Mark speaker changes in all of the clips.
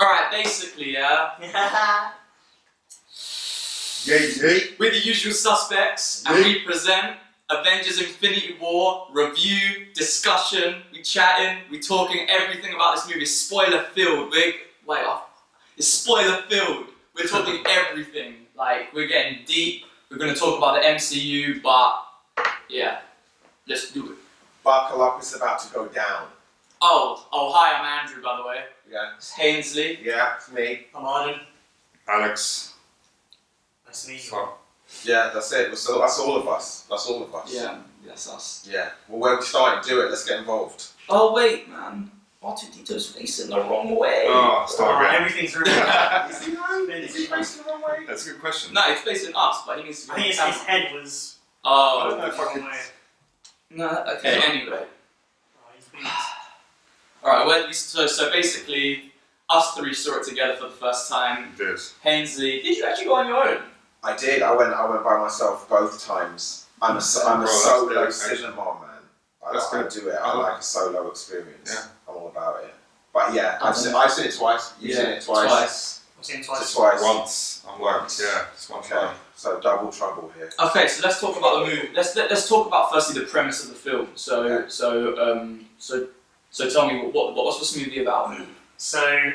Speaker 1: Alright, basically, yeah.
Speaker 2: Yay, yay.
Speaker 1: We're the usual suspects, and we present Avengers Infinity War review, discussion, we chatting, we talking everything about this movie. Spoiler filled, big. Wait, oh, it's spoiler filled. We're talking everything. Like, we're getting deep, we're gonna talk about the MCU, but yeah, let's do it.
Speaker 2: Buckle up, it's about to go down.
Speaker 1: Oh, oh, hi, I'm Andrew, by the way.
Speaker 2: Yeah.
Speaker 1: It's Hainsley.
Speaker 2: Yeah, it's me.
Speaker 3: I'm Arden.
Speaker 4: Alex.
Speaker 3: Nice to meet you.
Speaker 4: So,
Speaker 2: Yeah, that's it. So that's all of us. That's all of us.
Speaker 1: Yeah, that's us.
Speaker 2: Yeah. Well, where we started, do it. Let's get involved.
Speaker 1: Oh, wait, man. R2D2's facing the wrong way.
Speaker 4: oh,
Speaker 3: Aw,
Speaker 4: start again.
Speaker 3: everything's ruined.
Speaker 2: Is he lying? Is he facing the wrong way?
Speaker 4: That's a good question.
Speaker 1: No, it's facing us, but he needs to
Speaker 3: I
Speaker 1: be.
Speaker 3: think his, his head was.
Speaker 4: I don't
Speaker 1: Oh,
Speaker 4: know if I
Speaker 3: the
Speaker 4: could.
Speaker 3: wrong way.
Speaker 1: no, okay, anyway.
Speaker 3: Oh, he's been-
Speaker 1: Alright, where did we so, so basically, us three saw it together for the first time.
Speaker 4: It is.
Speaker 1: Hainsley, did you actually go on your own?
Speaker 2: I did. I went. I went by myself both times. I'm a. so- I'm a
Speaker 4: Bro, that's
Speaker 2: solo
Speaker 4: dedication.
Speaker 2: cinema man. I,
Speaker 4: That's
Speaker 2: I
Speaker 4: good.
Speaker 2: do it.
Speaker 4: I
Speaker 2: I
Speaker 4: like
Speaker 2: like a solo experience.
Speaker 4: Yeah.
Speaker 2: I'm all about it. But yeah, I've
Speaker 1: Um,
Speaker 2: seen, I've seen it twice. You've seen it twice.
Speaker 3: I've seen
Speaker 2: So
Speaker 3: twice.
Speaker 2: twice.
Speaker 4: Once. I'm like, yeah, it's one
Speaker 2: Okay.
Speaker 4: time.
Speaker 2: So double trouble here.
Speaker 1: Okay, so let's talk about the movie. Let's let, let's talk about firstly the premise of the film. So
Speaker 2: Okay.
Speaker 1: so um so so tell me what what what's this movie about?
Speaker 3: So,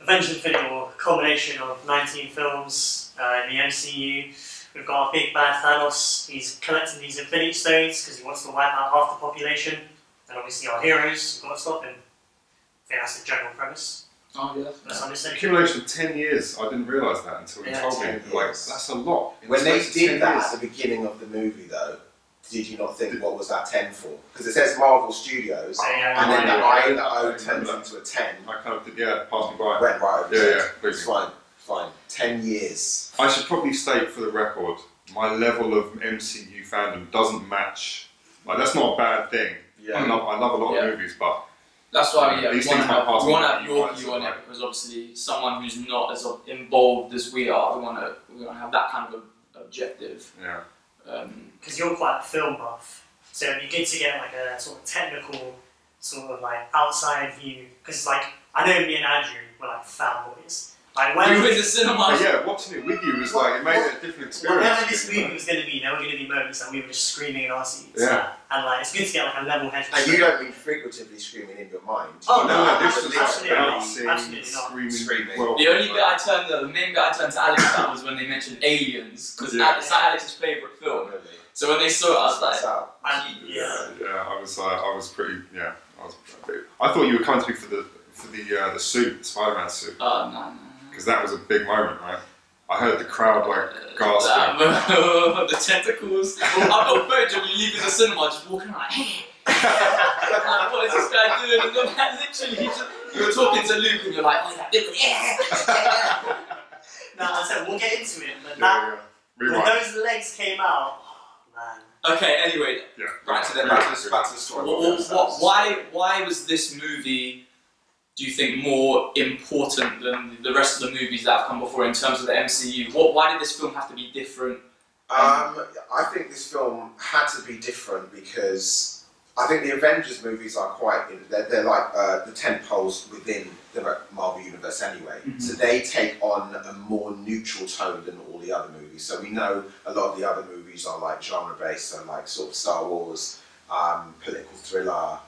Speaker 3: Avengers Infinity War, culmination of 19 films uh, in the MCU. We've got our big bad Thanos. He's collecting these Infinity Stones because he wants to wipe out half the population. And obviously, our heroes, we've got to stop him. I think that's the general premise.
Speaker 1: Oh yeah.
Speaker 3: That's understandable.
Speaker 4: Accumulation of 10 years. I didn't realise that until you
Speaker 3: Yeah,
Speaker 4: told me.
Speaker 2: 10
Speaker 4: Like,
Speaker 2: years.
Speaker 4: that's a lot. in the
Speaker 2: When they
Speaker 4: space of 10
Speaker 2: did that
Speaker 4: years.
Speaker 2: at the beginning of the movie, though, did you not think what was that ten for? Because it says Marvel Studios,
Speaker 3: So, yeah,
Speaker 2: and then the
Speaker 3: yeah.
Speaker 2: I and the O turns into a ten.
Speaker 4: I kind of did, yeah, passed me by.
Speaker 2: Went right over.
Speaker 4: Yeah,
Speaker 2: his
Speaker 4: yeah,
Speaker 2: head. It's
Speaker 4: basically.
Speaker 2: fine. Fine. Ten years.
Speaker 4: I should probably state for the record my level of MCU fandom doesn't match. Like, that's not a bad thing. I, love, I love a lot
Speaker 1: Yeah.
Speaker 4: of movies, but
Speaker 1: That's why we, yeah, we
Speaker 4: These
Speaker 1: want to
Speaker 4: things might
Speaker 1: have,
Speaker 4: pass
Speaker 1: we
Speaker 4: on
Speaker 1: want to
Speaker 4: to
Speaker 1: have
Speaker 4: you
Speaker 1: your
Speaker 4: guys,
Speaker 1: view on it
Speaker 4: right?
Speaker 1: because obviously someone who's not as involved as we are, we want to we want to have that kind of ob- objective.
Speaker 4: yeah.
Speaker 1: Um,
Speaker 3: because you're quite a film buff, so it'd be good to get like a sort of technical, sort of like outside view. Because like I know me and Andrew were like fanboys. Like
Speaker 1: we were
Speaker 3: when
Speaker 1: in the cinema.
Speaker 4: But Oh, yeah, watching it with you was like, it made it a different experience.
Speaker 3: whatever this movie was going to be, there were going to be moments that we were just screaming in our seats.
Speaker 4: Yeah.
Speaker 3: And like it's good to get like a level head.
Speaker 2: And you don't mean figuratively screaming in your mind.
Speaker 3: Oh,
Speaker 4: no, no, this was
Speaker 3: absolutely
Speaker 4: like
Speaker 3: not.
Speaker 4: bouncing,
Speaker 3: Absolutely not.
Speaker 4: screaming,
Speaker 2: Screaming.
Speaker 4: well-
Speaker 1: The only bit I turned the, the main bit I turned to Alex about was when they mentioned Aliens because
Speaker 4: Yeah.
Speaker 1: it's like Alex's favorite film.
Speaker 2: Really.
Speaker 1: So when they saw it, I was
Speaker 2: That's
Speaker 1: like,
Speaker 2: out.
Speaker 3: And, yeah.
Speaker 4: Yeah, yeah, I was, uh, I was pretty, yeah, I was. Pretty, I thought you were coming to me for the for the uh, the suit, the Spider-Man suit,
Speaker 1: oh no, no.
Speaker 4: because that was a big moment, right? I heard the crowd like gasping.
Speaker 1: Um, the
Speaker 2: Oh,
Speaker 1: tentacles. I've got footage of you leaving the cinema, just walking around like, hey, like, what is this guy doing? And then like, literally, you, just, you were talking to Luke, and you're like, oh, that big one, yeah.
Speaker 3: No, I said we'll get into it, but that
Speaker 4: yeah, yeah.
Speaker 3: when
Speaker 4: Rewind.
Speaker 3: those legs came out, oh, man.
Speaker 1: Okay, anyway,
Speaker 4: Yeah.
Speaker 2: Back to the back to the, back to the
Speaker 1: wh-
Speaker 2: story.
Speaker 1: wh- wh- why why was this movie, do you think, more important than the rest of the movies that have come before in terms of the MCU? What why did this film have to be different?
Speaker 2: Um, I think this film had to be different because I think the Avengers movies are quite they're, they're like uh, the tent poles within the Marvel universe anyway.
Speaker 1: Mhm.
Speaker 2: So they take on a more neutral tone than all the other movies. So we know a lot of the other movies are like genre based, so like sort of Star Wars, um, political thriller,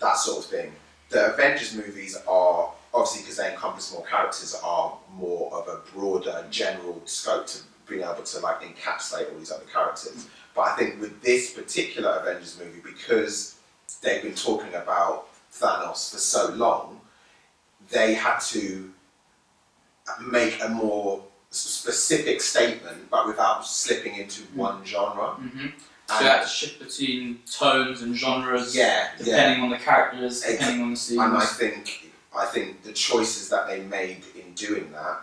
Speaker 2: that sort of thing. The Avengers movies are obviously because they encompass more characters are more of a broader general scope to being able to like encapsulate all these other characters. But I think with this particular Avengers movie, because they've been talking about Thanos for so long, they had to make a more s- specific statement, but without slipping into one genre.
Speaker 1: Mm-hmm. So
Speaker 2: And-
Speaker 1: you had to shift between tones and genres,
Speaker 2: yeah, yeah.
Speaker 1: depending on the characters,
Speaker 2: Ex-
Speaker 1: depending on the scenes.
Speaker 2: And I think I think the choices that they made in doing that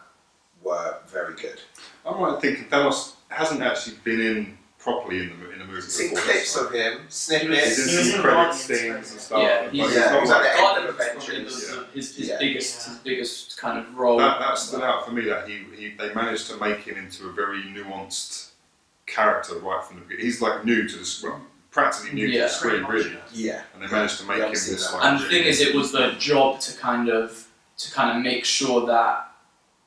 Speaker 2: were very good.
Speaker 4: I'm right in thinking Thanos hasn't actually been in properly in the in the movie.
Speaker 2: Seen
Speaker 4: before,
Speaker 2: clips
Speaker 4: so-
Speaker 2: of him,
Speaker 4: He's
Speaker 3: He
Speaker 4: in
Speaker 3: was
Speaker 2: snippets.
Speaker 3: in
Speaker 4: some credit
Speaker 3: Guardians,
Speaker 4: scenes and
Speaker 3: right?
Speaker 4: stuff.
Speaker 1: Yeah,
Speaker 4: but
Speaker 1: he's-
Speaker 4: it's not
Speaker 2: he's
Speaker 4: like-
Speaker 2: at the end of
Speaker 1: Guardians is probably
Speaker 2: Avengers.
Speaker 1: the- his, his
Speaker 2: Yeah.
Speaker 1: biggest,
Speaker 3: Yeah.
Speaker 1: his biggest kind of role.
Speaker 4: That, that stood out for me that he, he they managed to make him into a very nuanced character right from the beginning. He's like new to the s- well, practically new to
Speaker 1: Yeah.
Speaker 4: the screen, really.
Speaker 2: Yeah,
Speaker 4: And they managed to make
Speaker 2: Yeah,
Speaker 4: him
Speaker 2: I've seen
Speaker 4: this
Speaker 2: that.
Speaker 4: like.
Speaker 1: And the thing is, it was the job to kind of to kind of make sure that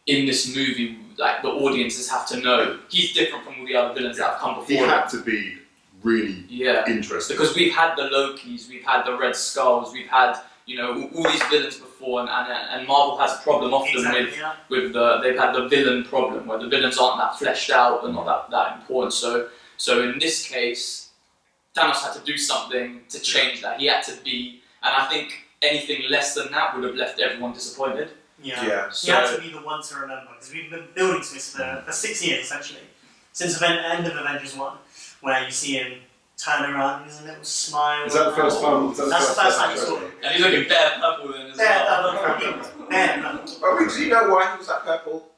Speaker 1: in this movie, like the audiences have to know he's different from all the other villains that have come
Speaker 4: He
Speaker 1: before. him.
Speaker 4: had to be really
Speaker 1: Yeah,
Speaker 4: interesting.
Speaker 1: because we've had the Lokis, we've had the Red Skulls, we've had you know all- all these villains before, and, and, and Marvel has a problem often
Speaker 3: Exactly,
Speaker 1: with
Speaker 3: yeah.
Speaker 1: with the they've had the villain problem where the villains aren't that fleshed out and not that, that important. So so in this case, Thanos had to do something to change that. He had to be, and I think anything less than that would have left everyone disappointed.
Speaker 3: Yeah.
Speaker 2: Yeah.
Speaker 3: He had
Speaker 1: So
Speaker 3: to be the one to remember because we've been building to this for, for six years essentially, since the end of Avengers One, where you see him turn around, his little smile.
Speaker 4: Is that the first time? Is that
Speaker 3: That's the first time you
Speaker 4: first
Speaker 3: saw
Speaker 4: time?
Speaker 3: it.
Speaker 1: and he's looking bare purple then as
Speaker 3: Yeah,
Speaker 1: well.
Speaker 3: that looked pretty- yeah,
Speaker 2: But Oh, wait, do you know why he was that purple?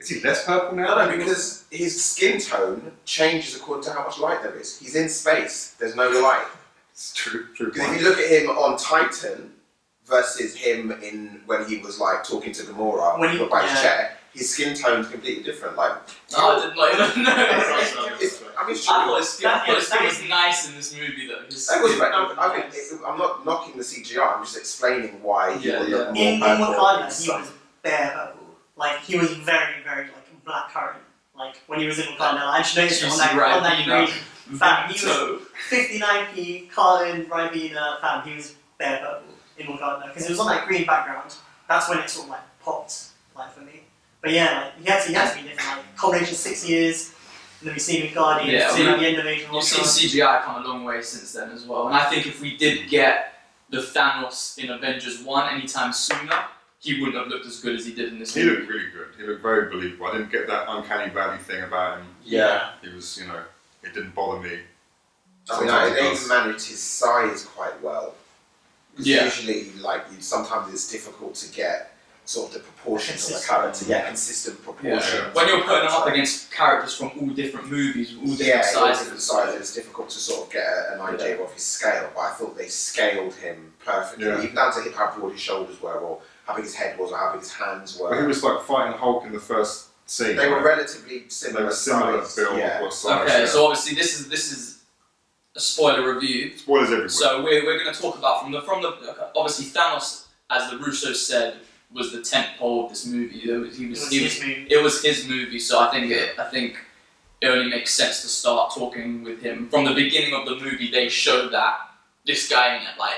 Speaker 4: Is he less purple now?
Speaker 2: No, no, because his skin tone changes according to how much light there is. He's in space. There's no light.
Speaker 4: it's true. True.
Speaker 2: Because if you look at him on Titan versus him in when he was like talking to Gamora
Speaker 3: When he-
Speaker 2: by his
Speaker 3: yeah.
Speaker 2: chair, his skin tone's completely different. Like,
Speaker 1: I did not even
Speaker 2: it's,
Speaker 1: know.
Speaker 4: right.
Speaker 2: it's, I mean, it's
Speaker 1: I
Speaker 2: true.
Speaker 1: thought his skin, I thought his skin
Speaker 3: That
Speaker 1: was
Speaker 3: is-
Speaker 1: nice in this movie though. His
Speaker 2: That was
Speaker 1: skin
Speaker 2: right.
Speaker 1: was
Speaker 2: I'm, I mean,
Speaker 1: nice.
Speaker 2: it- I'm not knocking the CGI. I'm just explaining why he
Speaker 1: Yeah,
Speaker 2: will look
Speaker 3: in in
Speaker 2: more purple.
Speaker 3: Wakanda, he was bare purple. Like he was very, very like black current. Like when he was in Wakanda, I actually noticed it on that, on that
Speaker 1: Ribena.
Speaker 3: green Fam, he
Speaker 1: Vito.
Speaker 3: 59p Carlin Ribena fan, he was bare purple in Wakanda because it was on that green background. That's when it sort of like popped, like for me. But yeah, like, he had to, he had to be different. Like combination six years, and then we see him in Guardians,
Speaker 1: Yeah,
Speaker 3: see him
Speaker 1: we-
Speaker 3: at the end of Age of
Speaker 1: You've
Speaker 3: Ultron.
Speaker 1: seen CGI come a long way since then as well, and I think if we did get the Thanos in Avengers One anytime sooner, he wouldn't have looked as good as he did in this
Speaker 4: He
Speaker 1: movie.
Speaker 4: looked really good. He looked very believable. I didn't get that uncanny valley thing about him.
Speaker 2: Yeah.
Speaker 4: He was, you know, it didn't bother me.
Speaker 3: Oh,
Speaker 2: I mean,
Speaker 4: Sometimes
Speaker 2: I-
Speaker 4: it
Speaker 2: they
Speaker 4: does.
Speaker 2: managed his size quite well. 'Cause
Speaker 1: Yeah.
Speaker 2: Usually, like, you, sometimes it's difficult to get sort of the proportions of the
Speaker 3: Consistent.
Speaker 2: character. Yeah, consistent proportions.
Speaker 4: Yeah.
Speaker 1: When you're putting him up against characters from all different movies, all different
Speaker 2: yeah, all
Speaker 1: sizes,
Speaker 2: different sizes. It's difficult to sort of get a- an idea of his scale, but I thought they scaled him perfectly,
Speaker 4: Yeah.
Speaker 2: even down to how broad his shoulders were, or how big his head was, or how big his hands
Speaker 4: But he
Speaker 2: were.
Speaker 4: was like fighting Hulk in the first scene.
Speaker 2: They were
Speaker 4: right?
Speaker 2: relatively similar,
Speaker 4: they were similar
Speaker 2: size.
Speaker 4: build,
Speaker 2: Yeah.
Speaker 4: what size.
Speaker 1: Okay,
Speaker 4: yeah.
Speaker 1: so obviously this is this is a spoiler review.
Speaker 4: Spoilers everywhere.
Speaker 1: So we're, we're going to talk about from the from the obviously Thanos, as the Russo said, was the tentpole of this movie. He was, he
Speaker 3: It was
Speaker 1: was
Speaker 3: his movie.
Speaker 1: it was his movie, so I think it, I think it only makes sense to start talking with him from the beginning of the movie. They showed that this guy in it, like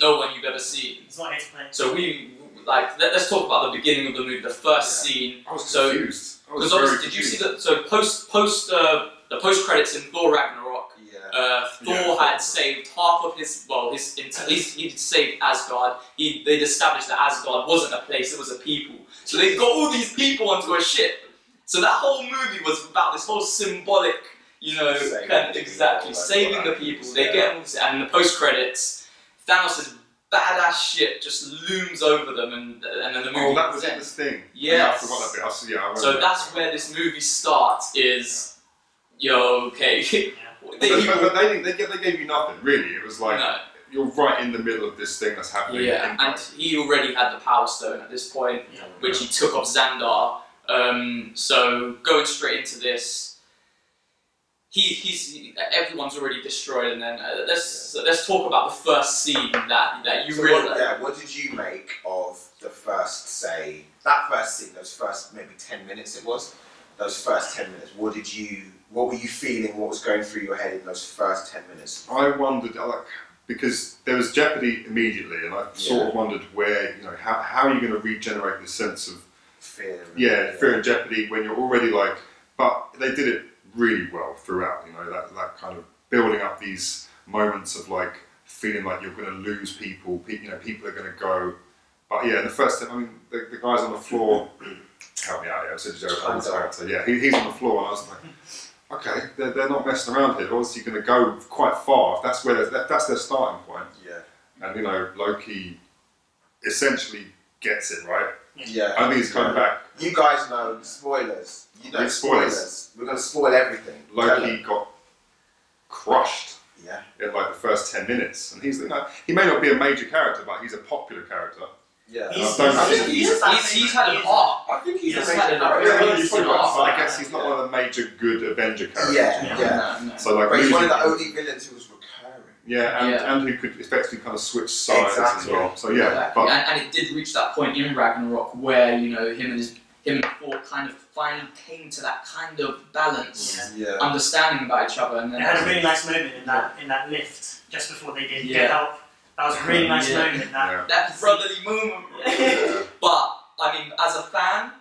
Speaker 1: no one you've ever seen.
Speaker 3: It's not his play.
Speaker 1: So we like let, us talk about the beginning of the movie, the first scene.
Speaker 4: I was
Speaker 1: so-
Speaker 4: confused. I was
Speaker 1: Because
Speaker 4: very
Speaker 1: obviously, did you
Speaker 4: confused.
Speaker 1: see the so post post uh, the post credits in Thor Ragnarok?
Speaker 2: Yeah.
Speaker 1: Uh, Thor
Speaker 4: Yeah.
Speaker 1: had saved half of his well, his ent- he's, he'd saved Asgard. He they'd established that Asgard wasn't a place; it was a people. So they got all these people onto a ship. So that whole movie was about this whole symbolic, you know,
Speaker 2: Saving
Speaker 1: kind of-
Speaker 2: the people,
Speaker 1: exactly
Speaker 2: like
Speaker 1: saving
Speaker 2: what
Speaker 1: the
Speaker 2: happens,
Speaker 1: people. They
Speaker 2: yeah.
Speaker 1: get all this, and the post credits, Thanos' badass ship just looms over them, and and then the movie.
Speaker 4: Oh, that was in
Speaker 1: ends.
Speaker 4: this thing. Yeah, I
Speaker 1: Yes.
Speaker 4: forgot that bit. I see, yeah, I remember
Speaker 1: So
Speaker 4: that.
Speaker 1: that's where this movie starts. Is yo okay?
Speaker 4: But,
Speaker 1: They-
Speaker 4: but- but they, didn't, they, gave, they gave you nothing, really. It was like,
Speaker 1: no.
Speaker 4: you're right in the middle of this thing that's happening.
Speaker 1: Yeah,
Speaker 4: And,
Speaker 1: and he already had the Power Stone at this point,
Speaker 3: Yeah.
Speaker 1: which he took off Xandar. Um, so going straight into this, he, he's everyone's already destroyed, and then uh, let's let's talk about the first scene that that you
Speaker 2: So
Speaker 1: realize.
Speaker 2: what, yeah, what did you make of the first, say, that first scene, those first maybe 10 minutes it was? Those first 10 minutes, what did you, what were you feeling, what was going through your head in those first 10 minutes?
Speaker 4: I wondered, I like, because there was jeopardy immediately, and I sort of wondered where, you know, how, how are you going to regenerate this sense of
Speaker 2: Fear. and-
Speaker 4: yeah, fear and jeopardy when you're already like, but they did it really well throughout, you know, that, that kind of building up these moments of like feeling like you're going to lose people, pe- you know, people are going to go. But yeah, the first thing, I mean, the, the guys on the floor, help me out here, I said Joe Cole's character, yeah, he, he's on the floor, and I was like, okay, they're, they're not messing around here, they're obviously going to go quite far, if that's, where they're- that, that's their starting point.
Speaker 2: Yeah.
Speaker 4: And, you know, Loki essentially gets it, right?
Speaker 2: Yeah.
Speaker 4: I think he's coming back
Speaker 2: You guys know spoilers. You know
Speaker 4: Yeah, spoilers.
Speaker 2: We're going to spoil everything. Tell them.
Speaker 4: Loki got crushed
Speaker 2: Yeah.
Speaker 4: in like the first ten minutes, and he's you know, he may not be a major character, but he's a popular character.
Speaker 2: Yeah.
Speaker 3: He's,
Speaker 4: I
Speaker 3: he's,
Speaker 2: think
Speaker 3: he's,
Speaker 2: he's-
Speaker 3: that
Speaker 1: he's, he's had an arc.
Speaker 2: I think he's
Speaker 3: Yes,
Speaker 2: a
Speaker 1: I
Speaker 2: major
Speaker 1: don't know.
Speaker 2: character.
Speaker 1: Yeah,
Speaker 4: I,
Speaker 1: he's
Speaker 4: probably
Speaker 1: not
Speaker 4: not,
Speaker 1: like
Speaker 4: I guess he's not one of the major good Avenger characters.
Speaker 2: Yeah,
Speaker 3: Yeah.
Speaker 2: yeah.
Speaker 1: No, no.
Speaker 4: So like,
Speaker 2: But he's one
Speaker 4: losing
Speaker 2: of the
Speaker 4: him-
Speaker 2: only villains who was recurring.
Speaker 4: yeah, and,
Speaker 1: Yeah.
Speaker 4: and who could effectively kind of switch sides as
Speaker 2: Exactly.
Speaker 4: well. So yeah,
Speaker 1: Exactly.
Speaker 4: but
Speaker 1: and, and it did reach that point in Ragnarok where you know him and his him and Thor kind of finally came to that kind of balance,
Speaker 2: Yeah.
Speaker 1: understanding about each other, and
Speaker 3: They
Speaker 1: then
Speaker 3: had a really nice moment in that in that lift just before they did
Speaker 1: Yeah.
Speaker 3: get help. That was a really nice
Speaker 1: Yeah.
Speaker 3: moment. That
Speaker 1: that brotherly moment.
Speaker 4: yeah.
Speaker 1: but I mean, as a fan,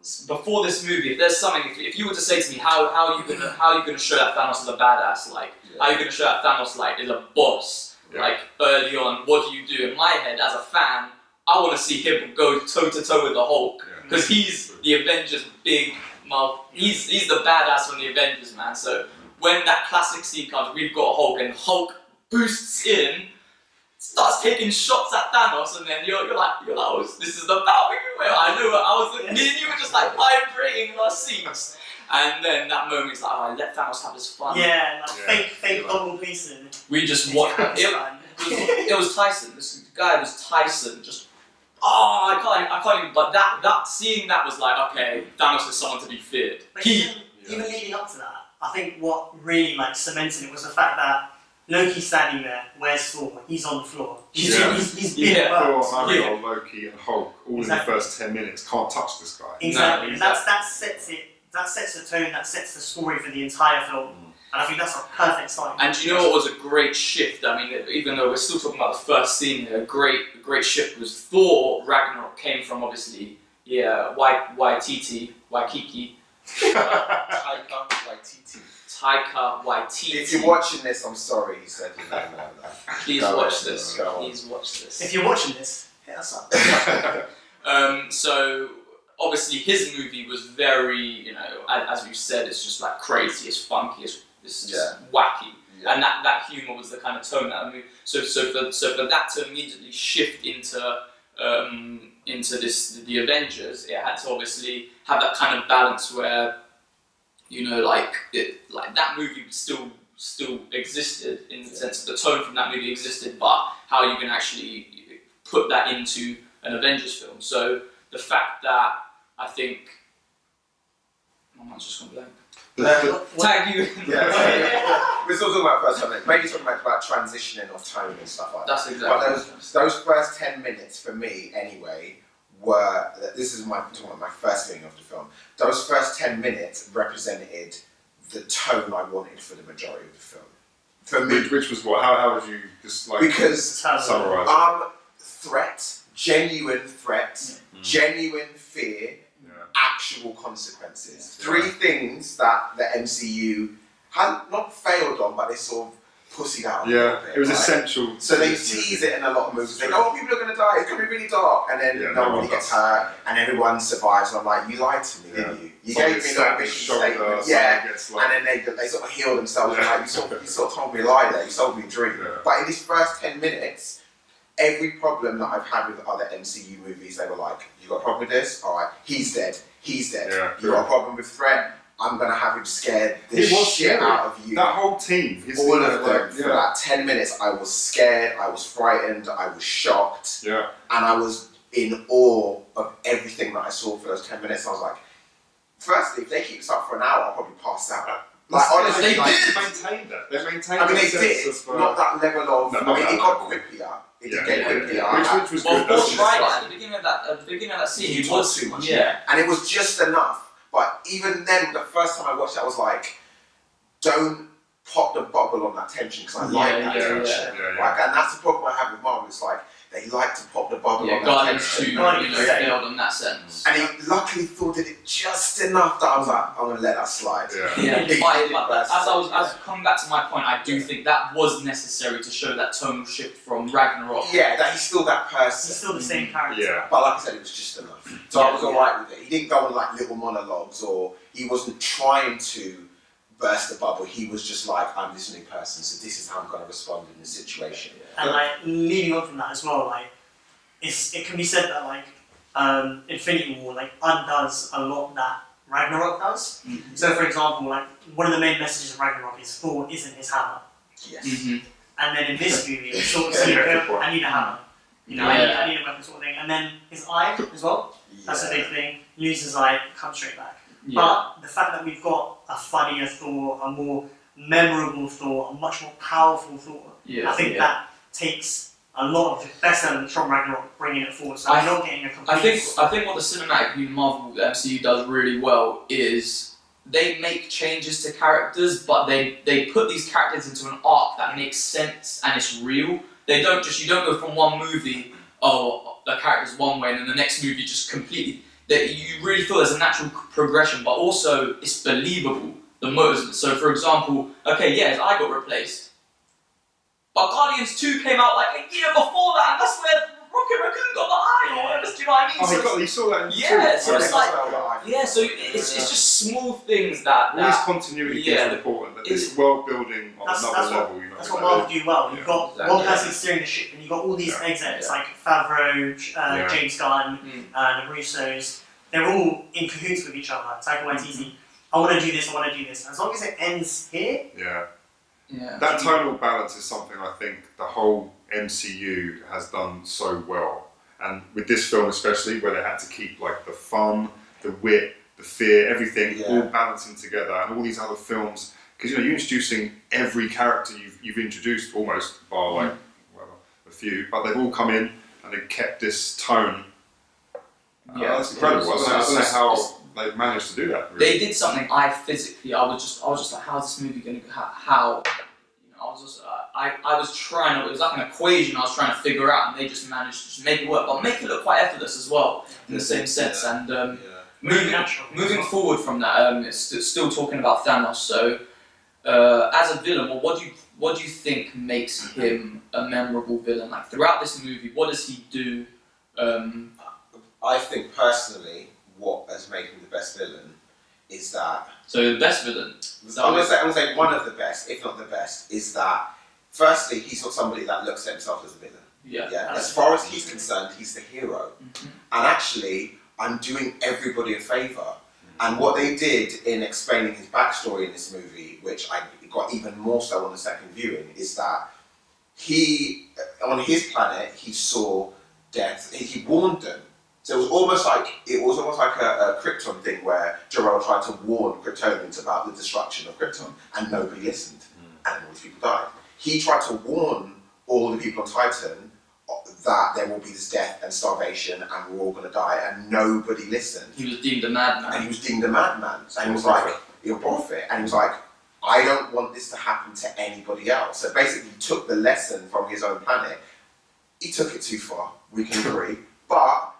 Speaker 1: s- before this movie, if there's something, if, if you were to say to me, how how are you gonna how are you gonna show that Thanos is a badass? Like, how are you gonna show that Thanos like is a boss?
Speaker 4: Yeah.
Speaker 1: Like early on, what do you do? In my head, as a fan, I want to see him go toe to toe with the Hulk.
Speaker 4: Yeah.
Speaker 1: Because he's the Avengers big mouth. He's he's the badass from the Avengers, man. So when that classic scene comes, we've got Hulk, and Hulk boosts in, starts taking shots at Thanos, and then you're, you're like you're like, oh, this is the battle we were. I knew it. I was me and you were just like vibrating in our seats. And then that moment is like, oh, let Thanos have his fun.
Speaker 3: yeah, like
Speaker 4: Yeah.
Speaker 3: fake fake
Speaker 4: Yeah.
Speaker 3: Donald Gleason.
Speaker 1: We just watched. It, it was Tyson. This guy was Tyson. Just oh, I can't, I can't even. But that, that seeing that was like, okay, Thanos is someone to be feared.
Speaker 3: But
Speaker 1: He,
Speaker 3: even,
Speaker 4: Yeah.
Speaker 3: even leading up to that, I think what really like cemented it was the fact that Loki's standing there. Where's Thor? He's on the floor. He's,
Speaker 4: Yeah.
Speaker 3: he's, he's being
Speaker 1: Yeah.
Speaker 4: Thor,
Speaker 3: worked.
Speaker 4: Harry, Loki, and Hulk all
Speaker 3: Exactly.
Speaker 4: in the first ten minutes can't touch this guy.
Speaker 3: Exactly.
Speaker 1: No,
Speaker 3: and That's, that sets it. That sets the tone. That sets the story for the entire film. And I think that's a perfect sign.
Speaker 1: and do you know what was a great shift? I mean, even though we're still talking about the first scene, here, a great, a great shift was Thor Ragnarok came from obviously, yeah, Y Waititi, Waikiki, Taika, Waititi, Taika
Speaker 2: If you're
Speaker 1: Waititi.
Speaker 2: watching this, I'm sorry you said your name like that.
Speaker 1: Please
Speaker 2: Go
Speaker 1: watch
Speaker 2: on,
Speaker 1: this.
Speaker 2: go on.
Speaker 1: Please watch this.
Speaker 3: if you're watching this, hit us up.
Speaker 1: Um, so obviously his movie was very, you know, a- as we've said, it's just like crazy, it's funky, it's, it's just wacky,
Speaker 2: Yeah.
Speaker 1: and that, that humor was the kind of tone that I movie. So so for so for that to immediately shift into um, into this the Avengers, it had to obviously have that kind of balance where you know like it, like that movie still still existed in the
Speaker 2: Yeah.
Speaker 1: sense of the tone from that movie existed, but how you can actually put that into an Avengers film. So the fact that I think my mind's just gone blank.
Speaker 2: Yeah.
Speaker 1: Tag you.
Speaker 2: Yeah. We're still talking about first time. Maybe talking about, about transitioning of tone and stuff like that.
Speaker 1: That's exactly.
Speaker 2: But
Speaker 1: what
Speaker 2: those,
Speaker 1: it was.
Speaker 2: those first 10 minutes for me, anyway, were this is my talking about my first viewing of the film. Those first 10 minutes represented the tone I wanted for the majority of the film. For me,
Speaker 4: Which, which was what? How, how would you just like
Speaker 2: because
Speaker 3: Turn.
Speaker 4: summarize? it?
Speaker 2: um, threat, genuine threat, genuine fear,
Speaker 4: Mm. Yeah.
Speaker 2: actual consequences.
Speaker 4: Yeah.
Speaker 2: Three things that the MCU had not failed on, but they sort of pussied out. a little
Speaker 4: Yeah,
Speaker 2: bit,
Speaker 4: it was
Speaker 2: right?
Speaker 4: essential.
Speaker 2: So
Speaker 4: to
Speaker 2: they
Speaker 4: this movie.
Speaker 2: tease it in a lot of movies. They
Speaker 4: True.
Speaker 2: go, oh, people are going to die. It's going to be really dark. And then
Speaker 4: Yeah, no
Speaker 2: nobody
Speaker 4: one
Speaker 2: gets
Speaker 4: does.
Speaker 2: hurt and everyone survives. And I'm like, you lied to me,
Speaker 4: Yeah.
Speaker 2: didn't you? You
Speaker 4: Someone
Speaker 2: gave me
Speaker 4: gets
Speaker 2: no
Speaker 4: stabbed in the
Speaker 2: mission
Speaker 4: shoulder,
Speaker 2: statement.
Speaker 4: someone
Speaker 2: Yeah.
Speaker 4: gets, like-
Speaker 2: And then they, they sort of heal themselves. and
Speaker 4: Yeah.
Speaker 2: Like, you, sort of, you sort of told me a lie there. You sold me a dream.
Speaker 4: Yeah.
Speaker 2: But in these first 10 minutes, every problem that I've had with other MCU movies, they were like, you got a problem with this? All right, he's dead. He's dead.
Speaker 4: Yeah,
Speaker 2: you got a problem with threat? I'm going to have him scared the
Speaker 4: It was
Speaker 2: shit
Speaker 4: scary.
Speaker 2: out of you
Speaker 4: That whole team, his
Speaker 2: all
Speaker 4: inner,
Speaker 2: of them
Speaker 4: like,
Speaker 2: for
Speaker 4: yeah,
Speaker 2: that 10 minutes i was scared i was frightened i was shocked
Speaker 4: yeah,
Speaker 2: and i was in awe of everything that i saw for those 10 minutes i was like firstly if they keep this up for an hour i'll probably pass out like honestly
Speaker 1: They
Speaker 2: like,
Speaker 1: did!
Speaker 4: maintained that. They maintained
Speaker 2: i mean
Speaker 4: that
Speaker 2: they
Speaker 4: sense of,
Speaker 2: did
Speaker 4: uh,
Speaker 2: not that level of
Speaker 4: No,
Speaker 2: i
Speaker 4: not
Speaker 2: mean
Speaker 4: that
Speaker 2: it got
Speaker 4: level.
Speaker 2: quicker it
Speaker 4: yeah,
Speaker 2: did get
Speaker 4: yeah,
Speaker 2: quicker
Speaker 4: yeah. Which, which was
Speaker 1: Well,
Speaker 4: good. That was
Speaker 1: Paul
Speaker 2: just
Speaker 1: tried
Speaker 2: like-
Speaker 1: it at the beginning of that at the beginning of that scene.
Speaker 2: He
Speaker 1: He
Speaker 2: talked
Speaker 1: was
Speaker 2: too much.
Speaker 1: Yeah.
Speaker 2: and it was just enough but even then the first time i watched it i was like don't pop the bubble on that tension because i like
Speaker 1: Yeah,
Speaker 2: that
Speaker 1: yeah,
Speaker 2: tension
Speaker 4: yeah, yeah, yeah.
Speaker 2: Like, and that's the problem I have with Marvel. It's like they like to pop the bubble
Speaker 1: Yeah,
Speaker 2: on
Speaker 1: Guardians
Speaker 2: that
Speaker 1: Two, you
Speaker 2: tension.
Speaker 1: know,
Speaker 2: Yeah.
Speaker 1: failed in that sense.
Speaker 2: And he luckily thought did it just enough that I was like, I'm gonna let that slide.
Speaker 4: Yeah.
Speaker 1: Yeah,
Speaker 2: He
Speaker 1: but,
Speaker 2: did
Speaker 1: but
Speaker 2: that.
Speaker 1: as I was as coming back to my point, I do think that was necessary to show that tonal shift from Ragnarok.
Speaker 2: yeah, that he's still that
Speaker 3: He's
Speaker 2: person.
Speaker 3: still the same character.
Speaker 4: Yeah.
Speaker 2: But like I said, it was just enough. So I was
Speaker 1: Yeah.
Speaker 2: alright with it. He didn't go on like little monologues or he wasn't trying to burst the bubble. He was just like, I'm this new person, so this is how I'm gonna respond in this situation.
Speaker 3: And like leading on from that as well, like it's it can be said that like um, Infinity War like undoes a lot that Ragnarok does.
Speaker 1: Mhm.
Speaker 3: So for example, like one of the main messages of Ragnarok is Thor isn't his hammer,
Speaker 2: Yes.
Speaker 1: Mhm.
Speaker 3: and then in this movie we sort of see
Speaker 4: Yeah,
Speaker 3: him
Speaker 4: good
Speaker 3: go,
Speaker 4: point.
Speaker 3: I need a hammer, you know, I, need, I need a weapon sort of thing, and then his eye as well. That's a
Speaker 2: Yeah.
Speaker 3: big thing. Loses his eye, comes straight back.
Speaker 1: Yeah.
Speaker 3: But the fact that we've got a funnier Thor, a more memorable Thor, a much more powerful Thor,
Speaker 1: Yeah.
Speaker 3: I think
Speaker 1: yeah.
Speaker 3: that takes a lot of the best elements from Ragnarok, bringing it forward. So
Speaker 1: I
Speaker 3: I'm not getting a complete.
Speaker 1: I think I think what the cinematic union Marvel the MCU does really well is they make changes to characters, but they they put these characters into an arc that makes sense and it's real. They don't just you don't go from one movie oh the character's one way and then the next movie just completely that you really feel there's a natural progression, but also it's believable the motives. So for example, okay, yes, I got replaced. But Guardians 2 came out like a year before that, and that's where Rocket Raccoon got the eye, or whatever, do you know what I mean?
Speaker 4: Oh,
Speaker 1: So
Speaker 4: he
Speaker 1: it's-
Speaker 4: got, he saw that in
Speaker 1: Yeah,
Speaker 4: two.
Speaker 1: so it's
Speaker 4: Okay.
Speaker 1: like-
Speaker 2: like,
Speaker 1: yeah, so it's, it's just small things that,
Speaker 4: all this
Speaker 1: that
Speaker 4: continuity
Speaker 1: yeah.
Speaker 4: is important. That
Speaker 1: It's-
Speaker 4: this world building on
Speaker 3: That's-
Speaker 4: another
Speaker 3: that's what-
Speaker 4: level. you know,
Speaker 3: That's what
Speaker 4: like,
Speaker 3: Marvel do well. You've
Speaker 4: Yeah.
Speaker 3: got
Speaker 1: Exactly.
Speaker 3: one person steering the ship, and you've got all these
Speaker 4: Yeah.
Speaker 3: execs like Favreau, uh,
Speaker 4: Yeah.
Speaker 3: James Gunn,
Speaker 1: Mm.
Speaker 3: uh, the Russos. They're all in cahoots with each other.
Speaker 1: Mm-hmm.
Speaker 3: Taika Waititi, I want to do this. I want to do this. As long as it ends here,
Speaker 4: yeah.
Speaker 1: yeah.
Speaker 4: That tonal balance is something I think the whole MCU has done so well. And with this film especially, where they had to keep like the fun, the wit, the fear, everything
Speaker 2: Yeah.
Speaker 4: all balancing together, and all these other films, because you know you're introducing every character you've, you've introduced almost, bar
Speaker 2: Mm.
Speaker 4: like well, a few, but they've all come in and they've kept this tone.
Speaker 1: Yeah.
Speaker 4: Yeah, Oh, that's incredible. I don't know, I don't know how they've managed to do that. Really.
Speaker 1: They did something I physically, I was just, I was just like, how's this movie gonna, go? how, how you know, I was just, uh, I, I was trying, to- it was like an equation I was trying to figure out, and they just managed to just make it work, but make it look quite effortless as well, in the same sense, and um, moving
Speaker 3: natural.
Speaker 1: Moving forward from that, um, it's st- still talking about Thanos. So, uh, as a villain, well, what do you what do you think makes him a memorable villain? Like throughout this movie, what does he do? Um,
Speaker 2: I think personally, what has made him the best villain is that
Speaker 1: so the best villain. Is that
Speaker 2: I'm
Speaker 1: what-
Speaker 2: gonna say I'm gonna say one of the best, if not the best, is that firstly he's not somebody that looks at himself as a villain.
Speaker 1: yeah.
Speaker 2: Yeah. As far as he's concerned, he's the hero. And actually, I'm doing everybody a favour. And what they did in explaining his backstory in this movie, which I got even more so on the second viewing, is that he, on his planet, he saw death. He- He warned them. So it was almost like it was almost like a, a Krypton thing where Jarrell tried to warn Kryptonians about the destruction of Krypton, and nobody listened, and all these people died. He tried to warn all the people on Titan that there will be this death and starvation, and we're all going to die, and nobody listened
Speaker 1: He was deemed a
Speaker 2: and
Speaker 1: madman.
Speaker 2: he was deemed a madman. And he was
Speaker 4: Prophet.
Speaker 2: like, you're a prophet. And he was like, I don't want this to happen to anybody else. So basically, he took the lesson from his own planet. He took it too far, we can agree. But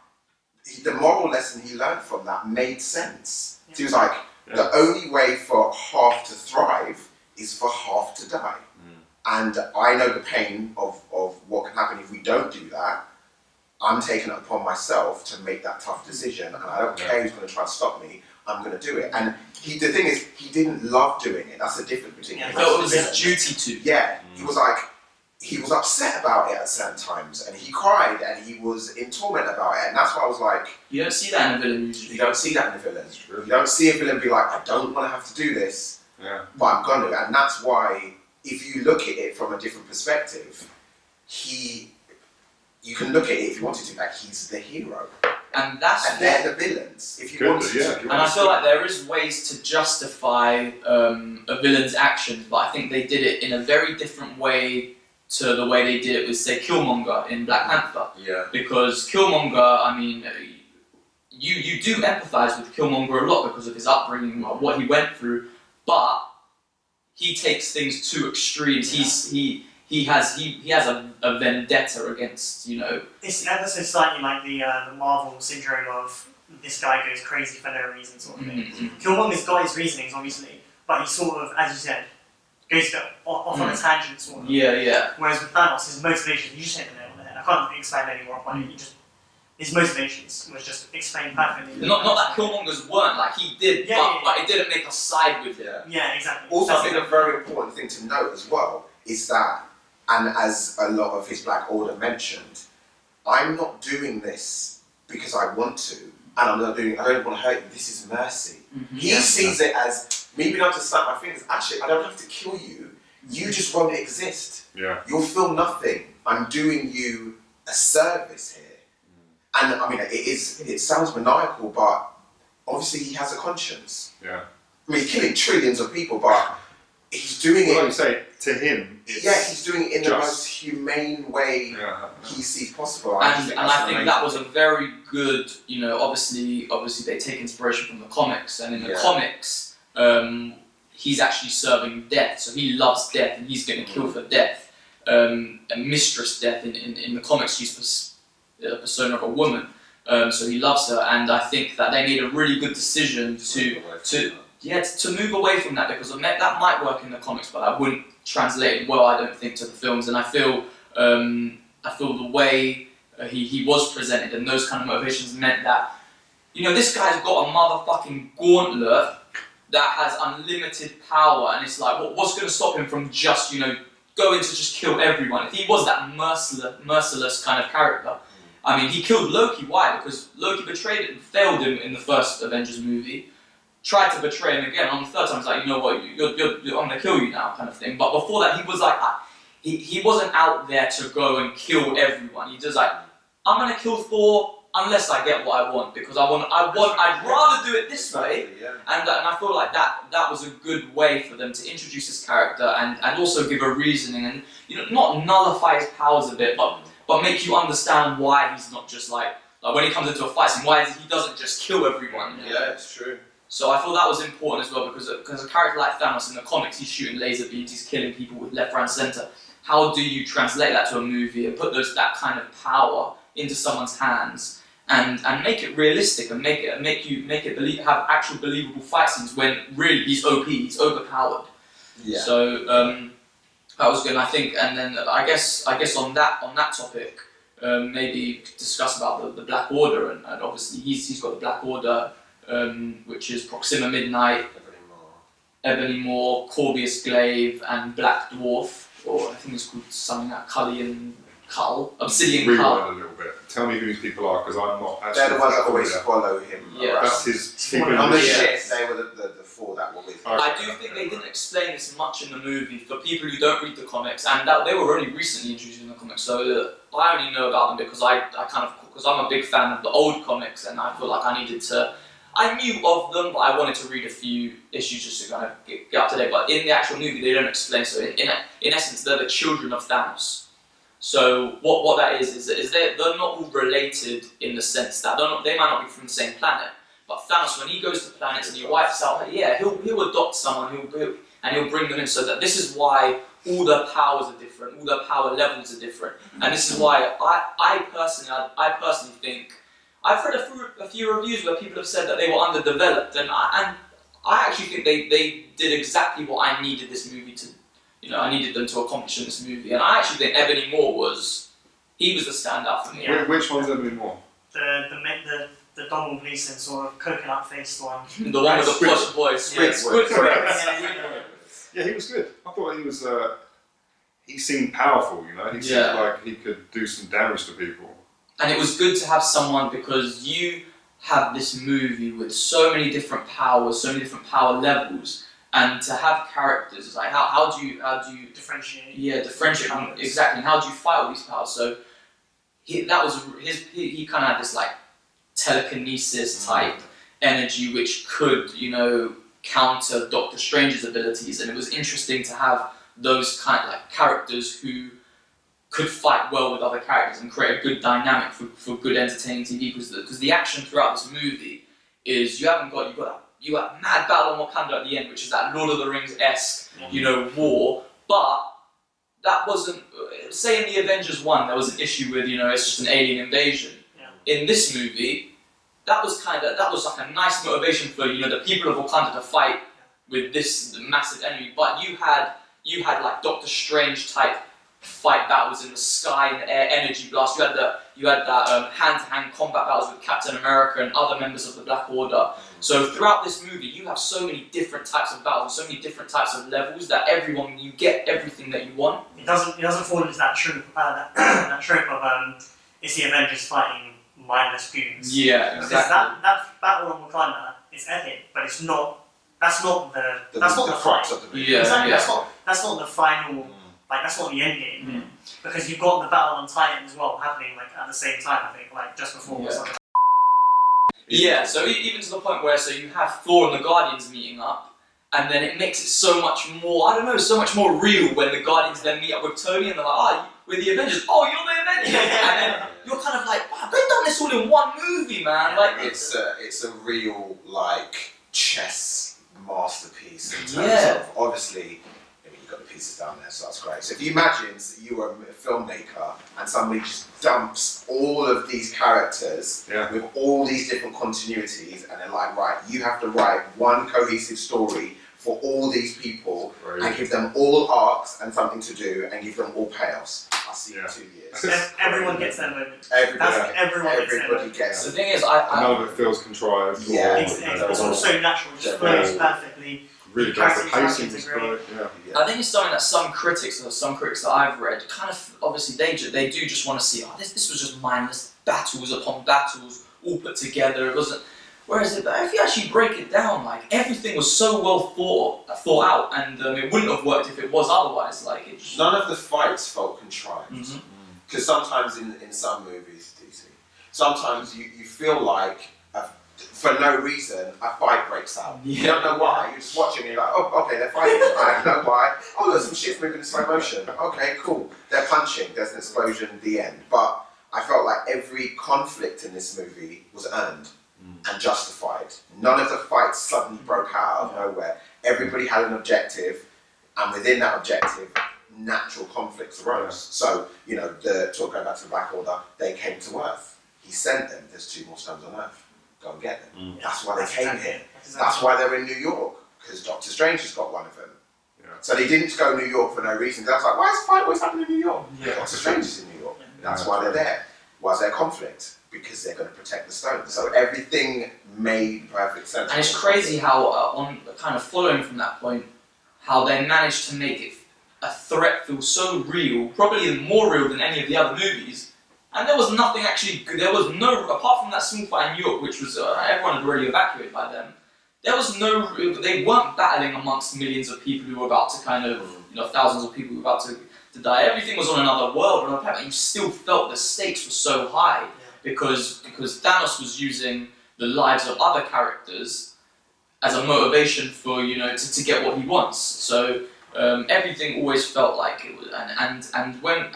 Speaker 2: he, the moral lesson he learned from that made sense. So he was like, the only way for half to thrive is for half to die.
Speaker 1: Mm.
Speaker 2: And I know the pain of, of what can happen if we don't do that. I'm taking it upon myself to make that tough decision, and I don't care who's going to try to stop me. I'm going to do it. And he, the thing is, he didn't love doing it. That's the difference between
Speaker 3: Yeah,
Speaker 1: He
Speaker 2: him.
Speaker 1: felt it was Mm.
Speaker 2: and
Speaker 1: his duty to.
Speaker 2: yeah, he was like, he was upset about it at certain times, and he cried, and he was in torment about it. And that's why I was like,
Speaker 1: You don't see that in a villain
Speaker 2: you
Speaker 1: usually.
Speaker 2: don't see that in a villain. You don't see a villain be like, I don't want to have to do this
Speaker 4: yeah.
Speaker 2: but I'm going to. And that's why, if you look at it from a different perspective, he, you can look at it if you wanted to, like he's the hero.
Speaker 1: And that's what-
Speaker 2: And they're the villains, if you
Speaker 4: Good,
Speaker 2: wanted
Speaker 4: yeah,
Speaker 2: to.
Speaker 4: if you
Speaker 1: And I feel like there is ways to justify um, a villain's actions, but I think they did it in a very different way to the way they did it with, say, Killmonger in Black Panther.
Speaker 2: Yeah.
Speaker 1: Because Killmonger, I mean, you you do empathise with Killmonger a lot because of his upbringing, and what he went through, but he takes things to extremes. He's he he has he, he has a, a vendetta against you know
Speaker 3: It's ever so slightly like the, uh, the Marvel syndrome of this guy goes crazy for no reason, sort of thing. Killmonger's got his reasonings, obviously, but he sort of, as you said, goes a bit off, off on a tangent, sort of.
Speaker 1: yeah yeah
Speaker 3: Whereas with Thanos, his motivation, you just hit the nail on the head. I can't expand any more on it. You just his motivations was just explained perfectly.
Speaker 1: Not, not that Killmongers weren't, like he did,
Speaker 3: Yeah,
Speaker 1: but,
Speaker 3: yeah, yeah.
Speaker 1: but it didn't make us side with him.
Speaker 2: yeah.
Speaker 3: Yeah, exactly.
Speaker 2: Also, I
Speaker 3: That's
Speaker 2: think
Speaker 3: it.
Speaker 2: a very important thing to note as well is that, and as a lot of his Black Order mentioned, I'm not doing this because I want to, and I'm not doing. I don't want to hurt you. This is mercy.
Speaker 3: Mm-hmm.
Speaker 2: He sees it as me being able to snap my fingers. Actually, I don't have to kill you. You just won't exist.
Speaker 4: Yeah.
Speaker 2: You'll feel nothing. I'm doing you a service here. And I mean, it is. It sounds maniacal, but obviously he has a conscience.
Speaker 4: Yeah.
Speaker 2: I mean, he's killing trillions of people, but he's doing
Speaker 4: Well, like you
Speaker 2: it.
Speaker 4: say, to him, it's
Speaker 2: Yeah, he's doing it in the
Speaker 4: just-
Speaker 2: most humane way
Speaker 4: yeah,
Speaker 2: he sees possible. I
Speaker 1: and,
Speaker 2: think
Speaker 1: and
Speaker 2: that's
Speaker 1: I think
Speaker 2: amazing.
Speaker 1: that was a very good, you know, obviously, obviously they take inspiration from the comics, and in the
Speaker 2: Yeah.
Speaker 1: comics, um, he's actually serving death, so he loves death, and he's going to kill
Speaker 2: Mm-hmm.
Speaker 1: for death. Um, and Mistress Death in, in, in the comics, she's pers- a persona of a woman, um, so he loves her, and I think that they made a really good decision to to- yeah, t- to move away from that because I meant that might work in the comics, but that wouldn't translate well, I don't think, to the films. And I feel, um, I feel the way uh, he he was presented and those kind of motivations meant that, you know, this guy's got a motherfucking gauntlet that has unlimited power, and it's like, what, what's going to stop him from just, you know, going to just kill everyone? If he was that merciless, merciless kind of character. I mean, he killed Loki. Why? Because Loki betrayed and failed him in the first Avengers movie tried to betray him again. On the third time, he's like, you know what, you- you're, you're, you're, I'm gonna kill you now, kind of thing. But before that, he was like, I, he, he wasn't out there to go and kill everyone. He just like, I'm gonna kill Thor unless I get what I want because I want, I want, I'd rather do it this way.
Speaker 2: Exactly, yeah.
Speaker 1: And, and I feel like that that was a good way for them to introduce his character and, and also give a reasoning and you know not nullify his powers a bit, but but make you understand why he's not just like like when he comes into a fight, scene, why he doesn't just kill everyone. you know?
Speaker 2: Yeah, it's true.
Speaker 1: So I thought that was important as well because because a character like Thanos in the comics, he's shooting laser beams, he's killing people with left, right, and center. How do you translate that to a movie and put those that kind of power into someone's hands and and make it realistic and make it make you make it believe have actual believable fight scenes when really he's OP, he's overpowered.
Speaker 2: Yeah.
Speaker 1: So um, that was good. And I think, and then I guess I guess on that on that topic, um, maybe discuss about the, the Black Order, and, and obviously he's he's got the Black Order, um, which is Proxima Midnight,
Speaker 2: Everybody more.
Speaker 1: Ebony Moore, Corvus Glaive, and Black Dwarf, or I think it's called something like Cullian Cull, Obsidian Cull.
Speaker 4: Rewind a little bit. Tell me who these people are, because I'm not actually.
Speaker 2: They're the ones that always
Speaker 4: familiar.
Speaker 2: follow him.
Speaker 1: Yeah.
Speaker 2: around.
Speaker 4: That's his people.
Speaker 3: Yeah.
Speaker 2: On the
Speaker 1: Yeah.
Speaker 2: ship, they were the, the, the four that were with him.
Speaker 1: I do think they didn't explain this much in the movie for people who don't read the comics, and that they were only recently introduced in the comics. So uh, I only know about them because I, I kind of because I'm a big fan of the old comics, and I feel like I needed to. I knew of them, but I wanted to read a few issues just to kind of get, get up to date. But in the actual movie, they don't explain. So in, in in essence, they're the children of Thanos. So what what that is is is they they're not all related in the sense that they're not, they might not be from the same planet. But Thanos, when he goes to planets and he wipes out, yeah, he'll, he'll adopt someone, he'll, he'll and he'll bring them in. So that this is why all their powers are different, all their power levels are different, and this is why I, I personally, I, I personally think I've read a few, a few reviews where people have said that they were underdeveloped, and I, and I actually think they, they did exactly what I needed this movie to, you know, I needed them to accomplish in this movie, and I actually think Ebony Moore was, he was the standout for me.
Speaker 4: Wh- Which one's Ebony Moore?
Speaker 3: The the ma- the the Donald Gleason sort of coconut faced one.
Speaker 1: The one with the
Speaker 4: Squid-
Speaker 1: plush voice,
Speaker 2: Squid-
Speaker 1: Squid-
Speaker 2: Squid-
Speaker 4: Yeah, he was good. I thought he was. Uh, he seemed powerful. You know, he seemed
Speaker 1: Yeah.
Speaker 4: like he could do some damage to people.
Speaker 1: and it was good to have someone because you have this movie with so many different powers, so many different power levels, and to have characters it's like how, how do you how do you
Speaker 3: Differentiate.
Speaker 1: yeah differentiate them- exactly and how do you fight all these powers? So he, that was his he, he kind of had this like telekinesis type energy which could you know counter Doctor Strange's abilities, and it was interesting to have those kind like characters who could fight well with other characters and create a good dynamic for, for good entertaining TV because the, because the action throughout this movie is you haven't got you've got that, you got that mad battle on Wakanda at the end which is that Lord of the Rings esque you know war but that wasn't say in the Avengers one there was an issue with you know it's just an alien invasion in this movie that was kind of that was like a nice motivation for you know the people of Wakanda to fight with this massive enemy but you had you had like Doctor Strange type fight battles in the sky and air energy blast. You had the you had that um, hand-to-hand combat battles with Captain America and other members of the Black Order. So throughout this movie, you have so many different types of battles, so many different types of levels that everyone you get everything that you want.
Speaker 3: It doesn't it doesn't fall into that trope uh, that, that trope of um it's the Avengers fighting mindless goons.
Speaker 1: Yeah,
Speaker 3: Because that that battle on Wakanda is epic, but it's not. That's not the.
Speaker 2: The,
Speaker 3: that's not
Speaker 2: the
Speaker 3: the,
Speaker 2: crux
Speaker 3: fight.
Speaker 2: of the movie.
Speaker 1: Yeah,
Speaker 3: exactly.
Speaker 1: yeah.
Speaker 3: That's not. That's not the final.
Speaker 2: Mm.
Speaker 3: Like that's not the end game. Because you've got the battle on Titan as well happening like at the same time. I think like just before.
Speaker 1: Yeah.
Speaker 3: Or something.
Speaker 1: Yeah, so e- even to the point where so you have Thor and the Guardians meeting up, and then it makes it so much more, I don't know, so much more real when the Guardians then meet up with Tony and they're like, oh, you- we're the Avengers. Oh, you're the Avengers! And then you're kind of like, wow, they've done this all in one movie, man. Like, it's.
Speaker 2: it's a it's a real like chess masterpiece in terms
Speaker 1: Yeah.
Speaker 2: of obviously I mean, you've got the pieces down there, so that's great. So if you imagine that you were a filmmaker and somebody just dumps all of these characters
Speaker 4: Yeah.
Speaker 2: with all these different continuities, and they're like, right, you have to write one cohesive story for all these people, and give them all arcs and something to do, and give them all payoffs. I'll see you
Speaker 4: Yeah.
Speaker 2: in two years.
Speaker 3: Ev- everyone gets their moment.
Speaker 2: Everybody,
Speaker 3: That's everyone gets their
Speaker 2: everybody
Speaker 3: moment.
Speaker 1: So
Speaker 2: gets.
Speaker 1: the thing is, I. I
Speaker 4: None of it feels contrived. or,
Speaker 2: Yeah.
Speaker 3: It's,
Speaker 4: you
Speaker 3: it's
Speaker 4: know,
Speaker 3: it's all so natural, it just
Speaker 2: Yeah.
Speaker 3: flows perfectly.
Speaker 4: really does. The
Speaker 3: Character
Speaker 4: pacing is
Speaker 3: design
Speaker 4: good. Yeah.
Speaker 1: I think it's something that some critics or some critics that I've read kind of obviously they ju- they do just want to see. Oh, this this was just mindless battles upon battles all put together. It wasn't. Whereas if, if you actually break it down, like everything was so well thought thought out, and um, it wouldn't have worked if it was otherwise. Like it. Just,
Speaker 2: None of the fights felt contrived.
Speaker 1: Mhm.
Speaker 2: Because sometimes in, in some movies, DC, sometimes you, you feel like a, for no reason a fight breaks out. You don't know why. You're just watching. You're like, oh, okay, they're fighting. I don't know why. Oh, there's some shit moving in slow motion. Okay, cool. They're punching. There's an explosion. The end. But I felt like every conflict in this movie was earned and justified. None of the fights suddenly broke out of nowhere. Everybody had an objective, and within that objective, natural conflicts arose. So, you know, the talk going back to the Black Order, they came to Earth. He sent them. There's two more stones on Earth. Go and get them.
Speaker 4: Mm.
Speaker 2: That's why they came
Speaker 3: exactly-
Speaker 2: here.
Speaker 3: That's
Speaker 2: That's
Speaker 3: exactly-
Speaker 2: why they're in New York because Doctor Strange has got one of them.
Speaker 4: Yeah.
Speaker 2: So they didn't go to New York for no reason. 'cause I was like, why is the fight always happening in New York?
Speaker 1: Yeah.
Speaker 2: Doctor Strange is in New York. That's
Speaker 4: Yeah,
Speaker 2: why they're
Speaker 4: that's
Speaker 2: there. Why is there conflict? Because they're going to protect the stone. So everything made perfect sense.
Speaker 1: And it's crazy how, uh, on kind of following from that point, how they managed to make it a threat feel so real, probably more real than any of the other movies. And there was nothing actually good. There was no, apart from that small fight in York, which was uh, everyone had already evacuated by then. There was no. real- They weren't battling amongst millions of people who were about to kind of, you know, thousands of people who were about to, to die. Everything was on another world, and apparently you still felt the stakes were so high because because Thanos was using the lives of other characters as a motivation for you know to, to get what he wants. So um, everything always felt like it was, and and and when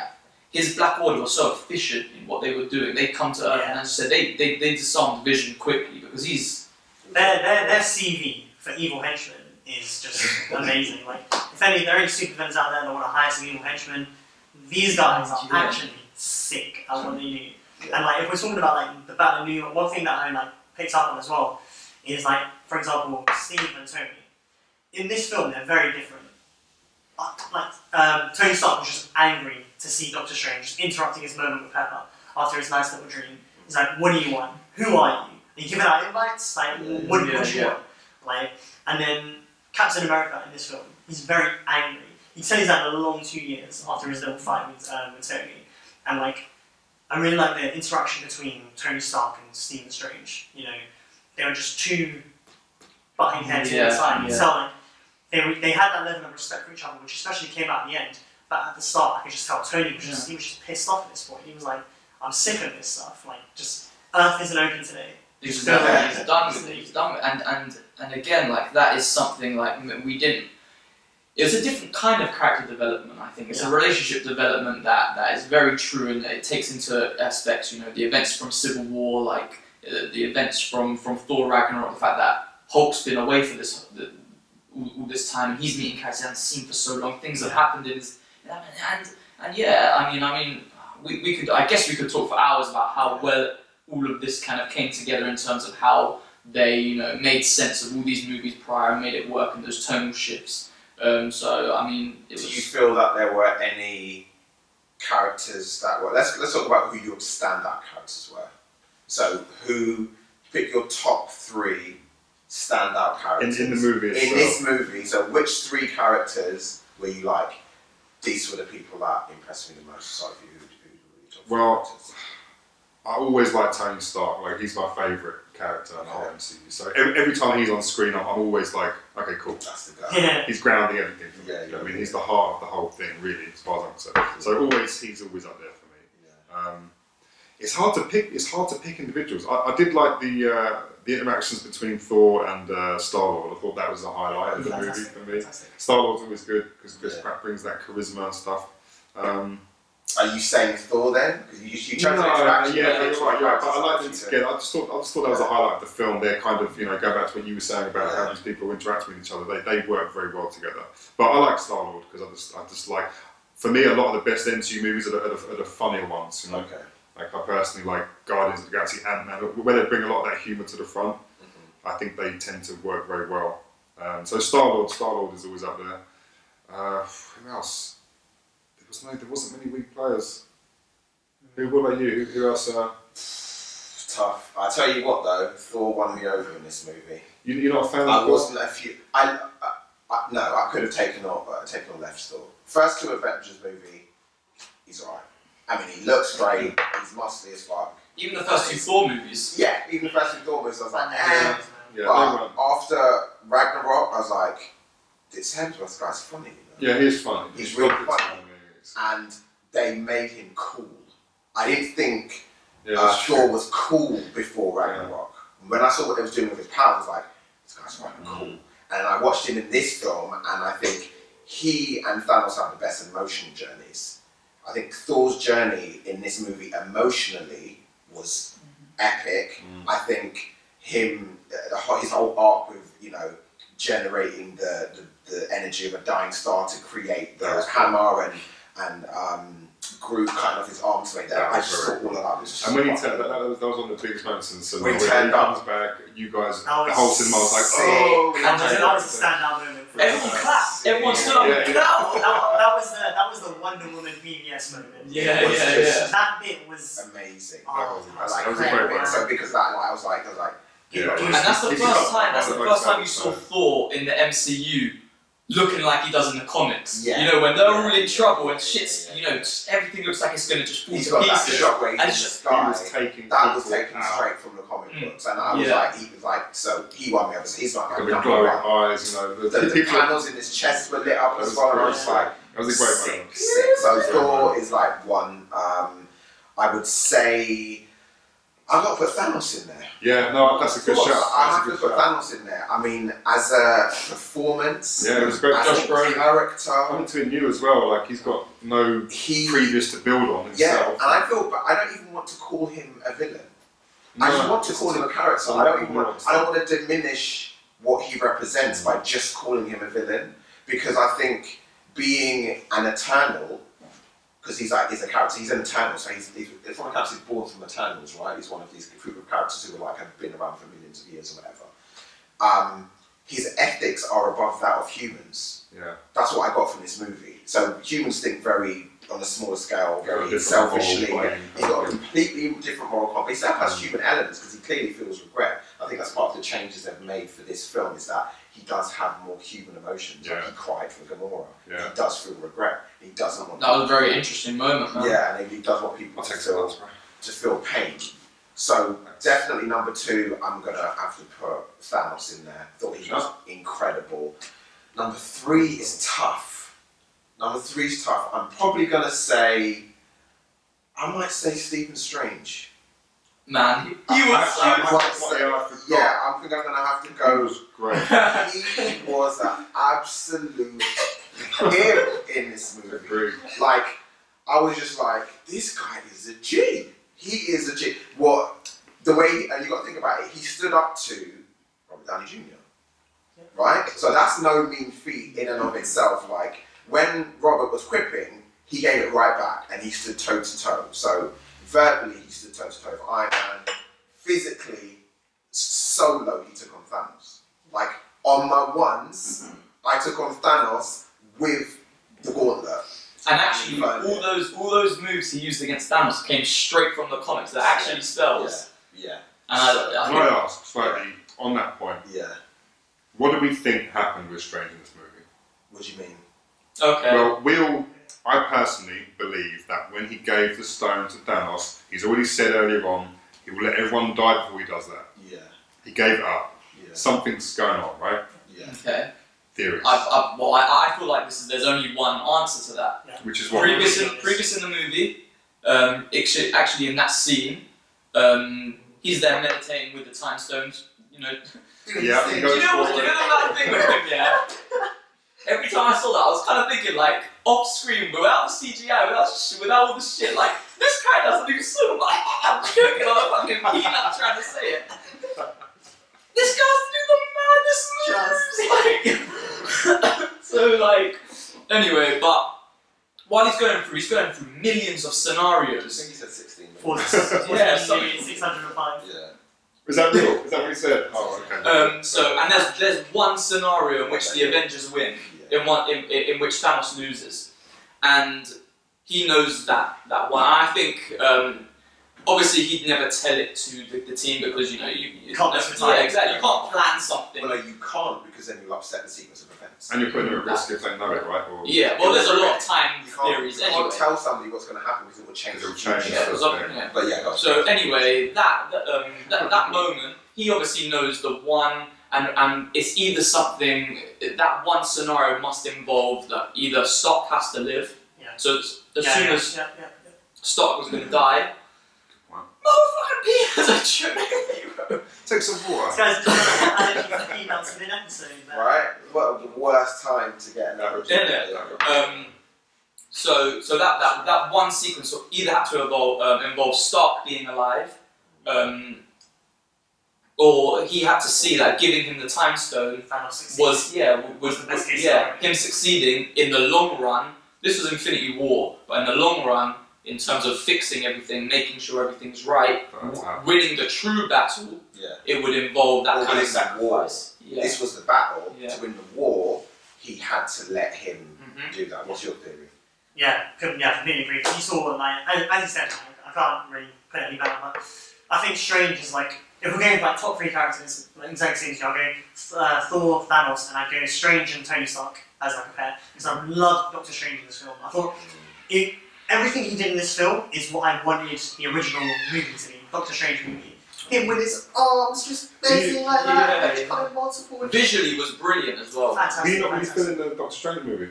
Speaker 1: his Black Order was so efficient in what they were doing, they come to Earth and as you said they they they disarmed Vision quickly because he's
Speaker 3: Their, their, their CV for evil henchmen is just amazing. Like, if any, if there are any super fans out there that want to hire some evil henchmen, these guys are
Speaker 1: Yeah.
Speaker 3: actually sick at what they do. And like, if we're talking about like the Battle of New York, one thing that I like picked up on as well is like, for example, Steve and Tony. In this film, they're very different. Uh, Like, um, Tony Stark was just angry to see Doctor Strange interrupting his moment with Pepper after his nice little dream. He's like, "What do you want? Who are you? Are you giving out invites? Like,
Speaker 2: Yeah,
Speaker 3: what,
Speaker 1: yeah,
Speaker 3: what do you
Speaker 1: yeah.
Speaker 3: want?" Like, and then Captain America in this film, he's very angry. He says that a long two years after his little fight with, um, with Tony, and like I really like the interaction between Tony Stark and Stephen Strange. You know, they were just two butting heads on
Speaker 1: Yeah,
Speaker 3: the side.
Speaker 1: yeah.
Speaker 3: So like, they, were- they had that level of respect for each other, which especially came out in the end. But at the start, I could just tell Tony was just, he was just pissed off at this point. He was like, "I'm sick of this stuff. Like, just Earth isn't open today."
Speaker 1: he's
Speaker 3: Yeah.
Speaker 1: done, he's done with it. He's done with it. And and and again, like that is something like m- we didn't. It's a different kind of character development, I think. It's a relationship development that, that is very true, and it takes into aspects, you know, the events from Civil War, like uh, the events from, from Thor Ragnarok, the fact that Hulk's been away for this the, all, all this time, and he's meeting characters he hasn't seen for so long. Things have happened in his and and, and yeah, I mean, I mean, we, we could I guess we could talk for hours about how well all of this kind of came together in terms of how they you know made sense of all these movies prior and made it work and those tonal shifts. Um, so I mean, it
Speaker 2: Do
Speaker 1: was
Speaker 2: you feel that there were any characters that were? Let's let's talk about who your standout characters were. So who pick your top three standout
Speaker 4: In,
Speaker 2: characters
Speaker 4: in the movie
Speaker 2: in
Speaker 4: itself.
Speaker 2: this movie? So which three characters were you like? These were the people that impressed me the most. So if you, who, who were your
Speaker 4: Well,
Speaker 2: top three characters?
Speaker 4: I always like Tony Stark. Like he's my favourite character in the whole MCU. So every, every time he's on screen, I'm, I'm always like, okay, cool.
Speaker 2: that's the guy.
Speaker 4: Oh,
Speaker 3: Yeah,
Speaker 4: He's grounding everything. For me.
Speaker 2: Yeah,
Speaker 4: You know what I mean,
Speaker 2: yeah.
Speaker 4: he's the heart of the whole thing, really, as far as I'm concerned. So always, he's always up there for me.
Speaker 2: Yeah.
Speaker 4: Um, it's hard to pick. It's hard to pick individuals. I, I did like the uh, the interactions between Thor and uh, Star Lord. I thought that was the highlight of the movie
Speaker 2: Fantastic,
Speaker 4: for me.
Speaker 2: fantastic.
Speaker 4: Star Lord's always good because Chris
Speaker 2: Yeah.
Speaker 4: Pratt brings that charisma and stuff. Um,
Speaker 2: Are you saying Thor then? Because you, you chose
Speaker 4: no,
Speaker 2: an interaction.
Speaker 4: yeah,
Speaker 1: yeah,
Speaker 4: you're right, you're right. But I like them
Speaker 2: Characters,
Speaker 4: together. I just thought, I just thought that was the highlight of the film. They're kind of, you know, go back to what you were saying about how
Speaker 2: Yeah.
Speaker 4: these people interact with each other. They, they work very well together. But I like Star Lord because I just, I just like. For me, a lot of the best MCU movies are the, are the, are the funnier ones. You know,
Speaker 2: Okay.
Speaker 4: like I personally like Guardians of the Galaxy, Ant Man, where they bring a lot of that humour to the front.
Speaker 2: Mm-hmm.
Speaker 4: I think they tend to work very well. Um, so Star Lord, Star Lord is always up there. Uh, who else? There was no, there wasn't many weak players. Who? What about you? Who, who else? Uh,
Speaker 2: Tough. I tell you what though, Thor won me over in this movie.
Speaker 4: you, you're not a fan of
Speaker 2: I
Speaker 4: the
Speaker 2: wasn't a few. I, I, I no, I could have taken on uh, taken on left Thor. First two Avengers movie, he's alright. I mean, he looks great. He's muscly as fuck.
Speaker 1: Even the first two Thor movies.
Speaker 2: Yeah, even the first two Thor movies, I was like, eh.
Speaker 4: Yeah, they
Speaker 2: but
Speaker 4: weren't.
Speaker 2: after Ragnarok, I was like, this Hemsworth guy's funny. You know?
Speaker 4: Yeah, he's funny.
Speaker 2: He's really
Speaker 4: good
Speaker 2: funny.
Speaker 4: timing, he's-
Speaker 2: and they made him cool. I didn't think
Speaker 4: Yeah,
Speaker 2: uh,
Speaker 4: that's
Speaker 2: Thor
Speaker 4: true.
Speaker 2: was cool before Ragnarok. When I saw what they was doing with his powers, I was like, this guy's fucking cool. And I watched him in this film, and I think he and Thanos have the best emotion journeys. I think Thor's journey in this movie emotionally was epic.
Speaker 4: Mm.
Speaker 2: I think him, uh, the, whole- his whole arc with, you know, generating the, the, the energy of a dying star to create
Speaker 4: That
Speaker 2: the
Speaker 4: was cool.
Speaker 2: hammer and, and um, Groove cutting off his arms to make that.
Speaker 4: That
Speaker 2: I
Speaker 4: was
Speaker 2: just
Speaker 4: very
Speaker 2: saw all of that. It was just
Speaker 4: And when he
Speaker 2: fucking-
Speaker 4: turned, that, that, was- that was one of the biggest moments in the cinema.
Speaker 2: When
Speaker 4: When
Speaker 2: he
Speaker 4: he
Speaker 2: turned
Speaker 4: comes back, you guys,
Speaker 3: That
Speaker 4: the
Speaker 3: was
Speaker 4: whole cinema was like,
Speaker 2: sick.
Speaker 4: oh, we
Speaker 3: That was,
Speaker 4: did
Speaker 3: that was
Speaker 4: it.
Speaker 3: a standout moment. For
Speaker 1: Everyone
Speaker 3: us.
Speaker 1: clapped. Everyone stood up.
Speaker 4: Yeah,
Speaker 1: and
Speaker 4: yeah.
Speaker 3: That,
Speaker 1: clapped.
Speaker 3: that was the that was the Wonder Woman BBS moment.
Speaker 1: Yeah,
Speaker 2: yeah, yeah.
Speaker 3: That bit was
Speaker 2: amazing.
Speaker 3: Oh,
Speaker 2: I like
Speaker 4: that was a
Speaker 2: that
Speaker 4: great
Speaker 2: bit.
Speaker 4: one.
Speaker 2: So because of that, like, I was like, I was like,
Speaker 4: Yeah,
Speaker 3: And
Speaker 1: And that's the
Speaker 4: He's
Speaker 1: first
Speaker 4: got-
Speaker 1: time. That's the
Speaker 4: got
Speaker 1: first time you
Speaker 4: most
Speaker 1: saw
Speaker 4: talent.
Speaker 1: Thor in the MCU looking like he does in the comics.
Speaker 2: Yeah.
Speaker 1: You know, when they're
Speaker 2: Yeah.
Speaker 1: all in trouble and shit's,
Speaker 2: Yeah.
Speaker 1: you know, just everything looks like it's gonna just fall
Speaker 2: he's
Speaker 1: to
Speaker 2: got that
Speaker 1: pieces.
Speaker 2: shot where he's
Speaker 1: And
Speaker 2: in the
Speaker 1: it's just-
Speaker 4: He
Speaker 2: sky.
Speaker 4: was taking
Speaker 2: That was
Speaker 4: people
Speaker 2: taken
Speaker 4: out.
Speaker 2: straight from the comic
Speaker 1: Mm.
Speaker 2: books, and I was
Speaker 1: Yeah.
Speaker 2: like, he was like, so he won me over. So he's like,
Speaker 4: Like,
Speaker 2: I'm
Speaker 4: with
Speaker 2: number
Speaker 4: glowing
Speaker 2: one.
Speaker 4: eyes, you know. The,
Speaker 2: The, the
Speaker 4: people, that
Speaker 2: panels in his chest were lit up as
Speaker 4: was
Speaker 2: well, and I was
Speaker 4: great.
Speaker 2: like,
Speaker 4: That was a great
Speaker 2: six,
Speaker 4: moment.
Speaker 2: six. So
Speaker 4: Yeah.
Speaker 2: Thor is like one. Um, I would say I've got to put Thanos in there.
Speaker 4: Yeah, no, Oh, that's a good
Speaker 2: Of
Speaker 4: shot.
Speaker 2: course, I
Speaker 4: That's
Speaker 2: have
Speaker 4: a
Speaker 2: to
Speaker 4: good
Speaker 2: put
Speaker 4: shot.
Speaker 2: Thanos in there. I mean, as a performance,
Speaker 4: Yeah, it was great.
Speaker 2: as
Speaker 1: Josh
Speaker 2: a
Speaker 1: Brolin.
Speaker 2: character,
Speaker 4: Coming to new as well, like he's got no
Speaker 2: he
Speaker 4: previous to build on
Speaker 2: Yeah,
Speaker 4: himself.
Speaker 2: and I feel, but I don't even want to call him a villain. I
Speaker 4: No,
Speaker 2: just want to
Speaker 4: it's
Speaker 2: call him a character. I don't even want. I don't want to diminish what he represents by just calling him a villain because I think being an eternal, because he's like he's a character. He's an eternal, so he's, he's if one counts, he's born from eternals, right? He's one of these group of characters who are like have been around for millions of years or whatever. Um, his ethics are above that of humans.
Speaker 4: Yeah,
Speaker 2: That's what I got from this movie. So humans think very on a smaller scale,
Speaker 4: Yeah,
Speaker 2: very
Speaker 4: different
Speaker 2: selfishly.
Speaker 4: moral
Speaker 2: Yeah.
Speaker 4: plane.
Speaker 2: He's got a completely different moral compass. He still has human elements because he clearly feels regret. I think that's part of the changes they've made for this film is that he does have more human emotions. Like
Speaker 4: Yeah.
Speaker 2: he cried for Gamora.
Speaker 4: yeah.
Speaker 2: He does feel regret. He doesn't want.
Speaker 1: That was a very interesting moment, man.
Speaker 2: yeah, and he does want people
Speaker 4: I'll
Speaker 2: to
Speaker 4: take some
Speaker 2: feel
Speaker 4: notes, bro.
Speaker 2: to feel pain. So definitely number two, I'm gonna have to put Thanos in there. Thought he was incredible. Number three is tough. Number three is tough. I'm probably gonna say, I might say Stephen Strange.
Speaker 1: Man, he he
Speaker 2: I-
Speaker 1: was.
Speaker 2: I-
Speaker 4: What- what they are, I forgot.
Speaker 2: Yeah, I think I'm gonna have to
Speaker 4: That
Speaker 2: go.
Speaker 4: was great.
Speaker 2: He was an absolute him in this movie.
Speaker 4: Agreed.
Speaker 2: Like, I was just like, this guy is a G. He is a G. What the way and you got to think about it. He stood up to Robert Downey Jr. Right, so that's no mean feat in and of itself. Like when Robert was quipping, he gave it right back, and he stood toe to toe. So verbally, he stood toe to toe with Iron Man. Physically, solo, he took on Thanos. Like on my ones, I took on Thanos with the gauntlet.
Speaker 1: And actually, all those all those moves he used against Thanos came straight from the comics. They're actually spells.
Speaker 2: Yeah.
Speaker 1: And I, I
Speaker 4: Can
Speaker 1: think
Speaker 4: I ask slightly on that point?
Speaker 2: Yeah.
Speaker 4: What do we think happened with Strange in this movie?
Speaker 2: What do you mean?
Speaker 1: Okay.
Speaker 4: Well, we all, I personally believe that when he gave the stone to Thanos, he's already said earlier on, he will let everyone die before he does that.
Speaker 2: Yeah.
Speaker 4: He gave it up.
Speaker 2: Yeah.
Speaker 4: Something's going on, right?
Speaker 2: Yeah.
Speaker 1: okay.
Speaker 4: Theories.
Speaker 1: I, I, well, I, I feel like this is, there's only one answer to that.
Speaker 4: which is what
Speaker 1: Previous
Speaker 3: Yeah.
Speaker 1: in, previous in the movie, Um, actu- actually, in that scene, um, he's there meditating with the time stones. You know,
Speaker 4: Yeah,
Speaker 1: do you
Speaker 4: he goes
Speaker 1: know what?
Speaker 4: forward.
Speaker 1: You know that thing with him, yeah. Every time I saw that, I was kind of thinking like off screen, without the CGI, without sh- without all the shit. Like this guy doesn't do so much. I'm joking on a fucking peanut trying to say it. This guy's do the maddest moves. Like, so like, anyway, but while he's going through, he's going through millions of
Speaker 2: I
Speaker 1: scenarios.
Speaker 2: think he said 16 minutes.
Speaker 3: 40,
Speaker 1: Yeah,
Speaker 3: 40
Speaker 1: sorry.
Speaker 3: million, 605.
Speaker 2: Yeah.
Speaker 4: Is that real? Is that what he said? Oh, okay.
Speaker 1: Um, so and there's there's one scenario in which the Avengers win.
Speaker 2: yeah.
Speaker 1: in one in, in in which Thanos loses, and he knows that that one. I think um, obviously he'd never tell it to the, the team because you know you, you
Speaker 3: Can't
Speaker 1: no,
Speaker 3: plan.
Speaker 1: yeah, exactly you can't plan something.
Speaker 2: Well, no, you can't because then you'll upset the sequence of events.
Speaker 4: and you're putting them at risk if they know it, right? Or
Speaker 1: yeah, well, there's a lot of time
Speaker 2: You can't,
Speaker 1: theories
Speaker 2: you can't
Speaker 1: anyway.
Speaker 2: tell somebody what's going to happen because it will change.
Speaker 4: It'll
Speaker 2: the
Speaker 4: change.
Speaker 1: Yeah,
Speaker 2: future.
Speaker 1: it was up- yeah.
Speaker 2: But yeah, gotcha.
Speaker 1: So anyway, that that, um, that that moment, he obviously knows the one, and and it's either something that one scenario must involve that either Stock has to live.
Speaker 3: Yeah.
Speaker 1: So it's, as
Speaker 3: Yeah,
Speaker 1: soon
Speaker 3: yeah,
Speaker 1: as
Speaker 3: yeah, yeah, yeah.
Speaker 1: Stock was gonna die.
Speaker 4: Wow.
Speaker 1: Motherfucking Peter's a true hero.
Speaker 4: Take some
Speaker 3: This
Speaker 4: water.
Speaker 3: guy's just allergy to peanuts in an episode. man.
Speaker 2: right? Well, the worst time to get an average.
Speaker 1: Yeah, yeah. Um, so so that, that that one sequence will either have to involve um, involve Stark being alive, um, or he had to see that giving him the time stone
Speaker 3: Thanos succeeds.
Speaker 1: was yeah w- was,
Speaker 3: Was the best case
Speaker 1: yeah
Speaker 3: scenario.
Speaker 1: him succeeding in the long run. This was Infinity War, but in the long run, in terms of fixing everything, making sure everything's right,
Speaker 4: Oh, wow.
Speaker 1: winning the true battle,
Speaker 2: Yeah.
Speaker 1: it would involve that
Speaker 2: Or
Speaker 1: kind of
Speaker 2: winning the war.
Speaker 1: sacrifice. Yeah.
Speaker 2: This was the battle.
Speaker 1: Yeah.
Speaker 2: To win the war, he had to let him
Speaker 1: Mhm.
Speaker 2: do that. What's your theory?
Speaker 3: Yeah, couldn't, yeah, completely agree. 'Cause You saw what, like, as, as you said, like, I can't really put any better, but I think Strange is like, if we're going for like top three characters, like, in terms of scenes, I'll go uh, Thor, Thanos, and I'd go Strange and Tony Stark as like a pair, because I loved Doctor Strange in this film. I thought it, everything he did in this film is what I wanted the original movie to be, Doctor Strange movie. Him with his arms just
Speaker 1: Yeah,
Speaker 3: bending like that,
Speaker 1: yeah,
Speaker 3: and
Speaker 1: yeah.
Speaker 3: kind of multiple.
Speaker 1: Visually was brilliant as well.
Speaker 4: Were
Speaker 3: Fantastic,
Speaker 4: you not really
Speaker 3: fantastic.
Speaker 4: still in the Doctor Strange movie?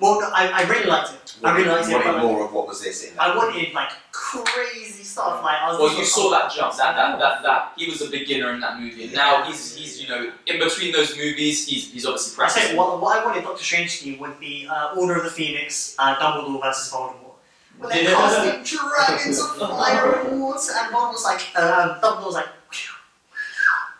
Speaker 3: Well, no, I, I really liked it. I really liked it.
Speaker 2: Wanted
Speaker 3: but, like,
Speaker 2: more of what was this in that?
Speaker 3: I wanted like crazy stuff. Like I was.
Speaker 1: Well, you saw that jump, that, that, that, that. He was a beginner in that movie, and now he's, he's you know, in between those movies, he's, he's obviously
Speaker 3: I said
Speaker 1: practicing.
Speaker 3: what, what I wanted Doctor Strange to do would be uh, Order of the Phoenix, uh, Dumbledore versus Voldemort. Well, they
Speaker 1: Yeah.
Speaker 3: casting dragons of fire and water, and one was like, uh, Dumbledore was like,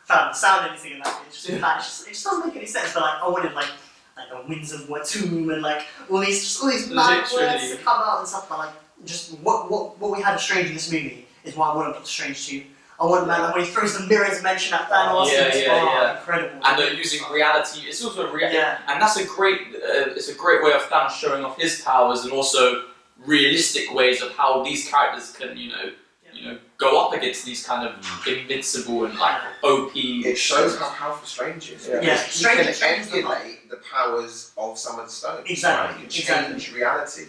Speaker 3: found the sound anything in that. It just, that just, it just doesn't make any sense. But like, I wanted like like the winds of Watum and like all these just all these mad words
Speaker 1: Literally.
Speaker 3: to come out and stuff. But like, just what what what we had of Strange in this movie is what I wanted Doctor Strange to. I want man like, when he throws the mirror dimension at Thanos.
Speaker 1: Yeah,
Speaker 3: it's,
Speaker 1: yeah,
Speaker 3: oh,
Speaker 1: yeah.
Speaker 3: Incredible.
Speaker 1: And they're using reality. It's also a reality,
Speaker 3: Yeah.
Speaker 1: and that's a great, uh, it's a great way of Thanos showing off his powers, and also realistic ways of how these characters can, you know, you know, go up against these kind of invincible and like OP.
Speaker 2: It shows how powerful Strange is.
Speaker 1: Yeah.
Speaker 2: because
Speaker 3: Yeah,
Speaker 2: he
Speaker 3: Strange-
Speaker 2: can
Speaker 3: Strange is the one.
Speaker 2: emulate the powers of some of the stones.
Speaker 3: Exactly,
Speaker 2: Right? He can
Speaker 3: exactly.
Speaker 2: change reality.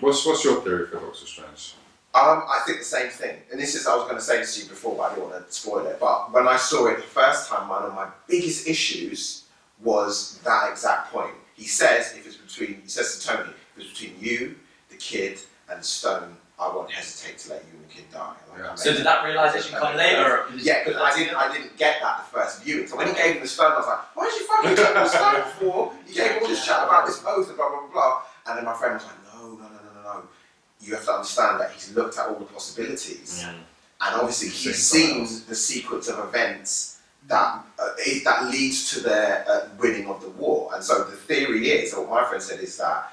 Speaker 4: What's What's your theory for Doctor Strange?
Speaker 2: Um, I think the same thing, and this is I was going to say this to you before, but I didn't want to spoil it. But when I saw it the first time, one of my biggest issues was that exact point. He says, if it's between, he says to Tony, if it's between you, the kid, and the stone, I won't hesitate to let you and the kid die. Like, I
Speaker 4: Yeah.
Speaker 2: made
Speaker 1: So did that realization come later?
Speaker 2: Yeah, because I didn't, I didn't get that the first viewing. So when he gave him the stone, I was like, why did you fucking give him the stone for? You gave him all this chat about this oath and blah, blah, blah. And then my friend was like, no, no, no, no, no, no. You have to understand that he's looked at all the possibilities. And obviously he's
Speaker 4: Seen
Speaker 2: seen the sequence of events that uh, is, that leads to the uh, winning of the war. And so the theory is, or what my friend said, is that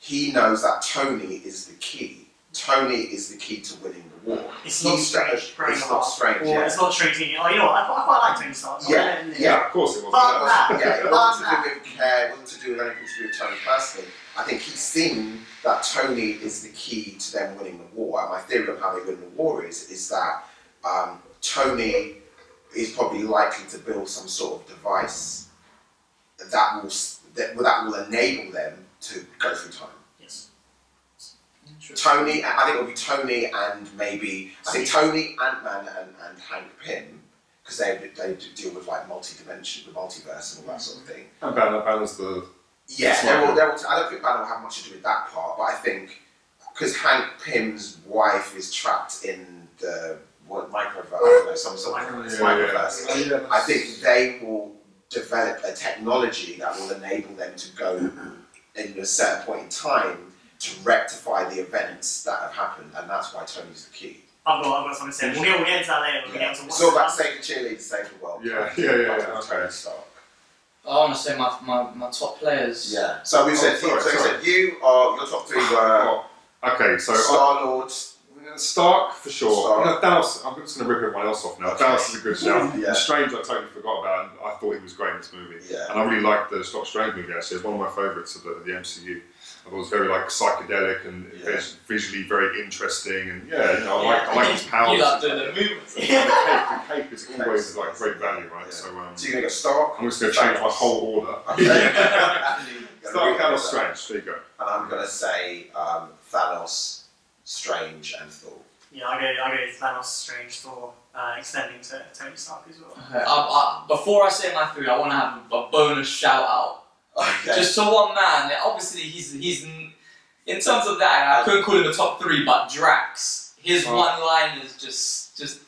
Speaker 2: he knows that Tony is the key. Tony is the key to winning the war.
Speaker 3: It's not
Speaker 2: He's-
Speaker 3: strange. growing
Speaker 2: it's not
Speaker 3: up,
Speaker 2: strange,
Speaker 3: Or
Speaker 2: yeah.
Speaker 3: it's not strange thinking, oh, you know what, I quite, I quite like Tony Stark. so I'm
Speaker 2: Yeah,
Speaker 3: gonna let him live.
Speaker 2: yeah.
Speaker 4: of course it
Speaker 2: It
Speaker 4: wasn't.
Speaker 2: wasn't-
Speaker 3: Fuck
Speaker 2: yeah, it
Speaker 3: that.
Speaker 2: wasn't
Speaker 3: Fuck
Speaker 2: to do with care, it wasn't to do with anything to do with Tony personally. I think he's seen that Tony is the key to them winning the war. And my theory on how they win the war is is that um, Tony is probably likely to build some sort of device that will s- that, that will enable them to go through time.
Speaker 3: Yes.
Speaker 2: Tony, I think it'll be Tony and maybe I think Tony, Ant Man, and, and Hank Pym because they they deal with like multi-dimension, the multiverse, and all that sort of thing.
Speaker 4: And balance, balance the.
Speaker 2: Yeah,
Speaker 4: That's
Speaker 2: they're
Speaker 4: right.
Speaker 2: all, they're all, I don't think Banner will have much to do with that part, but I think because Hank Pym's wife is trapped in the what microverse, I don't know, some sort of
Speaker 4: Microverse.
Speaker 2: microverse.
Speaker 5: Oh, yeah,
Speaker 2: I think they will develop a technology that will enable them to go in a certain point in time to rectify the events that have happened, and that's why Tony's the key.
Speaker 3: I've got, I've got something to say. We'll get, we'll get into that later. We'll get into
Speaker 2: It's all about saving cheerleaders, saving the world.
Speaker 4: Yeah, yeah, yeah,
Speaker 2: That's
Speaker 4: yeah,
Speaker 2: what Tony
Speaker 4: okay.
Speaker 2: Stark.
Speaker 5: I want to say my, my, my top players.
Speaker 2: Yeah. So we
Speaker 4: Oh,
Speaker 2: said,
Speaker 4: sorry,
Speaker 2: so we
Speaker 4: sorry.
Speaker 2: said you are your top three were
Speaker 4: Oh, okay, so
Speaker 2: Star Lord.
Speaker 4: uh, Stark for sure.
Speaker 2: Stark.
Speaker 4: No, Dallas, I'm just going to rip everyone else off now.
Speaker 2: Okay.
Speaker 4: Dallas is a good shout.
Speaker 2: Yeah.
Speaker 4: Strange, I totally forgot about, and I thought he was great in this movie.
Speaker 2: Yeah.
Speaker 4: And I really liked the Doctor Strange movie actually. It's one of my favourites of the, the MCU. I thought it was very like psychedelic and
Speaker 2: Yeah.
Speaker 4: vis- visually very interesting and yeah, you know, I
Speaker 1: Yeah.
Speaker 4: like I like his powers.
Speaker 1: You like the, the movements.
Speaker 4: And the, cape, the cape is always
Speaker 2: Cape's
Speaker 4: like great value, right?
Speaker 2: Yeah.
Speaker 4: So um,
Speaker 2: So you're gonna go Stark.
Speaker 4: I'm just going to change my whole order.
Speaker 2: Okay. You're gonna
Speaker 4: Stark,
Speaker 2: read
Speaker 4: Dallas,
Speaker 2: that.
Speaker 4: Strange. There you go.
Speaker 2: And I'm gonna say um, Thanos, Strange, and Thor.
Speaker 3: Yeah, I go, I go Thanos, Strange, Thor, uh, extending to Tony Stark as well.
Speaker 5: Okay.
Speaker 1: I, I, Uh, before I say my three, I want to have a bonus shout out
Speaker 2: Okay.
Speaker 1: just to one man. yeah, Obviously, he's he's n- in terms of that. I couldn't call him a top three, but Drax. His
Speaker 4: Oh.
Speaker 1: one line is just just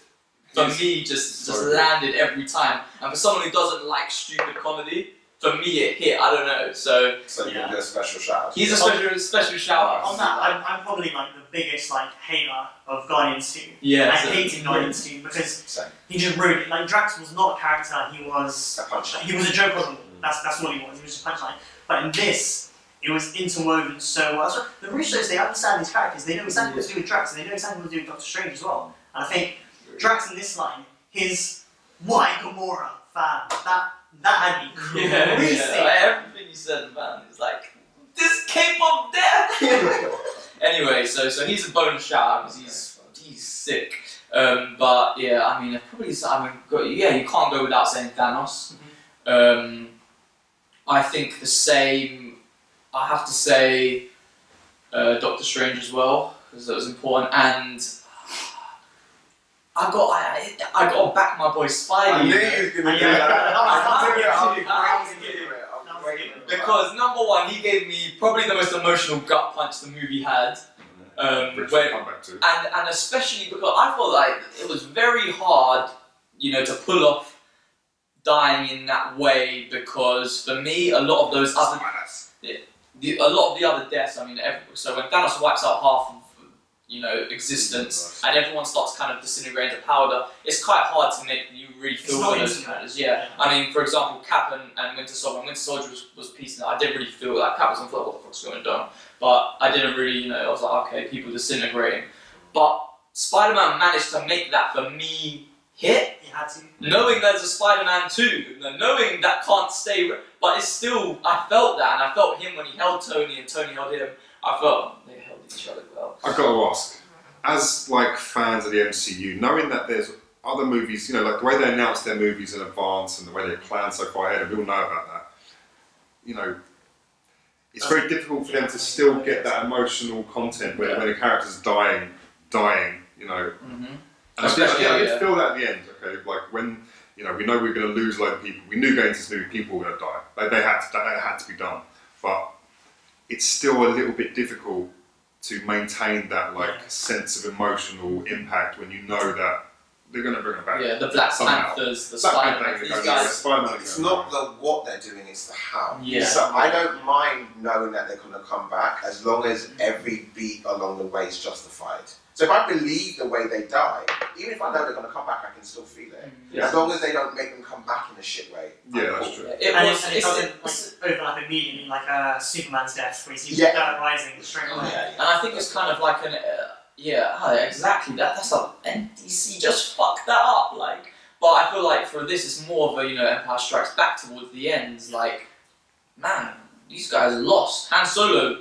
Speaker 1: for
Speaker 4: He's-
Speaker 1: me just just
Speaker 4: Sorry.
Speaker 1: landed every time. And for someone who doesn't like stupid comedy, for me it hit. I don't know. So
Speaker 2: so you're
Speaker 3: Yeah.
Speaker 2: gonna do a special shout. out.
Speaker 1: he's a special special shout out.
Speaker 3: On that, I'm, I'm probably like the biggest like hater of Guardians 2.
Speaker 1: Yeah.
Speaker 3: I
Speaker 1: so-
Speaker 3: hated Guardians 2 because
Speaker 2: Same.
Speaker 3: he just ruined it. Like Drax was not a character, he was
Speaker 2: A punch.
Speaker 3: he was a joke on That's that's what he was, he was just a punchline. But in this, it was interwoven so well. So the Russos, they understand these characters, they know exactly what to do with Drax, and they know exactly what to do with Doctor Strange as well. And I think Drax in this line, his why Gamora fan, that that had me crazy.
Speaker 1: Yeah, yeah. Like, everything you said, man, is like this cape of death. anyway, so so he's a bonus shout out because he's he's sick. Um, but yeah, I mean, it probably is- I mean, go, yeah, you can't go without saying Thanos.
Speaker 2: Mm-hmm.
Speaker 1: Um, I think the same. I have to say uh, Doctor Strange as well because that was important. And I got I, I got to back my boy Spidey.
Speaker 2: I
Speaker 1: you
Speaker 2: knew you
Speaker 1: know?
Speaker 2: was gonna do
Speaker 3: Yeah.
Speaker 2: that.
Speaker 1: I
Speaker 2: knew it. I knew it. I
Speaker 1: was
Speaker 2: knew it. I
Speaker 3: I
Speaker 2: was
Speaker 3: was
Speaker 2: waiting
Speaker 3: good.
Speaker 2: for that.
Speaker 1: Because number one, he gave me probably the most emotional gut punch the movie had. Um,
Speaker 4: Which
Speaker 1: when,
Speaker 4: we'll come back to.
Speaker 1: and and especially because I felt like it was very hard, you know, to pull off dying in that way because for me, a lot of those other
Speaker 4: Spiders.
Speaker 1: the, a lot of the other deaths. I mean, ev so when Thanos wipes out half of you know existence and everyone starts kind of disintegrating to powder, it's quite hard to make you really feel
Speaker 3: not
Speaker 1: for those
Speaker 3: instant.
Speaker 1: characters. Yeah. I mean, for example, Cap and, and Winter Soldier. When Winter Soldier was, was piecing it, I didn't really feel like Cap was on floor, what the fuck's going on? But I didn't really, you know, I was like, okay, people disintegrating. But Spider Man managed to make that for me hit,
Speaker 3: You had to.
Speaker 1: knowing there's a Spider Man 2, and knowing that can't stay, re- but it's still, I felt that, and I felt him when he held Tony and Tony held him. I felt they held each other well.
Speaker 4: I've got to ask, as like fans of the MCU, knowing that there's other movies, you know, like the way they announce their movies in advance and the way they plan so far ahead, and we all know about that. You know, it's very difficult for them to still get that emotional content when, when a character's dying, dying. You know,
Speaker 1: Mm-hmm.
Speaker 4: and I did, I, did, I did
Speaker 1: Yeah.
Speaker 4: feel that at the end. Okay, like when you know we know we're going to lose a lot of people. We knew going into this movie people were going to die. Like they had to, that had to be done. But it's still a little bit difficult to maintain that like sense of emotional impact when you know that they're going to bring them back.
Speaker 1: Yeah, the Black
Speaker 4: Somehow.
Speaker 1: Panthers, the
Speaker 4: Black
Speaker 1: Spider
Speaker 4: Panther
Speaker 1: Man,
Speaker 4: goes
Speaker 1: these
Speaker 4: nowhere,
Speaker 1: guys.
Speaker 4: Spider-Man
Speaker 2: It's
Speaker 4: goes
Speaker 2: not
Speaker 4: nowhere.
Speaker 2: the what they're doing, it's the how.
Speaker 1: Yeah.
Speaker 2: So I don't mind knowing that they're going to come back as long as every beat along the way is justified. So if I believe the way they die, even if I know they're going to come back, I can still feel it.
Speaker 5: Mm.
Speaker 1: Yeah.
Speaker 2: As long as they don't make them come back in a shit way. I'm
Speaker 4: Yeah, that's
Speaker 2: cool.
Speaker 4: true.
Speaker 1: It
Speaker 3: and
Speaker 1: was.
Speaker 3: it, and it
Speaker 1: it's-
Speaker 3: doesn't
Speaker 1: it's-
Speaker 3: like, overlap immediately like uh, Superman's death, where you see
Speaker 2: Yeah.
Speaker 3: the dirt rising straight away.
Speaker 2: Yeah,
Speaker 1: And I think it's kind of like an uh, yeah, hi, exactly that. That's how NDC just fucked that up. Like, but I feel like for this, it's more of a you know Empire Strikes Back towards the end. Like, man, these guys are lost. Han Solo, I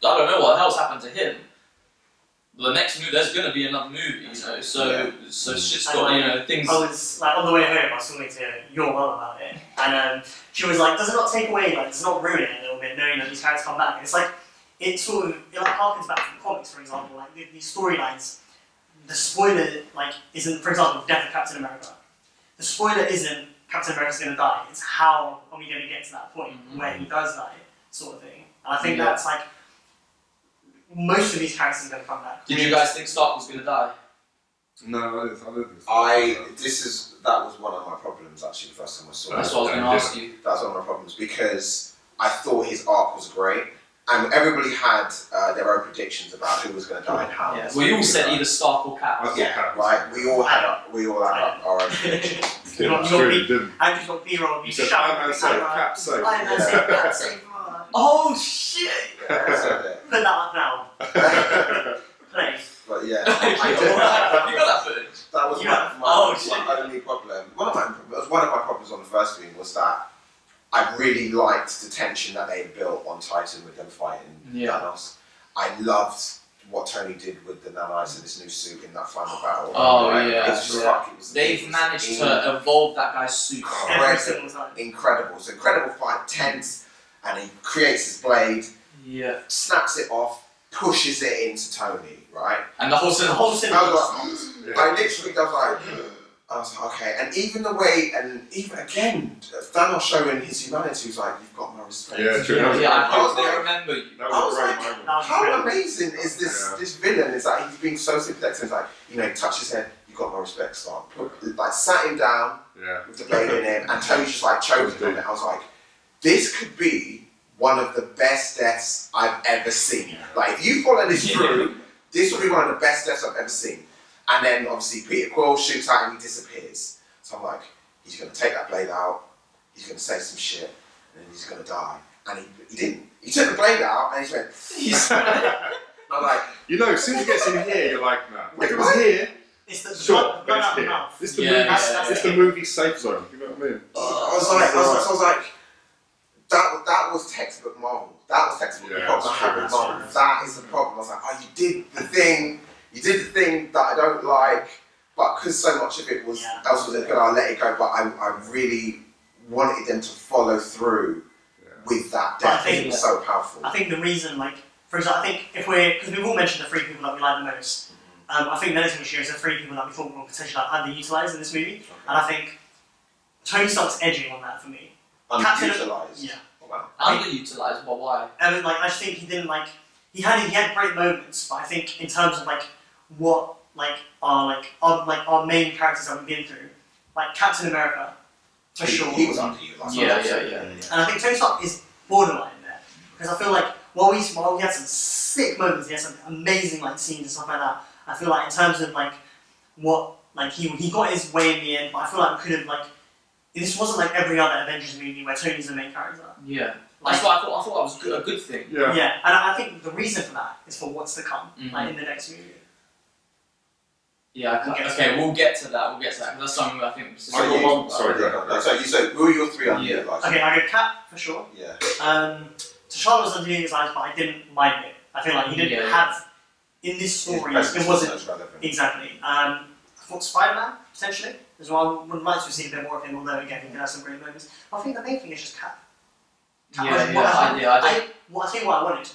Speaker 1: don't know what the hell's happened to him. The next movie, there's gonna be another movie, you know. So so shit's got you know things.
Speaker 3: I Oh, was like on the way home, I was talking to your mum about it, and um, she was like, "Does it not take away? Like, does it not ruin it a little bit knowing that these characters come back?" And it's like it sort of it like harkens back to the comics, for example, like the, these storylines. The spoiler like isn't, for example, Death of Captain America. The spoiler isn't Captain America's going to die. It's how are we going to get to that point
Speaker 1: Mhm.
Speaker 3: where he does die, sort of thing. And I think
Speaker 1: Yeah.
Speaker 3: that's like most of these characters are going to come back.
Speaker 5: Did you guys think Stark was gonna die?
Speaker 4: No, I don't, I don't think so.
Speaker 2: I this is that was one of my problems actually the first time I saw
Speaker 5: That's
Speaker 2: it.
Speaker 5: what I was
Speaker 4: Uh,
Speaker 5: gonna
Speaker 4: yeah.
Speaker 5: ask you.
Speaker 2: That's one of my problems because I thought his arc was great, and everybody had uh, their own predictions about who was going to die and how.
Speaker 3: Yeah.
Speaker 5: We all said either Stark or
Speaker 4: I
Speaker 5: Cat.
Speaker 4: thought
Speaker 2: Yeah,
Speaker 4: that was-
Speaker 2: right. We all had our, we all had our, our own predictions.
Speaker 4: Didn't,
Speaker 3: Not-
Speaker 4: it's
Speaker 3: not
Speaker 4: true,
Speaker 3: me.
Speaker 4: it didn't.
Speaker 3: I just got B-roll.
Speaker 4: You said Iron Man safe, Cap safe.
Speaker 3: Iron Man
Speaker 2: Yeah.
Speaker 3: safe, Cap safe. Oh shit!
Speaker 2: So,
Speaker 3: Put that up now. Play.
Speaker 2: but yeah, I
Speaker 1: you
Speaker 2: did.
Speaker 1: got that footage?
Speaker 2: That was
Speaker 3: Yeah.
Speaker 2: my, my,
Speaker 1: Oh,
Speaker 2: my
Speaker 1: shit.
Speaker 2: only problem. One of my, that was one of my problems on the first film was that I really liked the tension that they built on Titan with them fighting
Speaker 5: Yeah.
Speaker 2: Thanos. I loved what Tony did with the nanites and his new suit in that final battle.
Speaker 5: Oh,
Speaker 2: Like,
Speaker 5: yeah,
Speaker 2: it's just
Speaker 5: yeah.
Speaker 2: fuck, it was, it
Speaker 5: They've
Speaker 2: was
Speaker 5: managed
Speaker 2: in-
Speaker 5: to evolve that guy's suit.
Speaker 2: Oh,
Speaker 3: Every single time.
Speaker 2: incredible. It's an incredible fight, tense, and he creates his blade,
Speaker 5: Yeah.
Speaker 2: snaps it off, pushes it into Tony. Right?
Speaker 5: And the whole
Speaker 3: So the
Speaker 5: cinema.
Speaker 3: whole cinema.
Speaker 2: I was
Speaker 3: was-
Speaker 2: I literally was like, I was like, okay. And even the way, and even again, Thanos showing his humanity was like, you've got my respect.
Speaker 4: Yeah, true.
Speaker 5: Yeah,
Speaker 4: that was,
Speaker 5: yeah, I
Speaker 4: that
Speaker 5: hope they remember you.
Speaker 4: was a
Speaker 2: I
Speaker 4: great
Speaker 2: was like-
Speaker 4: moment.
Speaker 3: That was
Speaker 2: How
Speaker 3: brilliant.
Speaker 2: amazing is this
Speaker 4: Yeah.
Speaker 2: this villain? Is that he's being so sympathetic. It's like, you know, he touched his head, you've got my respect, Stark. Like, sat him down
Speaker 4: Yeah.
Speaker 2: with the blade in him, and Tony's just like choking on it. I was like, this could be one of the best deaths I've ever seen. Like, if you follow this through, this will be one of the best deaths I've ever seen. And then obviously Peter Quill shoots out and he disappears. So I'm like, he's gonna take that blade out, he's gonna say some shit, and then he's gonna die. And he, he didn't. He took the blade out and he went,
Speaker 5: He's-
Speaker 2: I'm like,
Speaker 4: You know, as soon as it gets in here, you're like, nah. If it was
Speaker 2: What?
Speaker 4: here,
Speaker 3: It's the
Speaker 4: sure,
Speaker 3: blood,
Speaker 4: but
Speaker 3: blood
Speaker 4: it's
Speaker 3: out of
Speaker 4: here.
Speaker 3: mouth.
Speaker 4: It's the
Speaker 5: Yeah,
Speaker 4: movie.
Speaker 5: that's- that's
Speaker 4: it's
Speaker 3: it.
Speaker 4: the movie safe zone. You know what I mean?
Speaker 2: I was like, I was, like- I was like, that, that was textbook Marvel. That was textbook
Speaker 4: Yeah,
Speaker 2: problem I
Speaker 4: that's
Speaker 2: had
Speaker 3: true,
Speaker 2: with
Speaker 3: that's
Speaker 2: Marvel.
Speaker 3: true.
Speaker 2: That is the problem. I was like, oh, you did the thing, you did the thing that I don't like, but because so much of it was
Speaker 3: Yeah.
Speaker 2: else was good, I'll let it go. But I, I really wanted them to follow through
Speaker 4: Yeah.
Speaker 2: with that
Speaker 3: But I
Speaker 2: death. It
Speaker 3: think-
Speaker 2: was so powerful.
Speaker 3: I think the reason, like, for example, I think if we're, because we've all mentioned the three people that we like the most, um, I think those this year is the three people that we thought were potentially like, underutilized in this movie, and I think Tony Stark's edging on that for me. Captain-
Speaker 2: Underutilized.
Speaker 3: Yeah.
Speaker 2: Oh, wow.
Speaker 5: Underutilized, but why?
Speaker 3: I mean, like, I just think he didn't like, he had he had great moments, but I think in terms of like what like our like our like our main characters that we've been through, like Captain America, for
Speaker 2: he,
Speaker 3: sure.
Speaker 2: He was underutilized.
Speaker 5: Yeah, yeah, yeah.
Speaker 3: And I think Tony Stark is borderline there. Because I feel like while he's while he had some sick moments, he had some amazing like scenes and stuff like that, I feel like in terms of like what like he he got his way in the end, but I feel like we could have like this wasn't like every other Avengers movie where Tony's the main character.
Speaker 5: Yeah.
Speaker 3: Like
Speaker 5: That's why I thought I thought that was good, a good thing.
Speaker 4: Yeah.
Speaker 3: and I I think the reason for that is for what's to come, like in the next movie.
Speaker 5: Yeah. I ca- okay, we'll get to that. We'll get to that. 'cause That's something I think. Was
Speaker 2: So
Speaker 4: Michael
Speaker 2: you-
Speaker 4: Bond- sorry, go ahead.
Speaker 2: no, So you said, who are your three underutilized?
Speaker 3: Okay, I go Cap for sure.
Speaker 2: Yeah.
Speaker 3: Um, T'Challa was underneath his eyes, but I didn't mind it. I feel like he didn't
Speaker 5: Yeah.
Speaker 3: have in this
Speaker 2: His
Speaker 3: story.
Speaker 2: presence
Speaker 3: It wasn't
Speaker 2: as relevant.
Speaker 3: Exactly. Um, I thought Spider Man, potentially, as well. I would like to have seen a bit more of him, although again, he did have some great moments. I think the main thing is just Cap. Cap
Speaker 5: Yeah,
Speaker 3: was-
Speaker 5: yeah, I, yeah. I don't-
Speaker 3: I, well, I'll tell you what I wanted.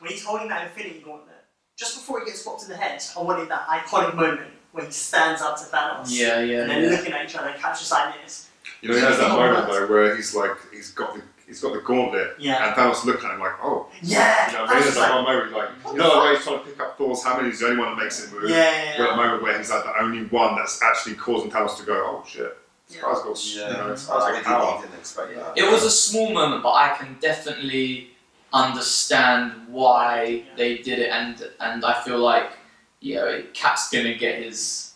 Speaker 3: When he's holding that Infinity Gauntlet, just before he gets popped in the head, I wanted that iconic moment when he stands up to Thanos.
Speaker 5: yeah, yeah,
Speaker 3: And they're
Speaker 5: yeah.
Speaker 3: looking at each other, Cap's just like this.
Speaker 4: You know, he has that moment though where he's like, he's got the, he's got the gauntlet,
Speaker 3: Yeah.
Speaker 4: and Thanos looking at him like, oh.
Speaker 3: Yeah!
Speaker 4: You know what I
Speaker 3: I was
Speaker 4: mean? There's
Speaker 3: just
Speaker 4: that
Speaker 3: like,
Speaker 4: one moment like,
Speaker 3: what the
Speaker 4: you know, the way
Speaker 3: fuck?
Speaker 4: he's trying to pick up Thor's hammer, he's the only one that makes it move.
Speaker 3: yeah, yeah,
Speaker 4: You got
Speaker 3: yeah.
Speaker 4: a moment where he's like the only one that's actually causing Thanos to go, oh shit, this
Speaker 3: Yeah.
Speaker 4: guy's got,
Speaker 2: Yeah,
Speaker 4: you know,
Speaker 2: I
Speaker 4: this
Speaker 2: was
Speaker 4: guy's
Speaker 2: like,
Speaker 4: got
Speaker 2: I
Speaker 4: power.
Speaker 2: didn't expect that.
Speaker 5: It was a small moment, but I can definitely understand why
Speaker 3: Yeah.
Speaker 5: they did it, and and I feel like yeah, Cap's gonna get his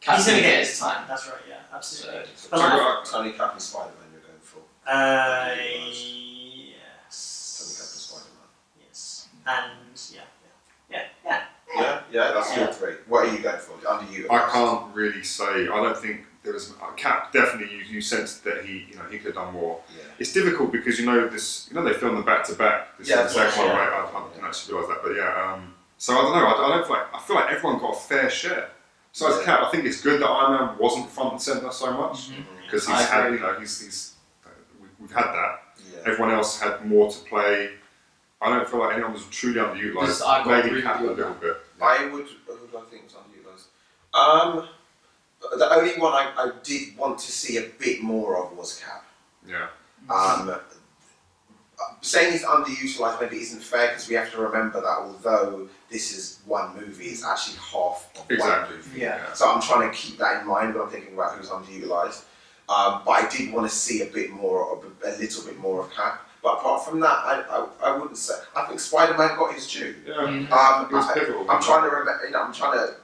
Speaker 5: Cap's
Speaker 3: He's gonna get
Speaker 5: his time.
Speaker 3: That's right, yeah, absolutely.
Speaker 5: So,
Speaker 2: So
Speaker 3: But
Speaker 4: Sorry,
Speaker 3: like,
Speaker 4: go on.
Speaker 2: Tony Cap and Spider Man you're going for.
Speaker 3: uh,
Speaker 2: Tony Cap and
Speaker 3: yes.
Speaker 2: Spider Man.
Speaker 3: Yes. And yeah, yeah. Yeah,
Speaker 2: Yeah, yeah, that's your
Speaker 3: Yeah.
Speaker 2: three. What are you going for? Under you.
Speaker 4: I can't really say. I don't think there was uh, Cap. Definitely, you, you sensed that he, you know, he could have done more.
Speaker 2: Yeah.
Speaker 4: It's difficult because you know this. You know they filmed them back to back. This
Speaker 2: Yeah,
Speaker 4: is the
Speaker 2: that's
Speaker 4: second one,
Speaker 3: right.
Speaker 4: right? I, I didn't actually realise that, but yeah. Um, so I don't know. I, I don't feel like I feel like everyone got a fair share. Besides
Speaker 2: Yeah.
Speaker 4: Cap, I think it's good that Iron Man wasn't front and centre so much
Speaker 5: Mhm.
Speaker 4: because
Speaker 5: I
Speaker 4: he's had,
Speaker 5: agree.
Speaker 4: you know, he's, he's uh, we- we've had that.
Speaker 2: Yeah.
Speaker 4: Everyone else had more to play. I don't feel like anyone was truly
Speaker 5: This- I
Speaker 4: underutilised.
Speaker 5: got
Speaker 4: Maybe
Speaker 5: really
Speaker 4: Cap a
Speaker 5: good.
Speaker 4: little bit.
Speaker 2: I would. Who do I think was under you guys? Um, the only one I, I did want to see a bit more of was Cap.
Speaker 4: Yeah.
Speaker 2: Um, saying it's underutilized maybe isn't fair because we have to remember that although this is one movie, it's actually half of
Speaker 4: Exactly.
Speaker 2: one movie.
Speaker 5: Yeah.
Speaker 2: So I'm trying to keep that in mind when I'm thinking about who's underutilized. Um, but I did want to see a bit more, of, a little bit more of Cap. But apart from that, I, I, I wouldn't say. I think Spider Man got his due.
Speaker 4: Yeah.
Speaker 5: Mm.
Speaker 2: Um,
Speaker 4: It was
Speaker 2: I-
Speaker 4: pivotal.
Speaker 2: I'm trying to remember. You know, I'm trying to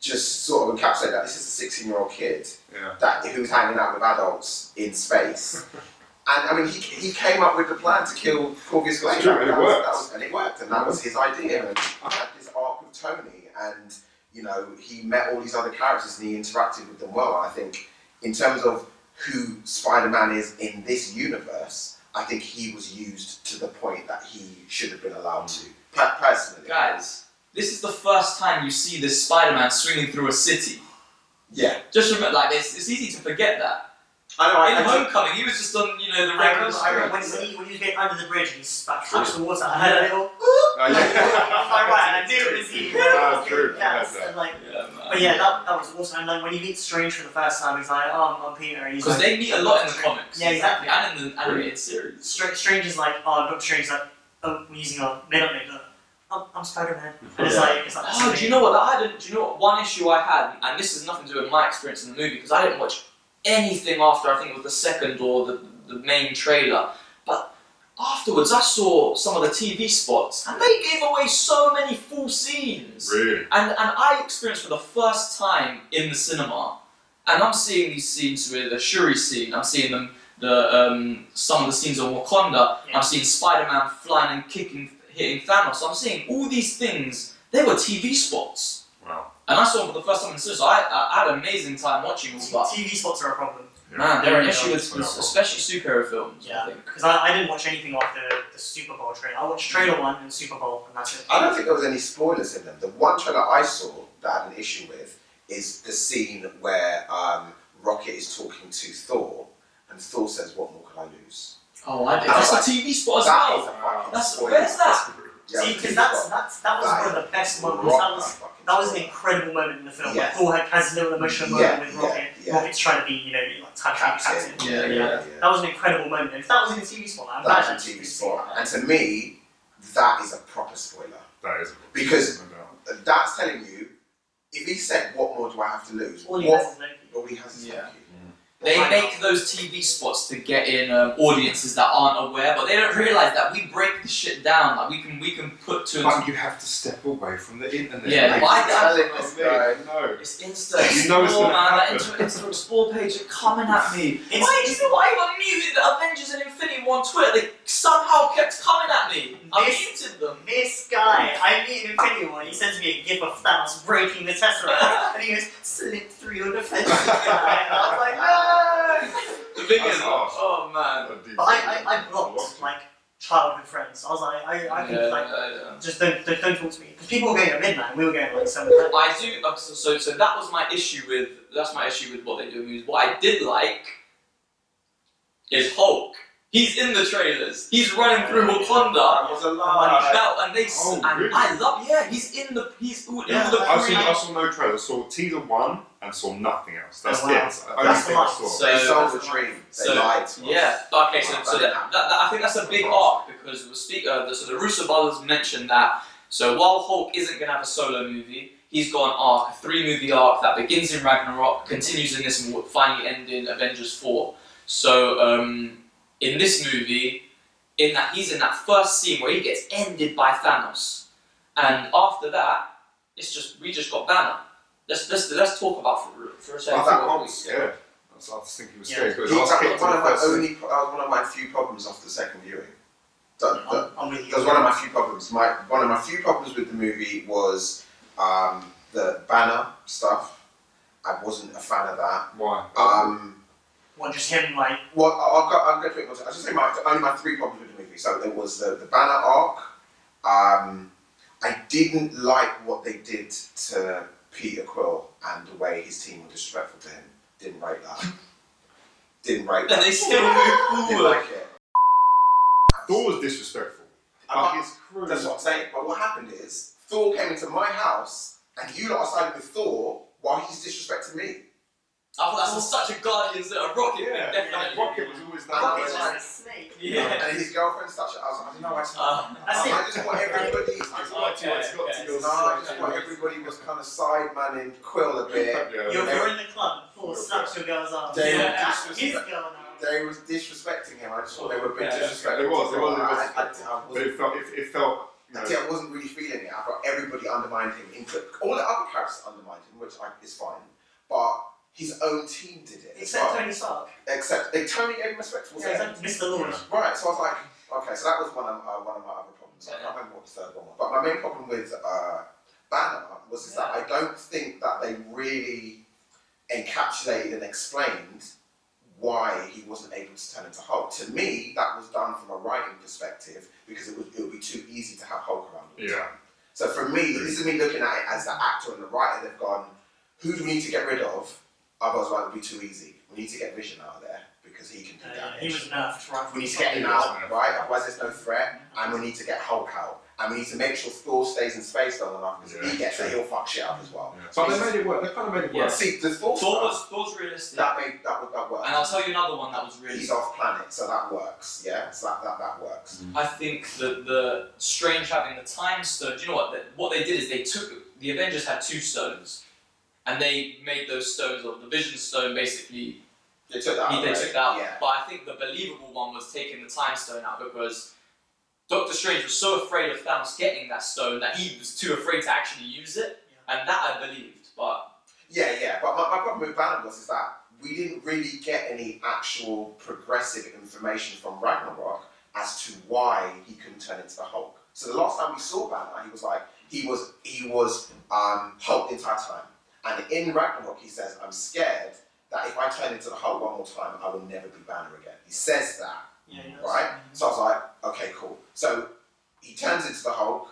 Speaker 2: just sort of encapsulate that this is a 16 year old kid
Speaker 4: Yeah.
Speaker 2: that who's hanging out with adults in space. And I mean, he, he came up with the plan to kill Corvus Glaive,
Speaker 4: It's true, and it
Speaker 2: That was-
Speaker 4: worked.
Speaker 2: that was- and it worked, and that was his idea. And I had this arc with Tony, and you know, he met all these other characters and he interacted with them well. I think, in terms of who Spider-Man is in this universe, I think he was used to the point that he should have been allowed to. Per- personally,
Speaker 5: Guys,
Speaker 1: This is the first time you see this Spider-Man swinging through a city.
Speaker 2: yeah,
Speaker 1: Just remember, like it's, it's easy to forget that.
Speaker 2: I know. I,
Speaker 1: In
Speaker 2: I took-
Speaker 1: Homecoming, he was just on you know the
Speaker 3: I
Speaker 1: regular.
Speaker 3: remember, I remember when, when, he, when he was getting under the bridge and he spat touched the water, I heard a little.
Speaker 4: Uh, yeah.
Speaker 3: I ran, I knew it was you.
Speaker 4: Ah, true. I had
Speaker 3: Yes,
Speaker 4: that.
Speaker 3: and like,
Speaker 1: Yeah, man.
Speaker 3: but Oh, yeah, that, that was awesome. And then when he meets Strange for the first time, he's like, "Oh, I'm, I'm Peter." And he's
Speaker 1: Because
Speaker 3: like,
Speaker 1: they meet a lot in the comics.
Speaker 3: Yeah, exactly.
Speaker 1: And in the animated series.
Speaker 3: Stra- Strange is like, "Oh, Doctor Strange." Like, "Oh, we're using our made up name. Look, I'm, oh, I'm Spider Man." And it's
Speaker 2: Yeah.
Speaker 3: like, it's like, that's
Speaker 1: Oh, do
Speaker 3: amazing.
Speaker 1: you know what? I didn't. Do you know what? One issue I had, and this has nothing to do with my experience in the movie, because I didn't watch anything after. I think it was the second or the, the main trailer. But afterwards, I saw some of the TV spots, and they gave away so many full scenes.
Speaker 4: Really?
Speaker 1: And and I experienced for the first time in the cinema, and I'm seeing these scenes with the Shuri scene. I'm seeing them the um, some of the scenes on Wakanda.
Speaker 3: Yeah.
Speaker 1: I'm seeing Spider-Man flying and kicking, hitting Thanos. I'm seeing all these things. They were TV spots,
Speaker 4: Wow.
Speaker 1: and I saw them for the first time in the cinema. So I, I had an amazing time watching all that.
Speaker 3: TV spots are a problem.
Speaker 4: Yeah.
Speaker 1: Man, they're an
Speaker 3: Yeah.
Speaker 1: issue with
Speaker 4: Yeah.
Speaker 1: especially superhero films.
Speaker 3: Yeah.
Speaker 1: I think.
Speaker 3: Because I, I didn't watch anything off the, the Super Bowl trailer. I watched trailer one and Super Bowl, and that's it.
Speaker 2: I don't think there was any spoilers in them. The one trailer I saw that I had an issue with is the scene where um, Rocket is talking to Thor, and Thor says, "What more could I lose?"
Speaker 1: Oh, I did.
Speaker 2: Oh,
Speaker 1: That's
Speaker 2: like-
Speaker 1: a TV spot as
Speaker 2: That
Speaker 1: well.
Speaker 2: is a fucking
Speaker 1: That's-
Speaker 2: spoiler.
Speaker 1: where's that?
Speaker 2: Yeah,
Speaker 3: See,
Speaker 2: TV
Speaker 3: because that's,
Speaker 2: spot.
Speaker 3: that's that was
Speaker 2: That
Speaker 3: one of the best moments.
Speaker 2: Rock-
Speaker 3: That was
Speaker 2: fucking
Speaker 3: that was an
Speaker 2: spoiler.
Speaker 3: incredible moment in the film.
Speaker 2: Yeah.
Speaker 3: Thor had- has a little emotional
Speaker 2: Yeah,
Speaker 3: moment with
Speaker 2: yeah,
Speaker 3: Rocket.
Speaker 2: yeah.
Speaker 3: Rocket's trying to be, you know, like time
Speaker 2: Captain.
Speaker 3: captain.
Speaker 1: Yeah,
Speaker 3: That was an incredible moment. If that was in the TV spot, I'm glad
Speaker 2: That's a TV spot, and to me, that is a proper spoiler.
Speaker 4: That is.
Speaker 2: Because-
Speaker 4: No doubt.
Speaker 2: That's telling you, if he said, "What more do I have to lose?"
Speaker 3: All he
Speaker 2: what,
Speaker 3: has is Loki.
Speaker 2: all he has is
Speaker 1: Yeah.
Speaker 2: Loki.
Speaker 1: They
Speaker 3: Why
Speaker 1: make those TV spots to get in um, audiences that aren't aware, but they don't realize that we break the shit down. Like we can, we can put to
Speaker 4: But you have to step away from the internet.
Speaker 1: Yeah,
Speaker 4: Like,
Speaker 1: why
Speaker 4: you
Speaker 1: that-
Speaker 4: know what I mean? No.
Speaker 1: It's Insta
Speaker 4: You know it's
Speaker 1: Explore,
Speaker 4: gonna
Speaker 1: man. That
Speaker 4: happen.
Speaker 1: Insta Insta Explore page are coming at me.
Speaker 3: It's-
Speaker 1: why do you know why on me with the Avengers and Infinity War on Twitter? They somehow kept coming at me. I
Speaker 3: This-
Speaker 1: muted them.
Speaker 3: This guy, I meet him in Infinity War, and he sends me a gif of Thanos breaking the Tesseract, and he goes, slip through your defense. and I was like, ah!
Speaker 1: The thing
Speaker 4: That's
Speaker 1: is,
Speaker 4: harsh.
Speaker 1: oh man.
Speaker 3: But I, I, I blocked like childhood friends. I was like, I, I can
Speaker 1: Yeah,
Speaker 3: like
Speaker 1: yeah.
Speaker 3: just don't, don't don't talk to me because people were going at midnight. We were going at, like seven thirty.
Speaker 1: I do. uh, So, so, so that was my issue with that's my issue with what they do in movies. What I did like is Hulk. He's in the trailers. He's running through Wakanda.
Speaker 2: That was a
Speaker 1: And
Speaker 2: lie.
Speaker 1: he's out, and they s-
Speaker 4: Oh,
Speaker 1: and
Speaker 4: really?
Speaker 1: I love. Yeah, he's in the he's all
Speaker 3: Yeah,
Speaker 1: in the
Speaker 4: I
Speaker 1: pre-
Speaker 4: saw, I saw no trailer. Saw teaser one and saw nothing else. That's
Speaker 3: Oh, wow.
Speaker 4: it. That's the only
Speaker 2: That's
Speaker 4: thing I
Speaker 3: nice.
Speaker 4: saw.
Speaker 1: So-
Speaker 2: They sold
Speaker 3: so-
Speaker 2: the dream. They
Speaker 1: so-
Speaker 2: lied to us.
Speaker 1: Yeah. Okay. So,
Speaker 2: Wow.
Speaker 1: so that, that, that- I think that's a big arc because the speak uh, the, so the Russo brothers mentioned that. So while Hulk isn't gonna have a solo movie, he's got an arc, a three movie arc that begins in Ragnarok, continues in this, and will finally end in Avengers Four. So um, in this movie, in that he's in that first scene where he gets ended by Thanos, and after that, it's just we just got Banner. Let's let's let's talk about for, for a second.
Speaker 2: Oh, that
Speaker 1: what
Speaker 2: one
Speaker 1: we-
Speaker 2: was
Speaker 4: Yeah. That's, I was thinking it was
Speaker 3: Yeah.
Speaker 4: scary. But
Speaker 2: He-
Speaker 4: I was
Speaker 2: that
Speaker 4: kicked
Speaker 2: was one
Speaker 4: in
Speaker 2: of
Speaker 4: the
Speaker 2: my
Speaker 4: first scene.
Speaker 2: only. That was one of my few problems after the second viewing. That, that,
Speaker 3: I'm, I'm with
Speaker 2: that was
Speaker 3: you.
Speaker 2: one of my few problems. My one of my few problems with the movie was um, the banner stuff. I wasn't a fan of that.
Speaker 4: Why?
Speaker 2: Um,
Speaker 3: What just him like
Speaker 2: well, I'll go. I'll go through it. once. I just say my only my three problems with the movie. So there was the, the banner arc. Um, I didn't like what they did to Peter Quill and the way his team were disrespectful to him. Didn't like that. Didn't like that.
Speaker 1: And they still move
Speaker 2: Didn't
Speaker 1: forward.
Speaker 2: like it.
Speaker 4: Thor was disrespectful.
Speaker 2: Uh,
Speaker 4: Like his crew.
Speaker 2: That's what I'm saying. But what happened is Thor came into my house and you lot sided with Thor while he's disrespecting me.
Speaker 1: I thought that's such a Guardians that are Rocket thing,
Speaker 4: Yeah,
Speaker 1: definitely.
Speaker 4: Rocket was always that.
Speaker 2: I
Speaker 4: way.
Speaker 2: think
Speaker 3: It's
Speaker 2: it's
Speaker 3: just a
Speaker 2: like-
Speaker 3: snake.
Speaker 1: Yeah.
Speaker 2: And his girlfriend's such a. I was like, I don't know, I just,
Speaker 1: Uh,
Speaker 3: that's it.
Speaker 2: I just want everybody. I just want,
Speaker 1: Okay,
Speaker 4: it's got
Speaker 1: okay.
Speaker 4: to go
Speaker 2: no, I just want everybody was kind of sidemanning Quill a bit.
Speaker 4: Yeah.
Speaker 3: You're, you're in the club, Paul snaps your girl's arm.
Speaker 2: They
Speaker 1: were
Speaker 3: that's
Speaker 2: disres-
Speaker 3: his girl now.
Speaker 2: They was disrespecting him. I just thought they were a bit
Speaker 1: Yeah, yeah.
Speaker 2: disrespectful.
Speaker 4: It was, it was, it was.
Speaker 2: I, I, I
Speaker 4: But
Speaker 2: wasn't
Speaker 4: it felt, it, it felt, you know,
Speaker 2: Yeah, I wasn't really feeling it. I thought everybody undermined him, including all the other characters undermined him, which I, is fine. But his own team did it. as
Speaker 3: Except
Speaker 2: well.
Speaker 3: Tony Stark.
Speaker 2: except like, Tony gave him a spectacle.
Speaker 3: Yeah,
Speaker 2: yeah.
Speaker 3: except Mr. Lord.
Speaker 2: Right. So I was like, okay, so that was one of uh, one of my other problems. I can't remember what the third one was, but my main problem with uh, Banner was is that I don't think that they really encapsulated and explained why he wasn't able to turn into Hulk. To me, that was done from a writing perspective because it would it would be too easy to have Hulk around. all the
Speaker 4: yeah.
Speaker 2: so for me, this is me looking at it as the actor and the writer. They've gone, who do we need to get rid of? Otherwise, that would be too easy. We need to get Vision out of there because he can do
Speaker 3: Uh, yeah,
Speaker 2: damage.
Speaker 3: he was nerfed right from
Speaker 2: we need
Speaker 3: the
Speaker 2: to
Speaker 3: start.
Speaker 2: get him out, right? Otherwise, there's no threat. And we need to get Hulk out. And we need to make sure Thor stays in space long enough because if
Speaker 4: Yeah,
Speaker 2: he gets there,
Speaker 4: true.
Speaker 2: he'll fuck shit up as well.
Speaker 4: yeah. But they made it work. They kind of made it
Speaker 1: Yeah.
Speaker 4: work.
Speaker 2: See, the
Speaker 1: Thor
Speaker 2: Thor, stuff,
Speaker 1: was Thor's realistic.
Speaker 2: that made that would that work.
Speaker 1: and I'll tell you another one that was really.
Speaker 2: He's off planet, so that works. Yeah, so that that, that works.
Speaker 1: I think that the strange having the time stone. Do you know what? That what they did is they took the Avengers had two stones, and they made those stones or the Vision Stone basically
Speaker 2: They took that.
Speaker 1: He-
Speaker 2: out,
Speaker 1: they
Speaker 2: right?
Speaker 1: took that,
Speaker 2: Yeah.
Speaker 1: but I think the believable one was taking the time stone out because Doctor Strange was so afraid of Thanos getting that stone that he was too afraid to actually use it, and that I believed. But
Speaker 2: Yeah, yeah. But my, my problem with Banner was is that we didn't really get any actual progressive information from Ragnarok as to why he couldn't turn into the Hulk. So the last time we saw Banner, he was like he was he was um, Hulk the entire time. And in Ragnarok, he says, "I'm scared that if I turn into the Hulk one more time, I will never be Banner again." He says that
Speaker 3: Yeah, yeah.
Speaker 2: right? So I was like, okay, cool. So he turns into the Hulk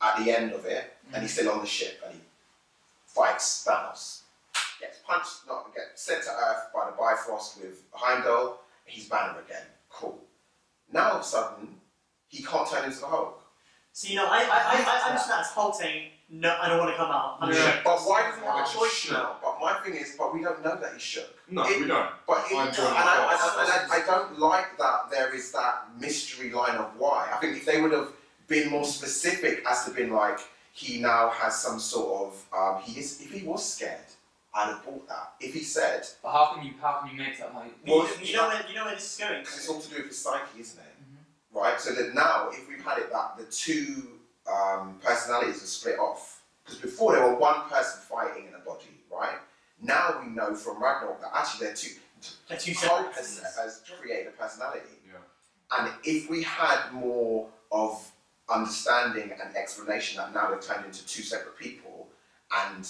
Speaker 2: at the end of it, and he's still on the ship, and he fights Thanos. Gets punched, not gets sent to Earth by the Bifrost with Heimdall. He's Banner again. Cool. Now all of a sudden, he can't turn into the Hulk.
Speaker 3: So you know, I I I, I understand that's Hulk saying, no, I don't want to come out. I'm
Speaker 4: Yeah.
Speaker 3: sure.
Speaker 2: But why does he have a
Speaker 3: Wow.
Speaker 2: choice now? But my thing is, but we don't know that he's shook.
Speaker 4: No, we don't.
Speaker 2: But it,
Speaker 4: I'm
Speaker 2: and,
Speaker 4: joining
Speaker 2: I,
Speaker 4: the
Speaker 2: and, I, and I, I don't like that there is that mystery line of why. I think if they would have been more specific as to been like, he now has some sort of, um, he is, if he was scared, I'd have bought that. If he said,
Speaker 1: but how can you how can you make that money?
Speaker 3: You-
Speaker 2: Well,
Speaker 3: you, know where you know where this is going.
Speaker 2: because it's all to do with his psyche, isn't it? Right? So that now, if we've had it that the two um, personalities are split off, because before they were one person fighting in a body, right? Now we know from Ragnarok that actually they're two,
Speaker 3: The two
Speaker 2: Hulk
Speaker 3: sentences.
Speaker 2: has, has created a personality.
Speaker 4: Yeah.
Speaker 2: And if we had more of understanding and explanation that now they've turned into two separate people, and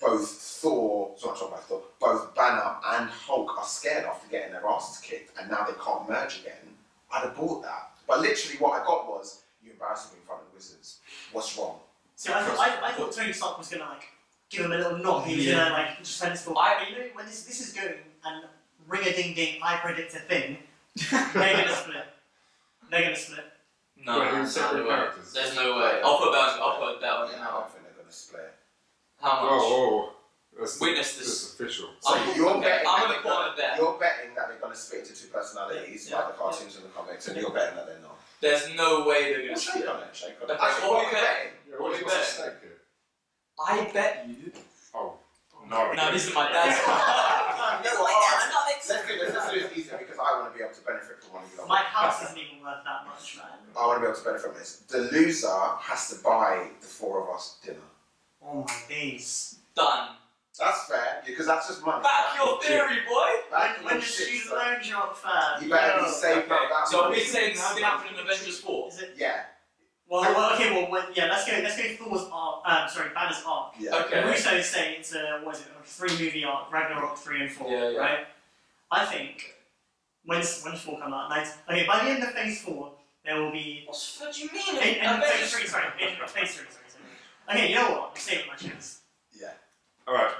Speaker 2: both Thor, sorry, I'm talking about Thor, both Banner and Hulk are scared after getting their asses kicked, and now they can't merge again, I'd have bought that. But literally, what I got was, you're embarrassing me in front of the wizards. What's wrong?
Speaker 3: So I thought I, I thought Tony Stark was gonna like give him a little knock. He was
Speaker 1: Yeah.
Speaker 3: gonna like just turn his foot. But you know when this this is going and ring a ding ding, I predict a thing. They're
Speaker 4: Oh,
Speaker 3: gonna split. They're gonna split.
Speaker 4: Well, they're separate
Speaker 1: way.
Speaker 4: characters.
Speaker 1: There's no way. I'll put that. I'll put that on
Speaker 2: Yeah, I
Speaker 1: now.
Speaker 2: don't think they're going to split.
Speaker 1: How much?
Speaker 4: Oh, oh. That's,
Speaker 1: Witness
Speaker 4: that's
Speaker 1: this.
Speaker 4: official.
Speaker 2: So
Speaker 1: I'm-
Speaker 2: you're
Speaker 1: okay,
Speaker 2: betting
Speaker 1: I'm gonna
Speaker 2: that they're
Speaker 1: call it there.
Speaker 2: You're betting that they're going to split into two personalities,
Speaker 1: Yeah,
Speaker 2: like the cartoons and the comics, and you're betting that they're not.
Speaker 1: There's no way they're
Speaker 2: Well,
Speaker 1: gonna
Speaker 2: shake
Speaker 1: split.
Speaker 2: on it, shake on it.
Speaker 1: But
Speaker 2: Actually,
Speaker 1: what
Speaker 2: what
Speaker 1: we
Speaker 2: we
Speaker 1: bet-
Speaker 2: betting?
Speaker 4: Yeah, what
Speaker 1: What
Speaker 4: is
Speaker 1: bet?
Speaker 4: what's at stake here?
Speaker 1: I bet you.
Speaker 4: Oh, no.
Speaker 1: No, this is my dad's.
Speaker 3: That's
Speaker 2: No, well,
Speaker 3: like-
Speaker 2: alright.
Speaker 3: that's not
Speaker 2: Let's do this, let's do this easier because I want to be able to benefit from one of you. lot.
Speaker 3: My house isn't even worth that much, man.
Speaker 2: I want to be able to benefit from this. The loser has to buy the four of us dinner.
Speaker 3: Oh my days.
Speaker 1: Done.
Speaker 2: That's fair because that's just money.
Speaker 1: Back your theory, boy.
Speaker 2: Back
Speaker 3: When, when
Speaker 2: your
Speaker 3: does
Speaker 2: shit,
Speaker 3: she's
Speaker 2: son.
Speaker 3: alone drop first?
Speaker 2: You better be
Speaker 3: Yo.
Speaker 2: safe about that.
Speaker 1: So
Speaker 2: money.
Speaker 1: we're saying this is gonna happen in Avengers Four.
Speaker 3: Is it?
Speaker 2: Yeah,
Speaker 3: Well, well okay, well, when, yeah, let's go, let's go Thor's arc, um, sorry, Banner's arc.
Speaker 2: yeah.
Speaker 1: Okay.
Speaker 3: Russo is saying it's a, what is it, a three movie arc, Ragnarok 3 and 4,
Speaker 1: Yeah, yeah.
Speaker 3: right? I think, when, when does 4 come out? Nine, okay, by the end of phase 4, there will be.
Speaker 1: What's- What do you mean?
Speaker 3: End, end of
Speaker 1: Avengers
Speaker 3: phase 3, sorry, end of phase 3, sorry, sorry. Okay, you know what? I'm saving my chance.
Speaker 4: All right,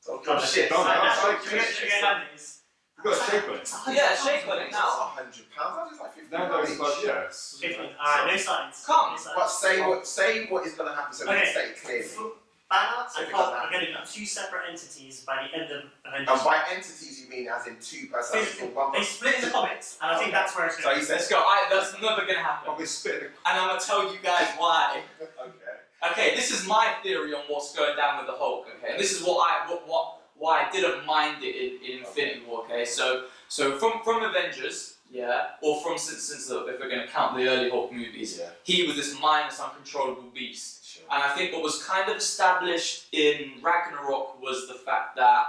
Speaker 2: So,
Speaker 3: Oh,
Speaker 2: shit.
Speaker 4: don't-
Speaker 3: Right,
Speaker 4: don't-
Speaker 3: that's
Speaker 4: don't-
Speaker 3: what we're gonna- we're gonna have this.
Speaker 4: we've got a shake on it.
Speaker 3: It's a hundred
Speaker 1: Yeah,
Speaker 3: pounds.
Speaker 1: shake on it
Speaker 2: That's
Speaker 1: now.
Speaker 2: a hundred pounds. That is like fifty
Speaker 4: No, no, it's
Speaker 2: pounds.
Speaker 4: like, yeah. it's-
Speaker 3: Fifteen. Alright, no signs.
Speaker 1: Come.
Speaker 3: No signs.
Speaker 2: But say what say what is going to happen so we
Speaker 3: Okay.
Speaker 2: can say it clearly.
Speaker 3: Banner Fan art and
Speaker 2: Something
Speaker 3: pop
Speaker 2: like that.
Speaker 3: are going to be two separate entities by the end of Avengers.
Speaker 2: And by entities, you mean as in two personalities or one
Speaker 3: They
Speaker 2: person?
Speaker 3: split into comics, and I think that's where it's
Speaker 2: So
Speaker 3: going.
Speaker 2: he
Speaker 1: Let's
Speaker 2: says,
Speaker 1: go. I, that's never gonna happen.
Speaker 4: But they split the
Speaker 1: And I'm gonna tell you guys why.
Speaker 2: okay.
Speaker 1: Okay, this is my theory on what's going down with the Hulk. Okay, and this is what I what, what why I didn't mind it in, in Infinity War. Okay, so so from from Avengers, yeah, or from since since the, if we're going to count the early Hulk movies,
Speaker 2: Yeah,
Speaker 1: he was this mindless, uncontrollable beast.
Speaker 2: sure.
Speaker 1: And I think what was kind of established in Ragnarok was the fact that,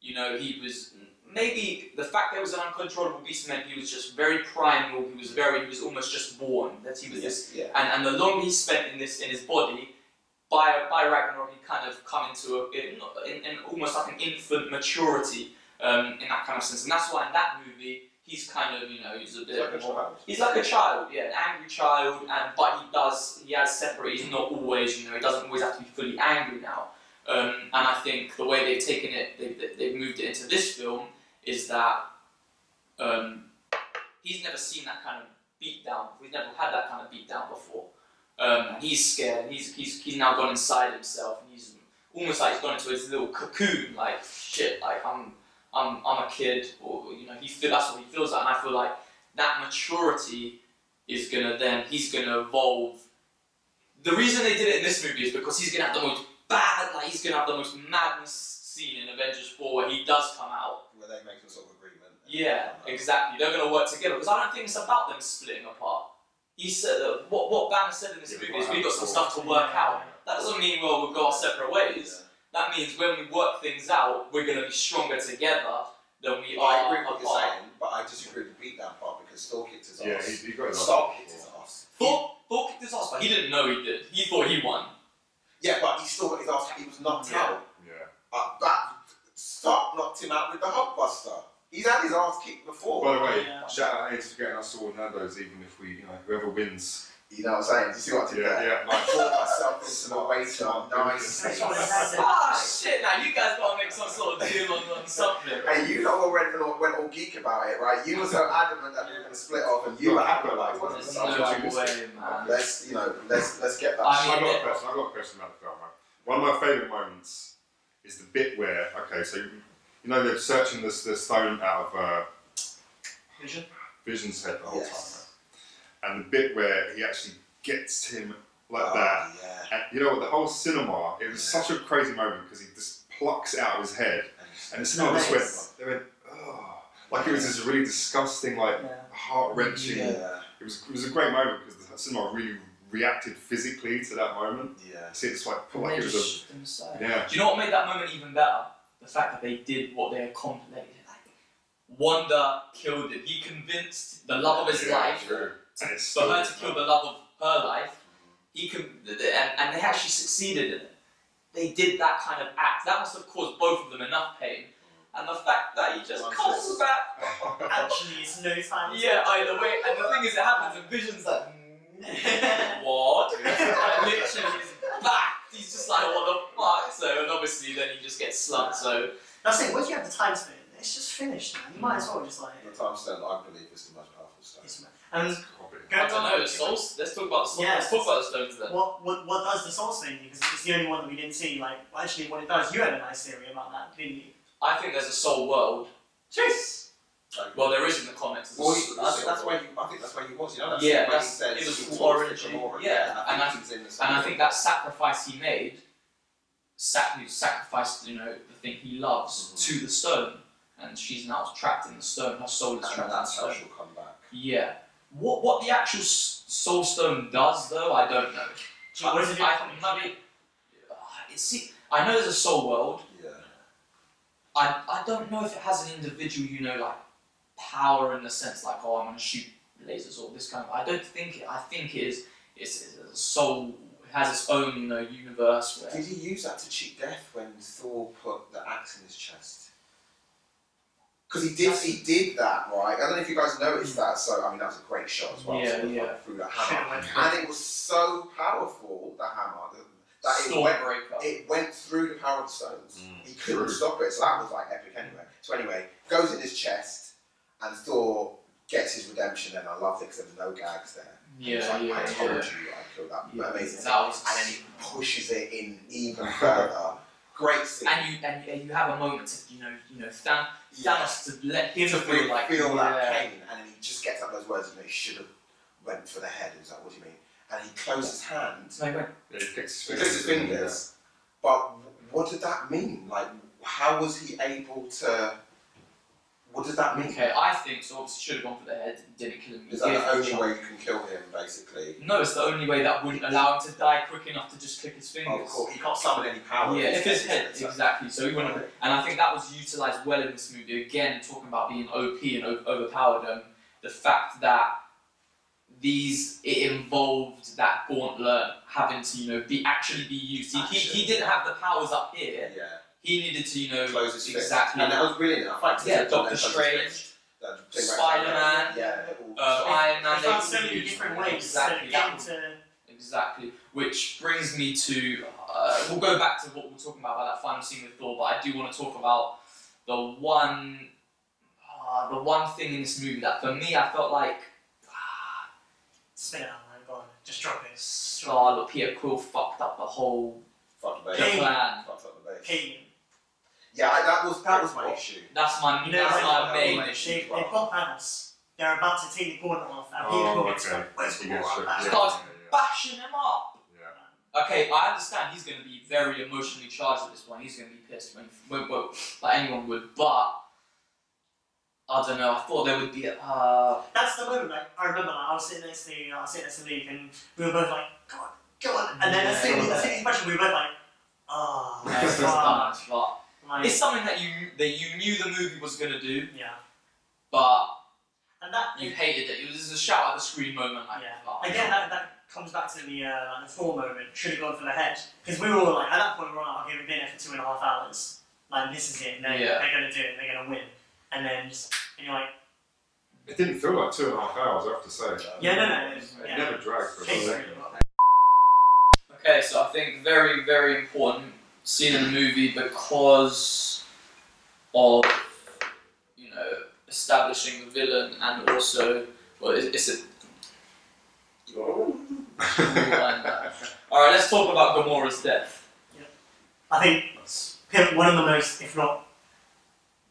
Speaker 1: you know, he was maybe the fact that he was an uncontrollable beast meant he was just very primal. He was very, he was almost just born that he was this.
Speaker 2: Yeah.
Speaker 1: And and the longer he spent in this in his body, by by Ragnarok he kind of come into a in, in, in almost like an infant maturity um, in that kind of sense. And that's why in that movie he's kind of you know he's a bit
Speaker 2: It's like a
Speaker 1: more
Speaker 2: child.
Speaker 1: He's like a child, yeah, an angry child, and but he does he has separate. He's not always, you know, he doesn't always have to be fully angry now. Um, and I think the way they've taken it, they've, they've moved it into this film is that um, he's never seen that kind of beatdown. We've never had that kind of beatdown before. Um, and he's scared. And he's he's he's now gone inside himself, and he's almost like he's gone into his little cocoon. Like shit, like I'm I'm I'm a kid, or you know, he feel that's what he feels like, and I feel like that maturity is gonna then he's gonna evolve. The reason they did it in this movie is because he's gonna have the most bad, like he's gonna have the most madness scene in Avengers Four where he does come out.
Speaker 2: Where they make some sort of agreement.
Speaker 1: Yeah, exactly. They're gonna work together because I don't think it's about them splitting apart. He said uh, what what Banner said in this
Speaker 2: Yeah, we
Speaker 1: movie is
Speaker 2: might
Speaker 1: we've got some
Speaker 2: have
Speaker 1: stuff to work out. That doesn't mean well we'll go our separate ways. That means when we work things out, we're gonna be stronger together than we
Speaker 2: Yeah.
Speaker 1: are
Speaker 2: I agree with what you're
Speaker 1: apart.
Speaker 2: saying, but I disagree with the beatdown part because Thor kicked his
Speaker 4: Yeah,
Speaker 2: ass.
Speaker 4: he, he got his
Speaker 2: Thor
Speaker 4: ass
Speaker 2: kicked his
Speaker 4: before.
Speaker 2: ass.
Speaker 1: Thor, Thor kicked his ass, but he didn't know he did. He thought he won.
Speaker 2: Yeah, but he still got his ass. He was knocked
Speaker 1: Yeah.
Speaker 2: out.
Speaker 4: Yeah.
Speaker 2: Uh, that Stark knocked him out with the Hulkbuster. He's had his ass kicked before.
Speaker 4: By the way,
Speaker 3: Yeah.
Speaker 4: shout out Ace for getting us all Nando's, even if we, you know, whoever wins.
Speaker 2: you know what I'm saying? Do you see what I did
Speaker 4: Yeah,
Speaker 2: there?
Speaker 4: yeah,
Speaker 2: I
Speaker 4: nice.
Speaker 2: bought myself into my waist arm. Nice.
Speaker 3: That's what I said.
Speaker 1: Ah, shit, now you guys gotta make some sort of deal on, on something.
Speaker 2: Hey, you know what went, went all geek about it, right? You were so adamant that we were going to split off, and you were happy like, well,
Speaker 1: There's
Speaker 2: let's,
Speaker 1: no
Speaker 4: Something
Speaker 1: way, man.
Speaker 2: let's, you know, let's let's get that.
Speaker 1: I
Speaker 4: I've
Speaker 1: mean,
Speaker 4: got a question. I've got a question about the film. Right? One of my favourite moments is the bit where okay, so you know they're searching this the stone out of uh,
Speaker 3: Vision.
Speaker 4: Vision's head the whole
Speaker 2: Yes.
Speaker 4: time, right? and the bit where he actually gets him like
Speaker 2: Oh,
Speaker 4: that.
Speaker 2: Yeah.
Speaker 4: And you know what? The whole cinema. It was such a crazy moment because he just plucks it out of his head, and the cinema
Speaker 3: Nice.
Speaker 4: just went. They went, oh, like it was this really disgusting, like
Speaker 3: Yeah.
Speaker 4: heart wrenching.
Speaker 2: Yeah,
Speaker 4: It was it was a great moment because the cinema really reacted physically to that moment.
Speaker 2: yeah.
Speaker 4: See, it's like
Speaker 1: they
Speaker 4: like it was a
Speaker 1: just shoved him aside.
Speaker 4: Yeah.
Speaker 1: Do you know what made that moment even better? The fact that they did what they accomplished. Like, Wanda killed him. He convinced the love of his
Speaker 4: Yeah,
Speaker 1: life
Speaker 4: true. And it's
Speaker 1: for
Speaker 4: still,
Speaker 1: her to kill the love of her life, he could, and, and they actually succeeded in it. They did that kind of act. That must have caused both of them enough pain. And the fact that he just
Speaker 2: One
Speaker 1: comes
Speaker 2: just-
Speaker 1: back,
Speaker 3: Actually, it's no time.
Speaker 1: yeah, either way. And the thing is, it happens in visions like, what?
Speaker 4: Yeah.
Speaker 1: and literally, he's back. He's just like, what the fuck? So, and obviously, then he just gets slumped. So,
Speaker 3: That's it. Once you have the time spin, it's just finished. Man. You might as well just like.
Speaker 2: The time stamp, I believe, is the most powerful stuff.
Speaker 3: It's, and
Speaker 4: Probably.
Speaker 1: I don't know. The souls. Let's talk about the souls.
Speaker 3: Yeah.
Speaker 1: Let's talk about the stones then.
Speaker 3: What, what what does the source thing? Because it's the only one that we didn't see. Like well, actually, what it does. You had a nice theory about that, didn't you?
Speaker 1: I think there's a soul world.
Speaker 3: Jeez.
Speaker 2: Like,
Speaker 1: Well, there is in the comics. There's a
Speaker 2: well,
Speaker 1: s-
Speaker 2: he, that's, that's where he, I think that's where he was. You know, that's
Speaker 1: Yeah,
Speaker 2: where
Speaker 1: that's-
Speaker 2: he says
Speaker 1: it was
Speaker 2: he
Speaker 1: full
Speaker 2: talks to
Speaker 1: origin,
Speaker 2: Gamora,
Speaker 1: yeah, and
Speaker 2: and I
Speaker 1: I-
Speaker 2: think he's in the
Speaker 1: And I
Speaker 2: same-
Speaker 1: think that sacrifice he made, sac- he sacrificed, you know, the thing he loves
Speaker 2: Mhm.
Speaker 1: to the stone, and she's now trapped in the stone. Her soul is
Speaker 2: and
Speaker 1: trapped in the
Speaker 2: that's how
Speaker 1: stone.
Speaker 2: she'll come back.
Speaker 1: Yeah. What what the actual s- soul stone does though, I don't know.
Speaker 3: Gee, what does it do?
Speaker 1: I, I maybe, it see, I know there's a soul world.
Speaker 2: Yeah.
Speaker 1: I I don't know if it has an individual, you know, like power in the sense like oh I'm gonna shoot lasers or this kind of. I don't think it. I think it is. It's, it's a soul it has its own you know universe where.
Speaker 2: Did he use that to cheat death when Thor put the axe in his chest? Because he did, he did that, right? I don't know if you guys noticed that. So I mean, that was a great shot as well.
Speaker 1: Yeah,
Speaker 2: sort of
Speaker 1: yeah.
Speaker 2: like through that
Speaker 3: Should've
Speaker 2: hammer,
Speaker 3: went for
Speaker 2: and it was so powerful the hammer that, that it went,
Speaker 1: Stormbreaker.
Speaker 2: it went through the power of the stones.
Speaker 4: Mm,
Speaker 2: he couldn't
Speaker 4: true.
Speaker 2: stop it, so that was like epic anyway. So anyway, goes in his chest, and Thor gets his redemption, and I loved it because there were no gags there.
Speaker 1: Yeah,
Speaker 2: It's like,
Speaker 1: yeah,
Speaker 2: I
Speaker 1: yeah.
Speaker 2: told you I killed that
Speaker 1: Yeah.
Speaker 2: amazing.
Speaker 1: That was
Speaker 2: and then he pushes it in even further. Great scene.
Speaker 1: and you and you, and you have a moment to you know you know Than-
Speaker 2: Yeah.
Speaker 1: Thanos to let him
Speaker 2: to
Speaker 1: feel like
Speaker 2: feel that
Speaker 1: yeah.
Speaker 2: pain, and then he just gets out those words, and it should have went for the head. He was like, "What do you mean?" And he closed his hand,
Speaker 1: So he went,
Speaker 4: Yeah, he kicks
Speaker 2: he closed his fingers. But what did that mean? Like, how was he able to? What does that mean?
Speaker 1: okay, I think so. Obviously, should have gone for the head. Didn't kill him.
Speaker 2: Is that
Speaker 1: Gave
Speaker 2: the
Speaker 1: him
Speaker 2: only
Speaker 1: chance.
Speaker 2: way you can kill him, basically?
Speaker 1: No, it's the only way that wouldn't allow him to die quick enough to just click his fingers.
Speaker 2: Of course, he can't summon any power.
Speaker 1: Yeah, if his head
Speaker 2: It's like-
Speaker 1: exactly. So he wouldn't. have- And I think that was utilized well in this movie. Again, talking about being OP and o- overpowered. Um, the fact that these it involved that gauntlet having to you know be actually be used. He, he, he
Speaker 2: Action.
Speaker 1: didn't have the powers up here.
Speaker 2: Yeah,
Speaker 1: He needed to you know
Speaker 2: close his fist.
Speaker 1: exactly.
Speaker 2: And that was brilliant. I fact,
Speaker 1: yeah,
Speaker 2: it's done
Speaker 1: Doctor
Speaker 2: that,
Speaker 1: Strange,
Speaker 2: that thing right
Speaker 1: Spider-Man,
Speaker 2: there. Yeah, it all-
Speaker 1: uh, Iron Man.
Speaker 3: I found so
Speaker 1: they
Speaker 3: many
Speaker 1: used-
Speaker 3: different ways
Speaker 1: Exactly.
Speaker 3: to get to
Speaker 1: Exactly. Which brings me to. Uh, we'll go back to what we we're talking about about that final scene with Thor, but I do want to talk about the one, uh, the one thing in this movie that for me I felt like ah,
Speaker 3: spin it out, man. Go on, just drop it. Just drop
Speaker 1: Scarlet Peter Quill fucked up the whole
Speaker 2: Fuck the base.
Speaker 3: Hey.
Speaker 1: plan.
Speaker 2: Fuck the
Speaker 3: it.
Speaker 2: base.
Speaker 3: Hey,
Speaker 2: Yeah, I- that was that was my issue.
Speaker 1: That's my
Speaker 3: You know,
Speaker 1: that's
Speaker 3: like,
Speaker 1: my
Speaker 2: that
Speaker 1: main
Speaker 2: was-
Speaker 1: issue.
Speaker 3: they, they've got Thanos. They're about to take the gauntlet off, and
Speaker 4: Oh,
Speaker 3: people get
Speaker 4: okay.
Speaker 3: like, where's the
Speaker 4: He gets
Speaker 3: gauntlet?
Speaker 4: shook,
Speaker 3: That's
Speaker 4: yeah,
Speaker 3: not-
Speaker 1: Starts
Speaker 4: yeah,
Speaker 1: bashing him up.
Speaker 4: yeah, yeah.
Speaker 1: Okay, I understand he's going to be very emotionally charged at this point. He's going to be pissed when, when, when like anyone would, but I don't know. I thought there would be a. Uh,
Speaker 3: That's the moment, like, I remember, like, I was sitting next to, I was sitting next to Luke, and we were both like, come on, go on. And then as soon as, as soon as he punched him, we were both like, oh,
Speaker 1: Yeah, it's just
Speaker 3: fuck.
Speaker 1: done, but
Speaker 3: Like,
Speaker 1: it's something that you that you knew the movie was gonna do,
Speaker 3: yeah.
Speaker 1: but
Speaker 3: And that,
Speaker 1: you hated it. It was just a shout at the screen moment, like
Speaker 3: Yeah.
Speaker 1: "Fuck."
Speaker 3: Again, that, that comes back to the uh, like the Thor moment. Should have gone for the head because we were all like, at that point, we we're like, okay, we've been here for two and a half hours. Like this is it. No,
Speaker 1: Yeah.
Speaker 3: they're gonna do it. They're gonna win. And then just, and you're like,
Speaker 4: It didn't feel like two and a half hours, I have to say.
Speaker 3: yeah, no, no, it's-
Speaker 4: It
Speaker 3: yeah.
Speaker 4: never dragged for a
Speaker 3: Case
Speaker 4: second.
Speaker 3: through.
Speaker 1: Okay, so I think very very important scene in the movie because of you know establishing the villain and also well it, it's a all right. Let's talk about Gamora's death.
Speaker 3: I think pin- one of the most, if not,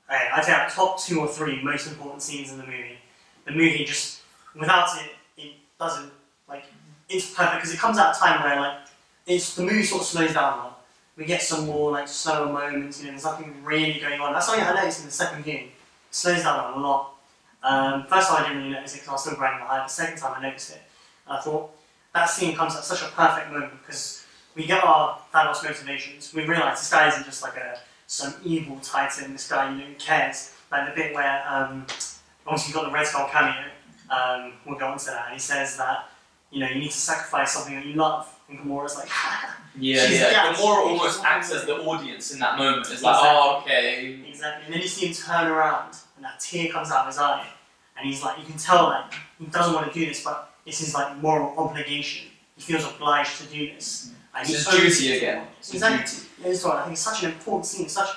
Speaker 3: I- I'd say our top two or three most important scenes in the movie. The movie just without it, it doesn't like it's perfect because it comes at a time where like it's the movie sort of slows down a lot. We get some more like slower moments. You know, there's nothing really going on. That's something I noticed in the second viewing. It slows down a lot. Um, first time I didn't really notice it because I was still bragging behind. The second time I noticed it, and I thought that scene comes at such a perfect moment because we get our Thanos motivations. We realise this guy isn't just like a some evil titan. This guy, you know, cares. Like the bit where um, obviously you've got the Red Skull cameo. Um, we'll go on to that. And he says that you know you need to sacrifice something that you love. And Gamora's like,
Speaker 1: Yeah,
Speaker 3: She's
Speaker 1: yeah.
Speaker 3: dead.
Speaker 1: Gamora almost acts as the audience in that moment. It's like, oh, okay,
Speaker 3: exactly. And then you see him turn around, and that tear comes out of his eye, and he's like, you can tell that he doesn't want to do this, but it's his like moral obligation. He feels obliged to do this. And
Speaker 1: Mm. it's
Speaker 3: he
Speaker 1: his
Speaker 3: owes
Speaker 1: duty
Speaker 3: it.
Speaker 1: again. It's his
Speaker 3: Exactly.
Speaker 1: duty.
Speaker 3: Yeah, it's all right. I think it's such an important scene, such,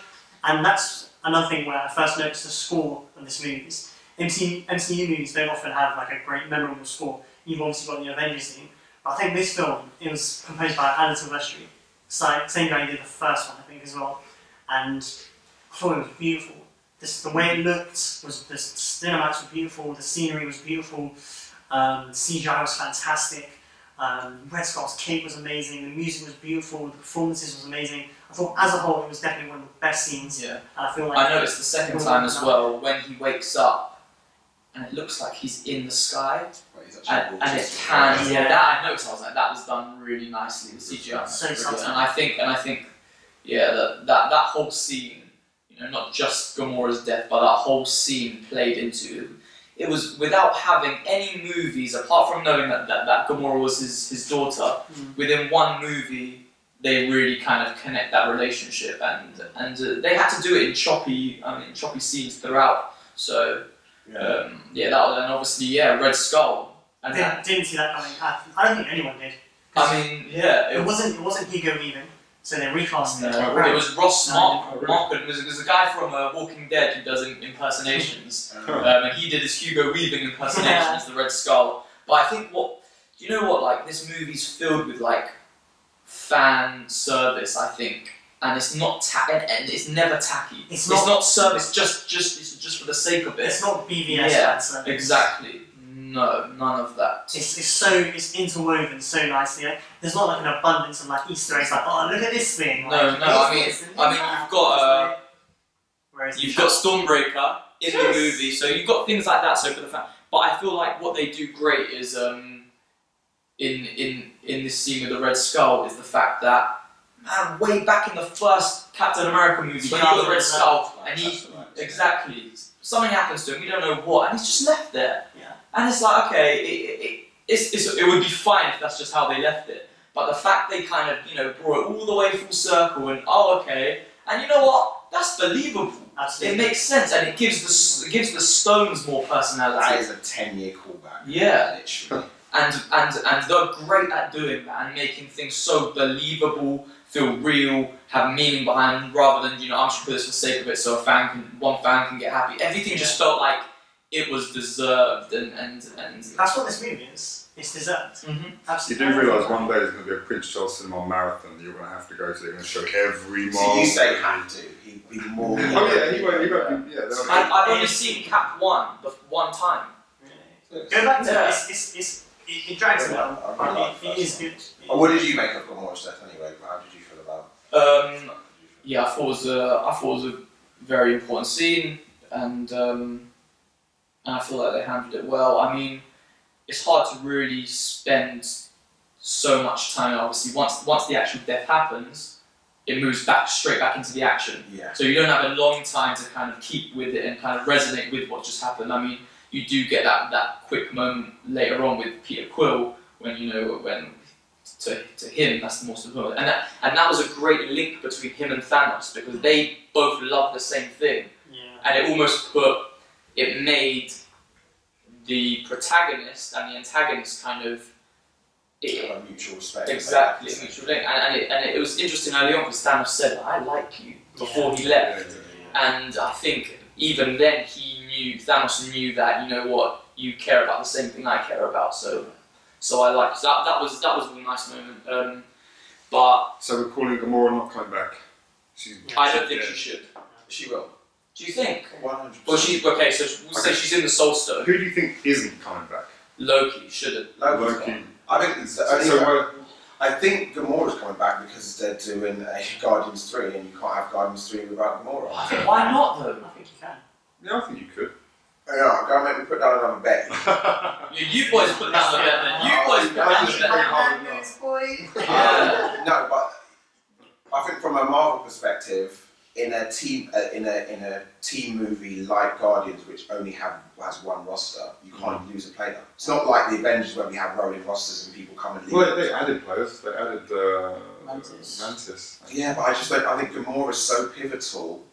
Speaker 3: and that's another thing where I first noticed the score of this movie. Is MCU, MCU movies don't often have like a great memorable score. You've obviously got the Avengers theme, but I think this film it was composed by Alan Silvestri, si- same guy who did the first one, I think as well, and I thought it was beautiful. This, the way it looked was the cinematics were beautiful, the scenery was beautiful, um, CGI was fantastic. Um, Red Skull's cape was amazing. The music was beautiful. The performances was amazing. I thought, as a whole, it was definitely one of the best scenes.
Speaker 1: Yeah.
Speaker 3: And I feel like
Speaker 1: I noticed the second time as well when he wakes up and it looks like he's in the sky
Speaker 2: Wait, he's actually
Speaker 1: and, and it
Speaker 2: gorgeous.
Speaker 1: pans. Yeah.
Speaker 3: Yeah.
Speaker 1: that I noticed. I was like, that was done really nicely. The CGI. was
Speaker 3: So
Speaker 1: brilliant.
Speaker 3: subtle.
Speaker 1: And I think, and I think, yeah, that that, that whole scene, you know, not just Gamora's death, but that whole scene played into. It was without having any movies, apart from knowing that, that, that Gamora was his, his daughter,
Speaker 3: Mm.
Speaker 1: within one movie, they really kind of connect that relationship. And and uh, they had to do it in choppy, I mean, choppy scenes throughout. So,
Speaker 2: Yeah.
Speaker 1: um, yeah, that was, and obviously, yeah, Red Skull. And that,
Speaker 3: Didn't, didn't see that coming. I, I don't think anyone did.
Speaker 1: I mean, yeah,
Speaker 3: It
Speaker 1: it,
Speaker 3: wasn't. It wasn't Hugo Weaving. So they recast
Speaker 1: No,
Speaker 3: it.
Speaker 4: Oh,
Speaker 1: it
Speaker 4: really?
Speaker 1: was Ross
Speaker 3: No,
Speaker 1: Mark.
Speaker 4: oh, really?
Speaker 1: Mark was, was a guy from uh, Walking Dead who does im- impersonations, um,
Speaker 4: Huh.
Speaker 1: and he did his Hugo Weaving impersonation
Speaker 3: Yeah.
Speaker 1: as the Red Skull. But I think what do you know what like this movie's filled with like fan service. I think, and it's not ta- and, and it's never tacky.
Speaker 3: It's
Speaker 1: not, service just just it's just for the sake of it.
Speaker 3: It's not BVS
Speaker 1: Yeah,
Speaker 3: banter.
Speaker 1: Exactly. No, none of that.
Speaker 3: It's, it's so it's interwoven so nicely. Like, there's not like an abundance of like Easter eggs. Like oh look at this thing.
Speaker 1: No,
Speaker 3: Like,
Speaker 1: no. I mean,
Speaker 3: it's-
Speaker 1: I mean, you've got, uh,
Speaker 3: Whereas
Speaker 1: You've got Stormbreaker in
Speaker 3: Yes.
Speaker 1: the movie, so you've got things like that. So for the fact, but I feel like what they do great is um, in in in this scene with the Red Skull is the fact that man, way back in the first Captain America movie, when you got the Red Skull, and he Exactly. Something happens to him. We don't know what, and he's just left there.
Speaker 3: Yeah.
Speaker 1: And it's like, okay, it, it, it, it's, it's, it would be fine if that's just how they left it. But the fact they kind of, you know, brought it all the way full circle, and oh, okay, and you know what? That's believable. It
Speaker 3: absolutely.
Speaker 1: makes sense, and it gives the s- it gives the stones more
Speaker 2: That
Speaker 1: personality.
Speaker 2: is a 10 year callback.
Speaker 1: Yeah.
Speaker 2: Literally.
Speaker 1: And and and they're great at doing that and making things so believable, feel real, have meaning behind, them, rather than you know I'm just put this for the sake of it, so a fan can one fan can get happy. Everything just felt like it was deserved and and and.
Speaker 3: That's what this movie is. It's dessert.
Speaker 1: Mhm.
Speaker 4: You
Speaker 3: Absolutely.
Speaker 4: do realise one day there's going to be a Prince Charles Cinema marathon that you're going to have to go to. They're going to show every mile.
Speaker 2: So you say have to. He'd be more.
Speaker 4: Oh yeah, he won't. He won't. be- Yeah, they'll
Speaker 1: I, I've only seen Cap one, the f- one time.
Speaker 3: Really. Go back to
Speaker 1: Yeah.
Speaker 3: that. It's, it's, it's, it, it drags a little,
Speaker 2: I really
Speaker 3: but
Speaker 2: like
Speaker 3: it, it
Speaker 2: that.
Speaker 3: is good.
Speaker 2: Oh, what did you make of Gone Watch Death anyway? How did you feel about
Speaker 1: Um, yeah, I thought it was a, I thought it was a very important scene, and um, and I feel like they handled it well. I mean, it's hard to really spend so much time. Obviously, once once the actual death happens, it moves back straight back into the action.
Speaker 2: Yeah.
Speaker 1: So you don't have a long time to kind of keep with it and kind of resonate with what just happened. I mean, you do get that, that quick moment later on with Peter Quill when you know when to, to him that's the most important, and that and that was a great link between him and Thanos because they both love the same thing,
Speaker 3: Yeah.
Speaker 1: and it almost put it made the protagonist and the antagonist kind of. It,
Speaker 2: Have a mutual respect?
Speaker 1: Exactly, mutual link. And, and, it, and it was interesting early on because Thanos said, I like you, before he
Speaker 4: Yeah,
Speaker 1: left. And I think even then he knew, Thanos knew that, you know what, you care about the same thing I care about, so so I liked that. That was that was a nice moment. Um, but
Speaker 4: So we're calling Gamora not coming back. She's,
Speaker 1: I don't think she should.
Speaker 2: She will.
Speaker 1: Do you think?
Speaker 2: 100%.
Speaker 1: Well, she's, okay, so we'll say
Speaker 4: Okay.
Speaker 1: she's in the Soul Stone.
Speaker 4: Who do you think isn't coming back?
Speaker 1: Loki shouldn't.
Speaker 2: Logan's
Speaker 4: Loki.
Speaker 2: gone. I think it's the
Speaker 4: So,
Speaker 2: only
Speaker 4: so we're-
Speaker 2: I think Gamora's coming back because they're doing a Guardians 3 and you can't have Guardians 3 without Gamora.
Speaker 1: Why not, though?
Speaker 3: I think you can.
Speaker 4: yeah, I think you could.
Speaker 2: Yeah, go and make me put down another bet.
Speaker 1: You, you boys put down the bet, then. You boys put down the bet.
Speaker 4: hard enough.
Speaker 1: Yeah.
Speaker 2: Um, no, but I think from a Marvel perspective, in a team uh, in a in a team movie like Guardians, which only have has one roster, you can't lose a player. It's not like the Avengers where we have rolling rosters and people come and leave.
Speaker 4: Well, they, they added players. They added uh,
Speaker 3: Mantis.
Speaker 4: Mantis.
Speaker 2: yeah, but I just don't. I think Gamora is so pivotal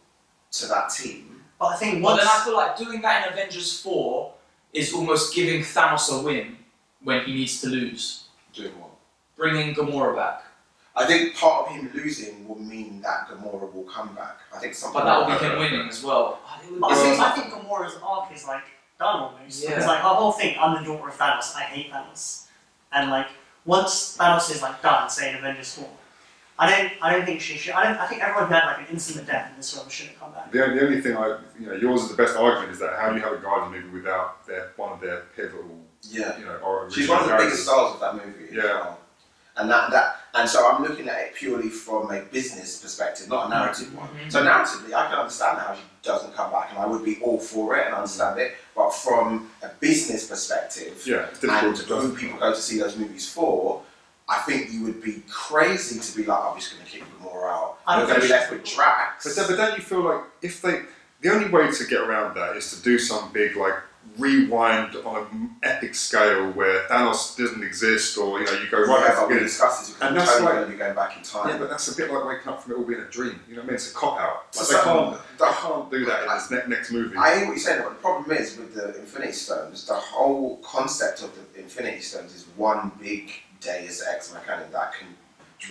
Speaker 2: to that team.
Speaker 3: But I think
Speaker 1: Well,
Speaker 3: once.
Speaker 1: then I feel like doing that in Avengers 4 is almost giving Thanos a win when he needs to lose.
Speaker 2: Doing what?
Speaker 1: Bringing Gamora back.
Speaker 2: I think part of him losing will mean that Gamora will come back. I think something.
Speaker 1: But that will
Speaker 2: like
Speaker 1: be him winning as well. Oh, it would
Speaker 3: I
Speaker 1: be-
Speaker 3: think, I think Gamora's arc is like done almost.
Speaker 1: Yeah.
Speaker 3: It's like her whole thing, I'm the daughter of Thanos, I hate Thanos. And like once Thanos is like done, say in Avengers 4, I don't I don't think she should I don't I think everyone who had like an instant death in this film shouldn't come back.
Speaker 4: The only, the only thing I, you know, yours is the best argument is that how do you have a Guardian movie without their one of their pivotal,
Speaker 2: Yeah.
Speaker 4: you know, or
Speaker 2: She's one of the
Speaker 4: original
Speaker 2: biggest stars of that movie. as
Speaker 4: Yeah.
Speaker 2: well. And that, that and so I'm looking at it purely from a business perspective, not a narrative one.
Speaker 1: Mhm.
Speaker 2: So narratively, I can understand how she doesn't come back, and I would be all for it and understand it. But from a business perspective,
Speaker 4: characters. Mm. Yeah, it's
Speaker 2: and
Speaker 4: difficult to
Speaker 2: who
Speaker 4: justify.
Speaker 2: people go to see those movies for, I think you would be crazy to be like, I'm just going to kick Gamora out.
Speaker 3: I
Speaker 2: You're
Speaker 3: don't
Speaker 2: going to be
Speaker 3: think-
Speaker 2: left with Drax.
Speaker 4: But then, but don't you feel like if they, the only way to get around that is to do some big like rewind on an epic scale where Thanos doesn't exist, or you know, you go right
Speaker 2: yeah,
Speaker 4: back
Speaker 2: but we
Speaker 4: again.
Speaker 2: discussed this because
Speaker 4: And
Speaker 2: we're
Speaker 4: that's
Speaker 2: totally
Speaker 4: why-
Speaker 2: going to be going back in time.
Speaker 4: Yeah, but that's a bit like waking up from it all being a dream. You know what I mean? It's a cop out.
Speaker 2: So
Speaker 4: Like, they
Speaker 2: some-
Speaker 4: can't,
Speaker 2: the-
Speaker 4: they can't do that in this ne- next movie.
Speaker 2: I hear what you're saying, but the problem is with the Infinity Stones, the whole concept of the Infinity Stones is one big Deus Ex Machina that can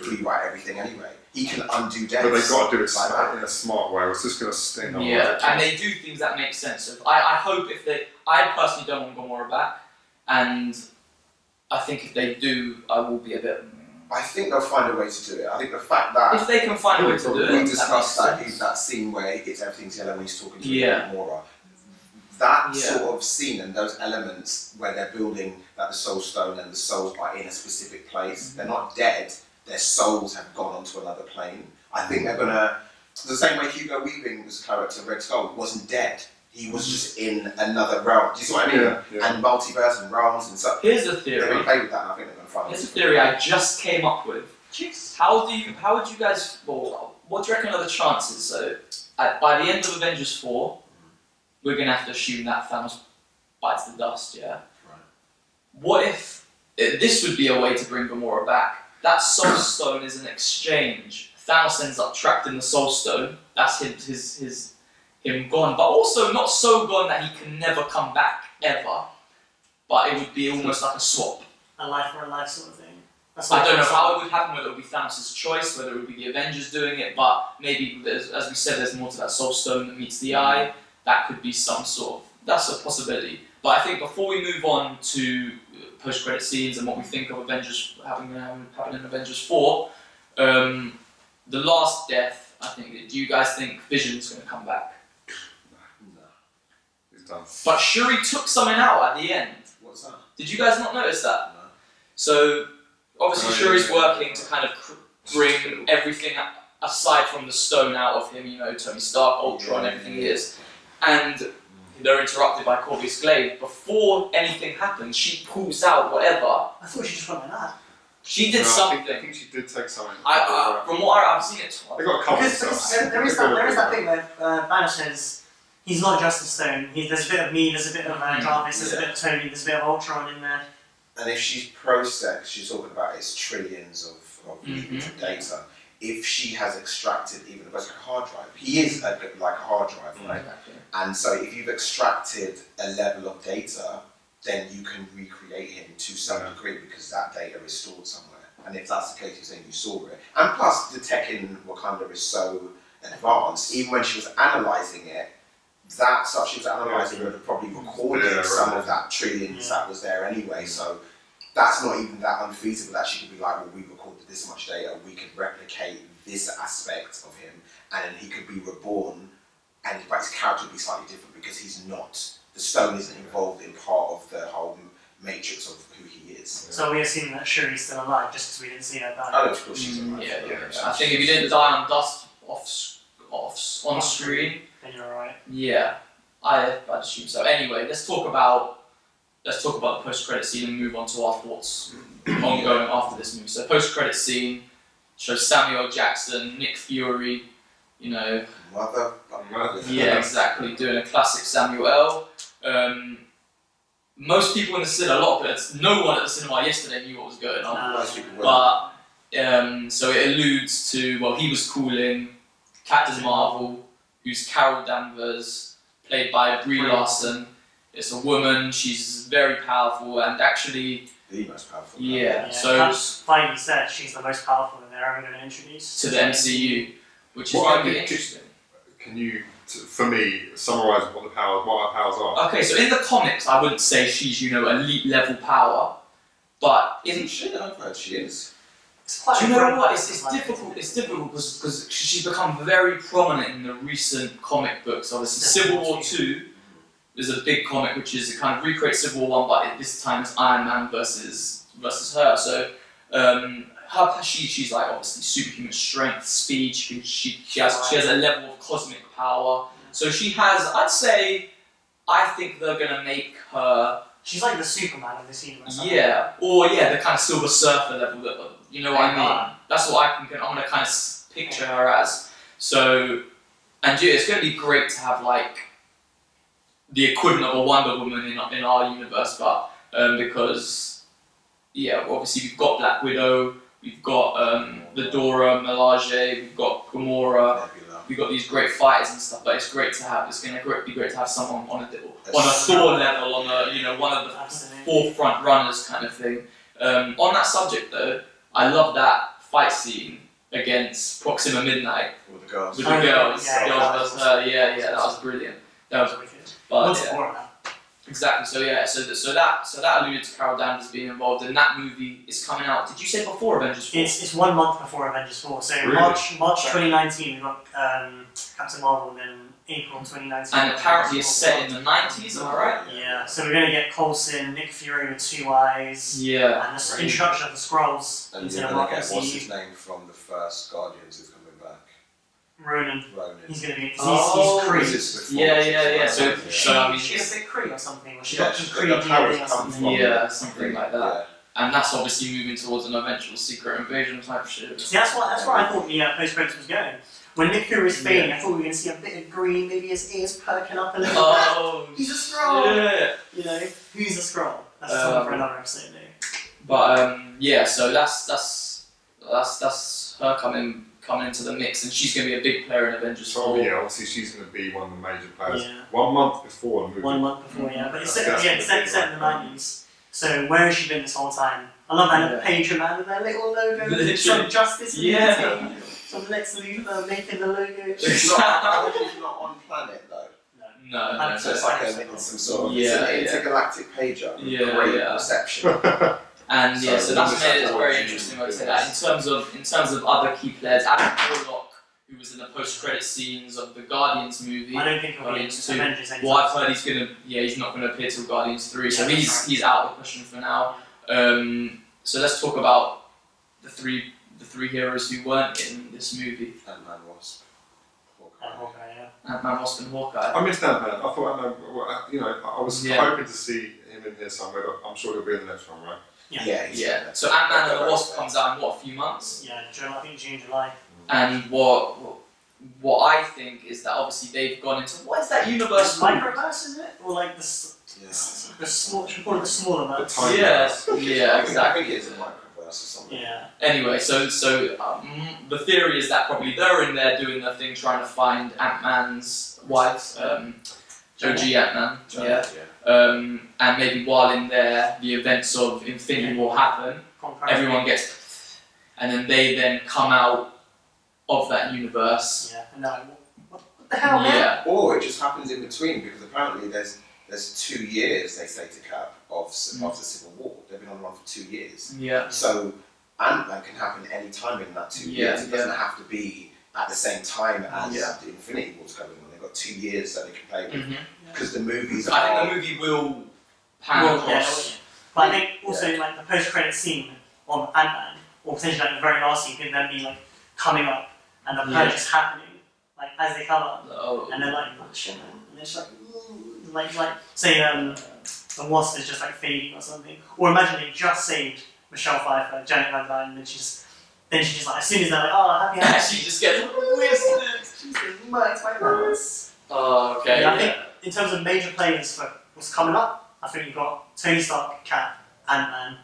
Speaker 2: rewrite everything anyway. He can undo deaths.
Speaker 4: But they've got to do it
Speaker 2: like that.
Speaker 4: smart, in a smart way, or it's just going to sting. otherwise
Speaker 1: Yeah,
Speaker 4: it
Speaker 1: and they do things that make sense. So I, I hope if they, I personally don't want Gamora back, and I think if they do, I will be a bit.
Speaker 2: I think they'll find a way to do it. I think the fact that
Speaker 1: If they can find a way to do it,
Speaker 2: we
Speaker 1: makes
Speaker 2: discussed that
Speaker 1: sense.
Speaker 2: that scene where he gets everything's yellow when he's talking to
Speaker 1: Yeah.
Speaker 2: Gamora. That
Speaker 1: Yeah.
Speaker 2: sort of scene and those elements where they're building that the Soul Stone and the souls are in a specific place.
Speaker 1: Mm-hmm.
Speaker 2: They're not dead. Their souls have gone onto another plane. I think they're gonna the same way Hugo Weaving's character Red Skull wasn't dead. He
Speaker 1: Mm-hmm.
Speaker 2: was just in another realm. Do you see what I mean?
Speaker 4: Yeah, yeah.
Speaker 2: And multiverse and realms and stuff.
Speaker 1: Here's a
Speaker 2: They're
Speaker 1: theory.
Speaker 2: gonna play with that. And I think they're gonna find.
Speaker 1: Here's a theory I just came up with. How do you? How would you guys? Well, what do you reckon are the chances? So, at, by the end of Avengers four, we're gonna have to assume that Thanos bites the dust. Yeah.
Speaker 2: Right.
Speaker 1: What if eh, this would be a way to bring Gamora back? That Soul Stone is an exchange. Thanos ends up trapped in the Soul Stone. That's his his his him gone, but also not so gone that he can never come back ever. But it would be almost like a swap.
Speaker 3: A life for a life sort of thing. That's what
Speaker 1: I don't know
Speaker 3: think.
Speaker 1: how it would happen, whether it would be Thanos' choice, whether it would be the Avengers doing it, but maybe, there's, as we said, there's more to that soul stone that meets the eye. That could be some sort of, that's a possibility. But I think before we move on to post credit scenes and what we think of Avengers having happened in Avengers 4, um, the last death, I think, do you guys think Vision's going to come back?
Speaker 4: It's done.
Speaker 1: But Shuri took something out at the end.
Speaker 2: What's that?
Speaker 1: Did you guys not notice that?
Speaker 2: No.
Speaker 1: So obviously
Speaker 4: Oh, yeah,
Speaker 1: Shuri's
Speaker 4: yeah.
Speaker 1: working to kind of cr- bring everything a- aside from the stone out of him. You know, Tony Stark, Ultron,
Speaker 2: Yeah.
Speaker 1: everything he is, and they're interrupted by Corvus Glaive. Before anything happens, she pulls out whatever.
Speaker 3: I thought she just went like that.
Speaker 1: She did
Speaker 4: No, I think, I
Speaker 1: something.
Speaker 4: think she did take something.
Speaker 1: I, uh, from what I, I've seen it twice.
Speaker 4: they got a couple of
Speaker 3: Because,
Speaker 4: stuff.
Speaker 3: because there, there is that, there is that thing where uh, Banner says he's not just a stone. He, there's a bit of me, there's a bit of
Speaker 1: Mm,
Speaker 3: uh, Jarvis, there's a bit of Tony, there's a bit of Ultron in there.
Speaker 2: And if she's pro-sex, she's talking about it's trillions of, of
Speaker 1: Mhm.
Speaker 2: data. If she has extracted even the best like a hard drive, he is a bit like a hard drive, right?
Speaker 4: Mm,
Speaker 2: And so if you've extracted a level of data, then you can recreate him to some
Speaker 4: Yeah.
Speaker 2: degree because that data is stored somewhere. And if that's the case, you're saying you saw it. And plus, the tech in Wakanda is so advanced. Even when she was analyzing it, that stuff she was analyzing would have probably recorded
Speaker 4: Yeah, right.
Speaker 2: some of that trillions that was there anyway. So that's not even that unfeasible that she could be like, well, we recorded this much data, we could replicate this aspect of him, and then he could be reborn, and but his character would be slightly different because he's not. The stone isn't involved in part of the whole matrix of who he is.
Speaker 3: So we assume that Shuri's still alive just because we didn't see her die.
Speaker 2: Oh, of course she's
Speaker 1: Mm,
Speaker 2: alive.
Speaker 1: yeah,
Speaker 4: yeah,
Speaker 1: I think if you didn't die on dust off s- off s- on screen,
Speaker 3: Then you're alright.
Speaker 1: Yeah, I I'd assume so. Anyway, let's talk about let's talk about the post credit scene and move on to our thoughts ongoing after this movie. So post credit scene shows Samuel Jackson, Nick Fury, you know,
Speaker 2: Mother.
Speaker 4: Mother.
Speaker 1: yeah, exactly, doing a classic Samuel. L. Um, most people in the cinema, a lot of it's- no one at the cinema yesterday knew what was going on.
Speaker 2: Most people wouldn't.
Speaker 1: But um, so it alludes to well, he was calling Captain Marvel, who's Carol Danvers, played by Brie Larson. It's a woman. She's very powerful and actually
Speaker 2: the most powerful.
Speaker 1: yeah.
Speaker 3: Yeah,
Speaker 1: So
Speaker 3: that's finally said she's the most powerful that they're ever going to introduce.
Speaker 1: to the MCU, which is
Speaker 4: What
Speaker 1: going to
Speaker 4: I
Speaker 1: be
Speaker 4: think-
Speaker 1: interesting.
Speaker 4: Can you, t- for me, summarise what the powers, what our powers are?
Speaker 1: Okay, so in the comics, I wouldn't say she's you know elite level power, but in
Speaker 2: Isn't she? I've heard she is.
Speaker 3: It's quite
Speaker 1: Do you
Speaker 3: a
Speaker 1: know
Speaker 3: broad
Speaker 1: what? It's, it's
Speaker 3: background,
Speaker 1: difficult.
Speaker 3: isn't
Speaker 1: It's
Speaker 3: it?
Speaker 1: difficult because she's become very prominent in the recent comic books. Obviously, Civil War Two is a big comic, which is it kind of recreates Civil War One, but it, this time it's Iron Man versus versus her. So um, her she she's like obviously superhuman strength, speed. She can, she, she has she has a level of cosmic power. So she has. I'd say. I think they're gonna make her.
Speaker 3: She's like the Superman of this universe. I think.
Speaker 1: Yeah, or yeah, the kind of Silver Surfer level. That you know what I mean. That's what I can. I'm gonna kind of picture her as. So, and yeah, it's gonna be great to have like the equivalent of a Wonder Woman in in our universe, but um, because yeah, well, obviously we've got Black Widow, we've got um, the Dora Milaje, we've got Gamora,
Speaker 2: Nebula.
Speaker 1: we've got these great fighters and stuff. But it's great to have. It's gonna gr- be great to have someone on a on a Thor level, on a you know one of the
Speaker 3: Absolutely.
Speaker 1: forefront runners kind of thing. Um, on that subject though, I love that fight scene against Proxima Midnight
Speaker 2: All the girls.
Speaker 1: with
Speaker 3: Oh,
Speaker 1: the girls.
Speaker 3: yeah,
Speaker 1: girls
Speaker 3: yeah.
Speaker 1: versus her. Yeah, yeah, that was brilliant. That was, but
Speaker 3: Lots
Speaker 1: yeah.
Speaker 3: more of that.
Speaker 1: Exactly. So yeah. So that. So that. So that alluded to Carol Danvers being involved, and that movie is coming out. Did you say before Avengers Four?
Speaker 3: It's, it's one month before Avengers 4, so
Speaker 4: Really?
Speaker 3: March March 2019, we got um, Captain Marvel, and then April 2019.
Speaker 1: and apparently it's set
Speaker 3: Avengers
Speaker 1: in the nineties. Am I right?
Speaker 3: 4. Yeah, so we're going to get Coulson, Nick Fury with two eyes,
Speaker 1: Yeah. Oh,
Speaker 3: and the
Speaker 2: Right.
Speaker 3: introduction of the Skrulls
Speaker 2: And
Speaker 3: is
Speaker 2: you're
Speaker 3: going to
Speaker 2: gonna
Speaker 3: mark
Speaker 2: get what's
Speaker 3: MCU.
Speaker 2: his name from the first Guardians who's coming back.
Speaker 3: Ronan,
Speaker 2: Ronan.
Speaker 3: he's going to be. 'cause
Speaker 1: Oh,
Speaker 3: he's, he's Kree.
Speaker 2: This is before
Speaker 1: Yeah,
Speaker 2: this,
Speaker 1: yeah, yeah.
Speaker 2: right?
Speaker 1: So, so I mean,
Speaker 3: She's
Speaker 1: it's,
Speaker 3: a bit Kree or something, or she's
Speaker 2: Yeah,
Speaker 3: got
Speaker 2: she's
Speaker 3: some
Speaker 2: got
Speaker 3: Kree
Speaker 2: her powers
Speaker 3: DNA or
Speaker 2: come
Speaker 3: something.
Speaker 2: from-
Speaker 1: yeah, something like that.
Speaker 2: Yeah.
Speaker 1: And that's obviously moving towards an eventual secret invasion type shit.
Speaker 3: See, that's what that's where I thought the uh, post credits was going. When Nick Fury was fading, I thought we were going to see a bit of green, maybe his ears perking up a little
Speaker 1: Oh.
Speaker 3: He's a scroll.
Speaker 1: shit.
Speaker 3: bit. You know, who's a scroll? That's
Speaker 1: Um,
Speaker 3: something for another episode, though.
Speaker 1: But um, yeah, so that's that's that's that's her coming coming into the mix, and she's gonna be a big player in Avengers
Speaker 4: So
Speaker 1: Four.
Speaker 4: Oh, yeah, obviously she's going to be one of the major players.
Speaker 3: Yeah,
Speaker 4: One month before the movie.
Speaker 3: one month before, yeah. But it's
Speaker 4: Yeah,
Speaker 3: set, yeah, it's set,
Speaker 4: that's
Speaker 3: set in the nineties. So where has she been this whole time? I love that little
Speaker 1: Yeah.
Speaker 3: pager man with that little logo,
Speaker 1: Literally.
Speaker 3: some justice, and
Speaker 1: Yeah.
Speaker 3: Unity, some Lex Luthor making the logo.
Speaker 2: She's not, I wonder if she's not on planet though.
Speaker 1: No, no,
Speaker 2: So
Speaker 1: no.
Speaker 2: it's like a, it's some sort of
Speaker 1: Yeah,
Speaker 2: it's an
Speaker 1: yeah.
Speaker 2: intergalactic pager. with
Speaker 1: Yeah,
Speaker 2: Great
Speaker 1: yeah.
Speaker 2: reception.
Speaker 1: And yeah, so
Speaker 2: So
Speaker 1: that's
Speaker 2: that's
Speaker 1: made it
Speaker 2: what
Speaker 1: very
Speaker 2: you
Speaker 1: interesting.
Speaker 4: do.
Speaker 1: I'd say that in terms of in terms of other key players, Adam Warlock, who was in the post-credit scenes of the Guardians movie.
Speaker 3: I don't think it'll be in
Speaker 1: Guardians two.
Speaker 3: Avengers anytime
Speaker 1: Well, I've
Speaker 3: soon.
Speaker 1: heard he's gonna yeah he's not gonna appear till Guardians three, so
Speaker 3: Yeah, that's
Speaker 1: he's
Speaker 3: right.
Speaker 1: he's out of the question for now. Um, so let's talk about the three the three heroes who weren't in this movie:
Speaker 2: Ant Man Wasp. Hawkeye.
Speaker 3: Uh, Hawkeye, yeah.
Speaker 1: Ant-Man, Wasp, and Hawkeye.
Speaker 4: I missed that man. I thought I know. well, I- You know, I I was
Speaker 1: Yeah.
Speaker 4: hoping to see him in here somewhere, but I'm sure he'll be in the next one, right?
Speaker 3: Yeah.
Speaker 2: Yeah, he's in
Speaker 1: Yeah.
Speaker 2: there.
Speaker 1: So Ant-Man and the
Speaker 2: Okay,
Speaker 1: Wasp
Speaker 2: right.
Speaker 1: comes out in what a few months.
Speaker 3: Yeah, June, I think June, July.
Speaker 1: And what what I think is that obviously they've gone into what is that universe? called?
Speaker 3: Microverse, is it? Or like the s-
Speaker 2: Yeah.
Speaker 3: s- the small, should we call it the smaller
Speaker 4: The
Speaker 3: verse?
Speaker 4: time.
Speaker 1: Yeah.
Speaker 4: lapse.
Speaker 1: Yeah,
Speaker 2: I think it is a microverse or something.
Speaker 3: Yeah.
Speaker 1: Anyway, so so um, the theory is that probably they're in there doing their thing, trying to find Ant Man's wife, um, OG Ant Man. Yeah. Um, and maybe while in there, the events of Infinity War happen.
Speaker 3: concurrent.
Speaker 1: Everyone gets, and then they then come out of that universe.
Speaker 3: Yeah. And they're like, what, what the hell, man?
Speaker 1: yeah.
Speaker 2: Or it just happens in between because apparently there's there's two years they say to cap of
Speaker 1: Mm.
Speaker 2: s of the Civil War. They've been on the run for two years.
Speaker 1: Yeah.
Speaker 2: So Ant Man can happen any time in that two
Speaker 1: Yeah,
Speaker 2: years. It doesn't have to be at the same time as
Speaker 1: Yeah.
Speaker 2: the Infinity War's going on. They've got two years that they can play with
Speaker 1: Mhm.
Speaker 2: because the movies are.
Speaker 1: I think the movie will pan
Speaker 3: Well, yeah,
Speaker 1: across.
Speaker 3: But I think also like the post-credit scene on Ant Man, or potentially like the very last scene, could then be like coming up and the
Speaker 1: Yeah.
Speaker 3: purge is happening, like as they come up,
Speaker 1: Oh.
Speaker 3: and they're like, oh, shit, man. and they're just like, "Ooh," like like say um the wasp is just like fading or something, or imagine they just saved Michelle Pfeiffer, Janet Van Dyne, and then she's then she's just like as soon as they're like, oh happy
Speaker 1: Yeah,
Speaker 3: hour,
Speaker 1: she just gets wasted.
Speaker 3: she's like, "Well, it's my last."
Speaker 1: Oh, okay.
Speaker 3: Yeah, I think- In terms of major players for what's coming up, I think you've got Tony Stark, Cap, Ant Man.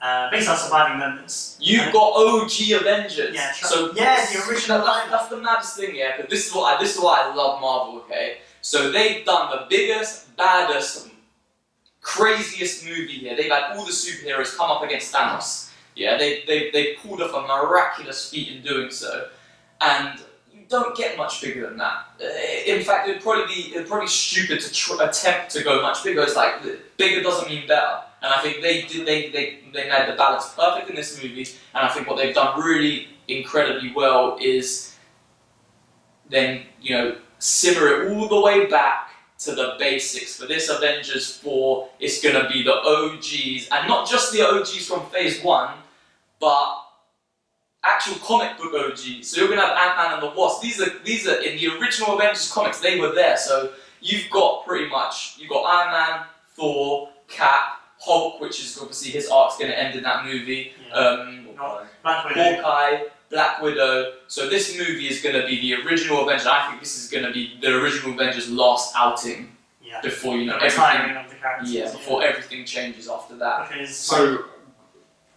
Speaker 3: Uh, based on surviving moments,
Speaker 1: You've got OG Avengers.
Speaker 3: Yeah, sure.
Speaker 1: so
Speaker 3: Yeah, the original
Speaker 1: That,
Speaker 3: lineup.
Speaker 1: that's the maddest thing, yeah. But this is what I, this is why I love Marvel. Okay, so they've done the biggest, baddest, craziest movie here. They've had all the superheroes come up against Thanos. Yeah, they they they pulled off a miraculous feat in doing so, and you don't get much bigger than that. Uh, In fact, it'd probably be it'd probably stupid to tr- attempt to go much bigger. It's like bigger doesn't mean better, and I think they did they they they made the balance perfect in this movie. And I think what they've done really incredibly well is then, you know, simmer it all the way back to the basics. For this Avengers 4, it's going to be the OGs, and not just the OGs from phase 1, but actual comic book OGs. So you're going to have Ant Man and the Wasp. These are, these are in the original Avengers comics, they were there. So you've got pretty much, you've got Iron Man, Thor, Cap, Hulk, which is obviously his arc's going to end in that movie.
Speaker 3: Yeah.
Speaker 1: Um,
Speaker 3: Black Widow.
Speaker 1: Hawkeye, Black Widow. So this movie is going to be the original Avengers. I think this is going to be the original Avengers' last outing
Speaker 3: Yeah.
Speaker 1: before you
Speaker 3: The
Speaker 1: know everything.
Speaker 3: retiring of the characters.
Speaker 1: Yeah, before everything changes after that.
Speaker 3: Because like,
Speaker 4: So,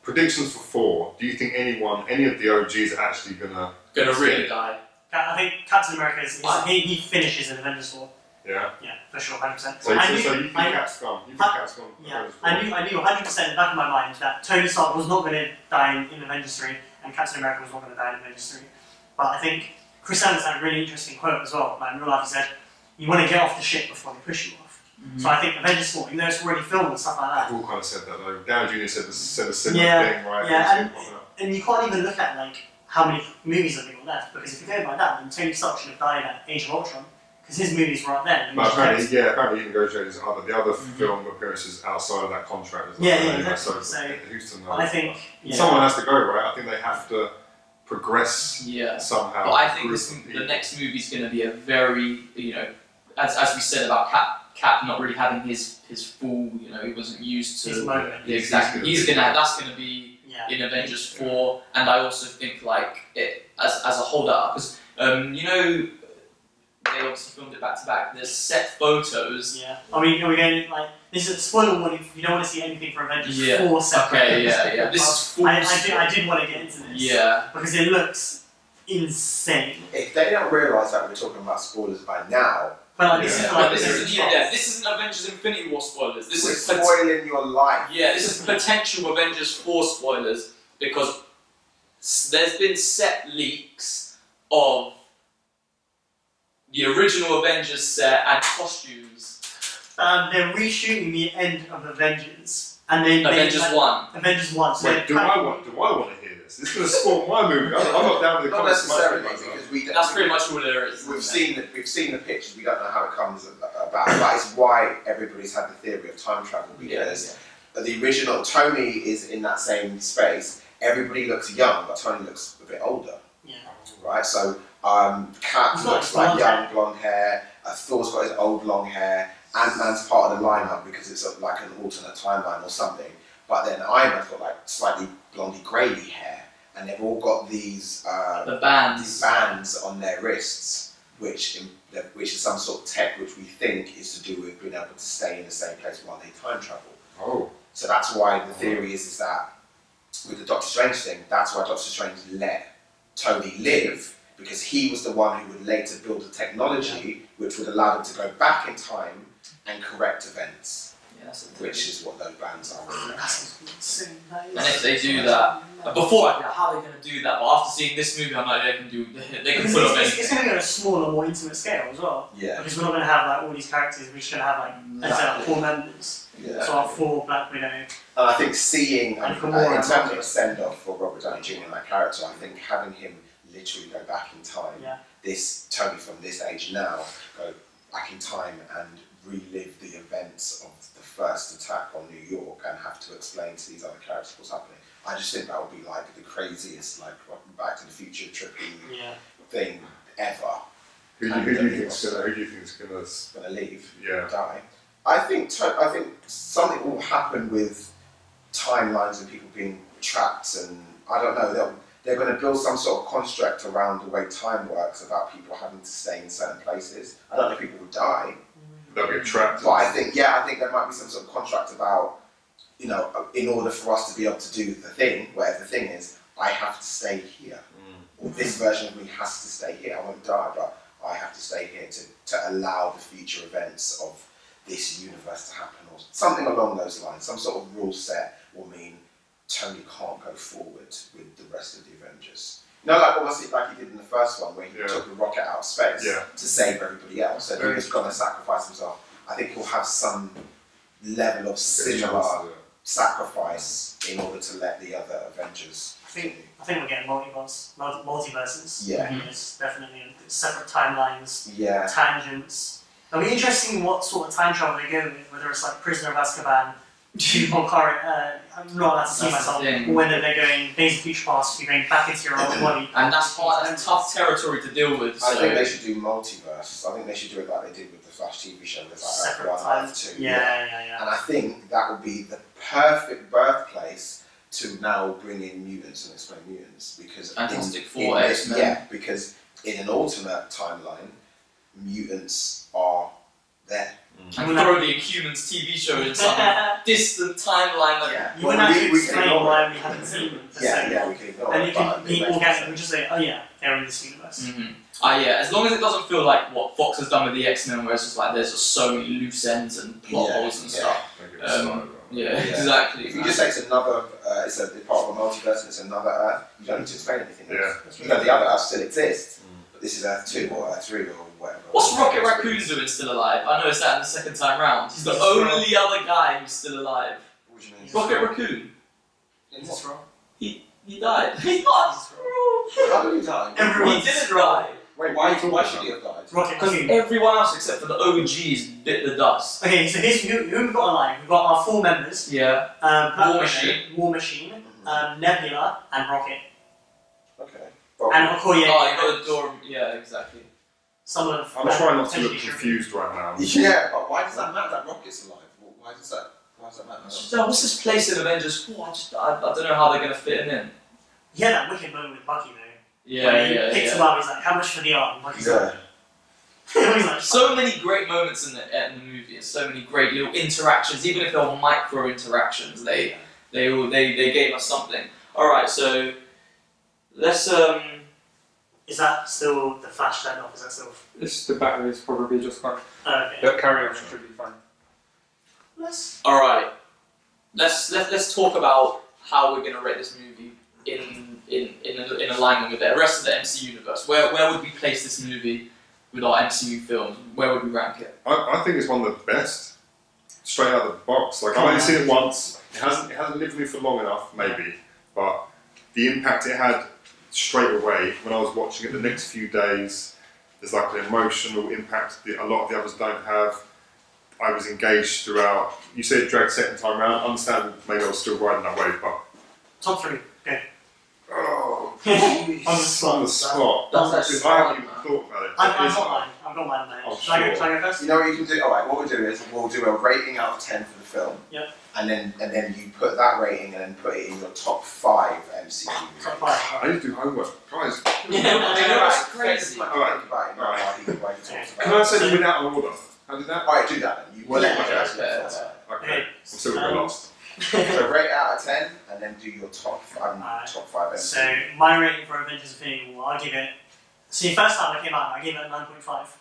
Speaker 4: predictions for four. Do you think anyone, any of the OGs, are actually gonna?
Speaker 1: Gonna
Speaker 4: That's
Speaker 1: really
Speaker 4: it.
Speaker 1: die.
Speaker 3: Ca- I think Captain America is, is-
Speaker 1: Wow.
Speaker 3: he, he finishes in Avengers War.
Speaker 4: Yeah.
Speaker 3: Yeah, for sure, hundred percent.
Speaker 4: So,
Speaker 3: I
Speaker 4: so,
Speaker 3: knew,
Speaker 4: so you think
Speaker 3: I,
Speaker 4: Cap's gone? You think
Speaker 3: I-
Speaker 4: Cap's gone?
Speaker 3: yeah, I knew, I knew hundred percent in the back of my mind that Tony Stark was not going to die in, in Avengers three, and and Captain America was not going to die in Avengers 3. But I think Chris Evans had a really interesting quote as well. Like in real life, he said, You want to get off the ship before they push you off. So I think Avengers 4, even though it's already filmed and stuff like that,
Speaker 4: We've all kind of said that though. Down Jr. said, the- said a similar
Speaker 3: Yeah,
Speaker 4: thing,
Speaker 3: yeah,
Speaker 4: right? It was
Speaker 3: and-
Speaker 4: him, wasn't
Speaker 3: and you can't even look at like how many movies have they got left because if you go by that, then Tony Stark should have died at Age of Ultron because his movies were up then.
Speaker 4: it?
Speaker 3: and
Speaker 4: But
Speaker 3: he just
Speaker 4: apparently, yeah, apparently he negotiated his other, the other film appearances outside of that contract. As well,
Speaker 3: Yeah, yeah,
Speaker 4: you know,
Speaker 3: exactly.
Speaker 4: So,
Speaker 3: So,
Speaker 4: who's to know?
Speaker 3: kept- I think yeah,
Speaker 4: Someone has to go, right? I think they have to progress
Speaker 1: Yeah.
Speaker 4: somehow.
Speaker 1: But I
Speaker 4: a
Speaker 1: think
Speaker 4: group
Speaker 1: this,
Speaker 4: of
Speaker 1: the
Speaker 4: people.
Speaker 1: next movie is going to be a very, you know, as, as we said about Cap, Cap not really having his his full, you know, he wasn't used to
Speaker 3: his moment.
Speaker 1: Yeah, exactly. He's gonna. That's gonna be
Speaker 3: Yeah.
Speaker 1: in Avengers four, and I also think like it as as a hold up because um, you know they obviously filmed it back to back. There's set photos.
Speaker 3: Yeah. I mean, are we going like this is a spoiler warning if you don't want to see anything for Avengers
Speaker 1: Yeah.
Speaker 3: 4 separate.
Speaker 1: Okay. Yeah. Yeah. This is full.
Speaker 3: I, I, did, I did want to get into this.
Speaker 1: yeah.
Speaker 3: Because it looks insane.
Speaker 2: If they don't realise that we're talking about spoilers by now,
Speaker 3: But like, this
Speaker 4: Yeah.
Speaker 3: is
Speaker 1: But
Speaker 3: like
Speaker 1: this
Speaker 4: there
Speaker 1: isn't.
Speaker 4: is
Speaker 1: Yeah, yeah, This isn't Avengers Infinity War spoilers. This
Speaker 2: we're
Speaker 1: is pot-
Speaker 2: spoiling your life.
Speaker 1: yeah. This is potential Avengers four spoilers because s- there's been set leaks of the original Avengers set and costumes.
Speaker 3: um, they're reshooting the end of Avengers. And then
Speaker 1: Avengers
Speaker 3: they, like,
Speaker 1: 1.
Speaker 3: Avengers 1. So
Speaker 4: Wait, do
Speaker 3: they're
Speaker 4: I want? Do I want to hear this? This is going to spoil my movie. I'm, I'm not down with the
Speaker 2: Not
Speaker 4: comments.
Speaker 2: necessarily because we don't-
Speaker 1: That's pretty much all there is. isn't
Speaker 2: We've
Speaker 1: it?
Speaker 2: seen the, we've seen the pictures. We don't know how it comes ab- about. That is why everybody's had the theory of time travel because the original Tony is in that same space. Everybody looks young, but Tony looks a bit older.
Speaker 3: Yeah.
Speaker 4: uh,
Speaker 2: Right. So um, Cap
Speaker 3: He's got
Speaker 2: looks
Speaker 3: his
Speaker 2: like
Speaker 3: blonde
Speaker 2: young blonde hair. Uh, Thor's got his old long hair. Ant Man's part of the lineup because it's a, like an alternate timeline or something. But then Iron Man's got like slightly blondie grey hair, and they've all got these. Uh,
Speaker 1: the
Speaker 2: these
Speaker 1: bands.
Speaker 2: bands on their wrists, which in, that- which is some sort of tech which we think is to do with being able to stay in the same place while they time travel.
Speaker 4: Oh,
Speaker 2: So that's why
Speaker 3: Mm.
Speaker 2: the theory is, is that with the Doctor Strange thing, that's why Doctor Strange let Tony live because he was the one who would later build the technology which would allow them to go back in time and correct events,
Speaker 1: Yeah, that's the
Speaker 2: which is what those bands are.
Speaker 3: Oh, That's insane. That is
Speaker 1: And if they do that, before I'd be like, how are they going to do that? But after seeing this movie, I'm like, they can do, they can
Speaker 3: Because
Speaker 1: pull
Speaker 3: it's,
Speaker 1: off
Speaker 3: it's, it's
Speaker 1: anything.
Speaker 3: going to be on a smaller, more intimate scale as well.
Speaker 2: Yeah,
Speaker 3: Because we're not going to have like all these characters. We're just going to have like, let's say, like, four members.
Speaker 2: yeah.
Speaker 3: So our four Black Widow.
Speaker 2: And I think seeing,
Speaker 3: And
Speaker 2: um,
Speaker 3: for
Speaker 2: uh,
Speaker 3: more
Speaker 2: in terms of a
Speaker 3: advantage.
Speaker 2: send off for Robert Downey Jr. and that character, I think having him literally go back in time,
Speaker 3: Yeah.
Speaker 2: this Tony from this age now, go back in time and relive the events of the first attack on New York and have to explain to these other characters what's happening. I just think that would be like the craziest, like Back to the Future trippy
Speaker 3: Yeah.
Speaker 2: thing ever.
Speaker 4: who do you, who do you think's going to? Who do you think's going to?
Speaker 2: Gonna leave.
Speaker 4: Yeah.
Speaker 2: die. I think to- I think something will happen with timelines and people being trapped, and I don't know. They'll, they're going to build some sort of construct around the way time works about people having to stay in certain places. I don't know if people will die,
Speaker 4: They'll get trapped.
Speaker 2: but I think yeah, I think there might be some sort of contract about you know, in order for us to be able to do the thing, whatever the thing is, I have to stay here,
Speaker 4: Mm.
Speaker 2: or this version of me has to stay here. I won't die, but I have to stay here to, to allow the future events of this universe to happen, or something along those lines. Some sort of rule set will mean Tony can't go forward with the rest of the Avengers. You know, like what was it like he did in the first one, where he
Speaker 4: Yeah.
Speaker 2: took the rocket out of space
Speaker 4: Yeah.
Speaker 2: to save everybody else, so he
Speaker 4: Very
Speaker 2: was going to sacrifice himself. I think he'll have some level of similar
Speaker 4: Similar.
Speaker 2: sacrifice in order to let the other Avengers.
Speaker 3: I think I think we're getting multiverse, multi- multiverses.
Speaker 2: Yeah.
Speaker 1: Mm-hmm.
Speaker 3: There's definitely separate timelines,
Speaker 2: Yeah.
Speaker 3: tangents. It'll be interesting what sort of time travel they go with, whether it's like Prisoner of Azkaban, or current. Uh, I'm not allowed to
Speaker 1: Mm-hmm. That's
Speaker 3: see
Speaker 1: the
Speaker 3: myself.
Speaker 1: thing.
Speaker 3: Or whether they're going days of future past, you're going back into your old body.
Speaker 1: And that's hard, that's tough territory to deal with.
Speaker 2: I think
Speaker 1: So
Speaker 2: they should do multiverse. I think they should do it like they did with the Flash TV show. There's like Earth
Speaker 3: Separate
Speaker 2: one,
Speaker 3: time.
Speaker 2: Earth two.
Speaker 3: Yeah, yeah, yeah.
Speaker 2: And I think that would be the perfect birthplace to now bring in mutants and explain mutants because in-
Speaker 1: Fantastic
Speaker 2: in
Speaker 1: Four,
Speaker 2: this-
Speaker 1: X-Men.
Speaker 2: Yeah, because in an alternate timeline, mutants are there.
Speaker 1: and throw the Inhumans TV show in some distant timeline. Like,
Speaker 2: Yeah.
Speaker 3: You wouldn't have
Speaker 2: we,
Speaker 3: to
Speaker 2: we can
Speaker 3: explain
Speaker 2: ignore it.
Speaker 3: why we haven't seen them for
Speaker 2: Yeah,
Speaker 3: so
Speaker 2: yeah,
Speaker 3: long.
Speaker 2: we can ignore
Speaker 3: and
Speaker 2: it,
Speaker 3: you
Speaker 2: but
Speaker 3: can
Speaker 2: it
Speaker 3: be
Speaker 2: makes
Speaker 3: organic
Speaker 2: sense.
Speaker 3: and just say, oh yeah, they're in this universe.
Speaker 2: Mm.
Speaker 1: mhm. Ah, yeah. As long as it doesn't feel like what Fox has done with the X Men, where it's just like there's just so many loose ends and plot
Speaker 2: Yeah,
Speaker 1: holes and
Speaker 2: yeah.
Speaker 1: stuff.
Speaker 4: Don't get
Speaker 1: Um,
Speaker 4: started on that.
Speaker 1: Yeah,
Speaker 2: Yeah.
Speaker 1: exactly.
Speaker 2: If you just say it's another, uh, it's a it's part of a multiverse and it's another Earth. You don't need to explain anything. else.
Speaker 4: Yeah.
Speaker 2: You know, the other Earth still exists, but this is Earth 2 or Earth 3 or whatever.
Speaker 1: What's Rocket Raccoon doing still alive? I noticed that in the second time round. He's the
Speaker 3: He's
Speaker 1: only other guy who's still alive.
Speaker 2: What do you mean?
Speaker 1: Rocket Raccoon.
Speaker 2: What's wrong?
Speaker 1: He died. He's not wrong.
Speaker 2: How did he die?
Speaker 1: He
Speaker 3: Everyone's
Speaker 1: didn't die.
Speaker 2: Wait, why, why should he have died?
Speaker 3: Rocket
Speaker 1: Because
Speaker 3: Raccoon.
Speaker 1: everyone else except for the OGs bit the dust.
Speaker 3: Okay, so here's who, who we've got alive. We've got our four members.
Speaker 1: Yeah.
Speaker 3: Um, Black
Speaker 1: War
Speaker 3: Widow,
Speaker 1: Machine.
Speaker 3: War Machine, um, Nebula, and Rocket.
Speaker 2: Mm-hmm. Okay. Well,
Speaker 3: And Okoye.
Speaker 1: Oh, you got the door. Yeah, exactly.
Speaker 3: Some of
Speaker 4: I'm
Speaker 3: uh,
Speaker 4: trying not to
Speaker 3: potentially
Speaker 4: look
Speaker 3: sure.
Speaker 4: confused right now.
Speaker 2: yeah, but why does that matter that Rocket's alive? Wh- Why does that, why does that matter?
Speaker 1: So what's his place in Avengers 4? I just I, I don't know how they're gonna fit him in.
Speaker 3: He had that wicked moment with Bucky though.
Speaker 1: Yeah,
Speaker 3: When he
Speaker 1: yeah,
Speaker 3: picks
Speaker 1: yeah.
Speaker 3: him up, he's like, how much for the arm? Bucky's like,
Speaker 2: Yeah.
Speaker 3: he's like,
Speaker 1: So many great moments in the, in the movie, and so many great little interactions, even if they were micro interactions, they they all they, they gave us something. All right, so let's um
Speaker 3: Is that still the flash turned off? Is that still?
Speaker 6: It's, the battery is probably just gone.
Speaker 3: Oh, okay.
Speaker 6: But carry on, it should be fine.
Speaker 3: Let's.
Speaker 1: all right, let's let, let's talk about how we're gonna rate this movie in in in, in alignment with the rest of the MCU universe. Where where would we place this movie with our MCU films? Where would we rank it?
Speaker 4: I, I think it's one of the best, straight out of the box.
Speaker 1: Oh,
Speaker 4: Like I've only seen it once. It hasn't it hasn't lived with me for long enough, maybe, but the impact it had straight away when I was watching it the next few days. There's like an emotional impact that a lot of the others don't have. I was engaged throughout. You said it dragged second time round. Understand? Maybe I was still riding that wave, but
Speaker 3: Top three. Go.
Speaker 4: oh,
Speaker 3: On the spot.
Speaker 4: on the spot.
Speaker 1: That's
Speaker 4: Because
Speaker 1: actually
Speaker 4: I
Speaker 1: hard,
Speaker 4: haven't even
Speaker 1: man.
Speaker 4: thought about it.
Speaker 3: I've,
Speaker 4: It
Speaker 3: I've
Speaker 4: is
Speaker 3: got
Speaker 4: hard.
Speaker 3: mine. I've got mine in my
Speaker 4: Oh,
Speaker 3: head. Shall I go-
Speaker 4: sure.
Speaker 3: shall I go first?
Speaker 2: You know what you can do? Alright, what we'll do is we'll do a rating out of 10 for the film.
Speaker 3: Yeah.
Speaker 2: And then and then you put that rating and then put it in your top five MCU.
Speaker 3: Top
Speaker 2: ratings.
Speaker 3: five.
Speaker 4: I need to do homework, guys.
Speaker 1: I know, it's crazy.
Speaker 2: Think about it, not how he- why he talks about
Speaker 4: Can I
Speaker 2: it.
Speaker 4: send you without an order? How did that?
Speaker 2: Alright, do that then. You
Speaker 4: Well,
Speaker 2: you-
Speaker 3: yeah,
Speaker 1: yeah.
Speaker 4: Okay, I'm still
Speaker 3: Um,
Speaker 4: going last.
Speaker 2: So rate out of ten, and then do your top five. um,
Speaker 3: Alright.
Speaker 2: Top five.
Speaker 3: So my rating for Avengers Infinity War, I give it. See, first time I came out, I gave it a nine point five.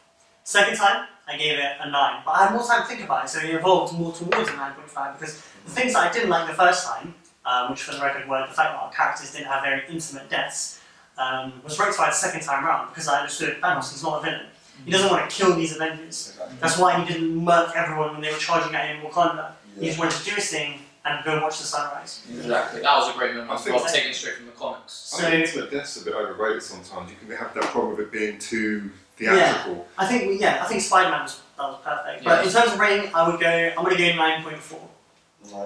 Speaker 3: Second time, I gave it a nine, but I had more time to think about it, so it evolved more towards a nine point five because the things that I didn't like the first time, um, which for the record were the fact that our characters didn't have very intimate deaths, um, was rectified second time round because I understood Thanos is not a villain. He doesn't want to kill these Avengers. That's why he didn't murk everyone when they were charging at him in Wakanda. He
Speaker 2: Yeah.
Speaker 3: just wanted to do his thing and go watch the sunrise.
Speaker 1: Exactly. That was a great moment.
Speaker 4: I
Speaker 1: I
Speaker 4: think-
Speaker 1: think well taken straight from the comics.
Speaker 4: I think intimate death's a bit overrated sometimes. You can have that problem with it being too theatrical.
Speaker 3: I think we, yeah, I think Spider Man was that was perfect. But in
Speaker 1: Yes.
Speaker 3: terms of rating, I would go. I'm gonna go nine point four.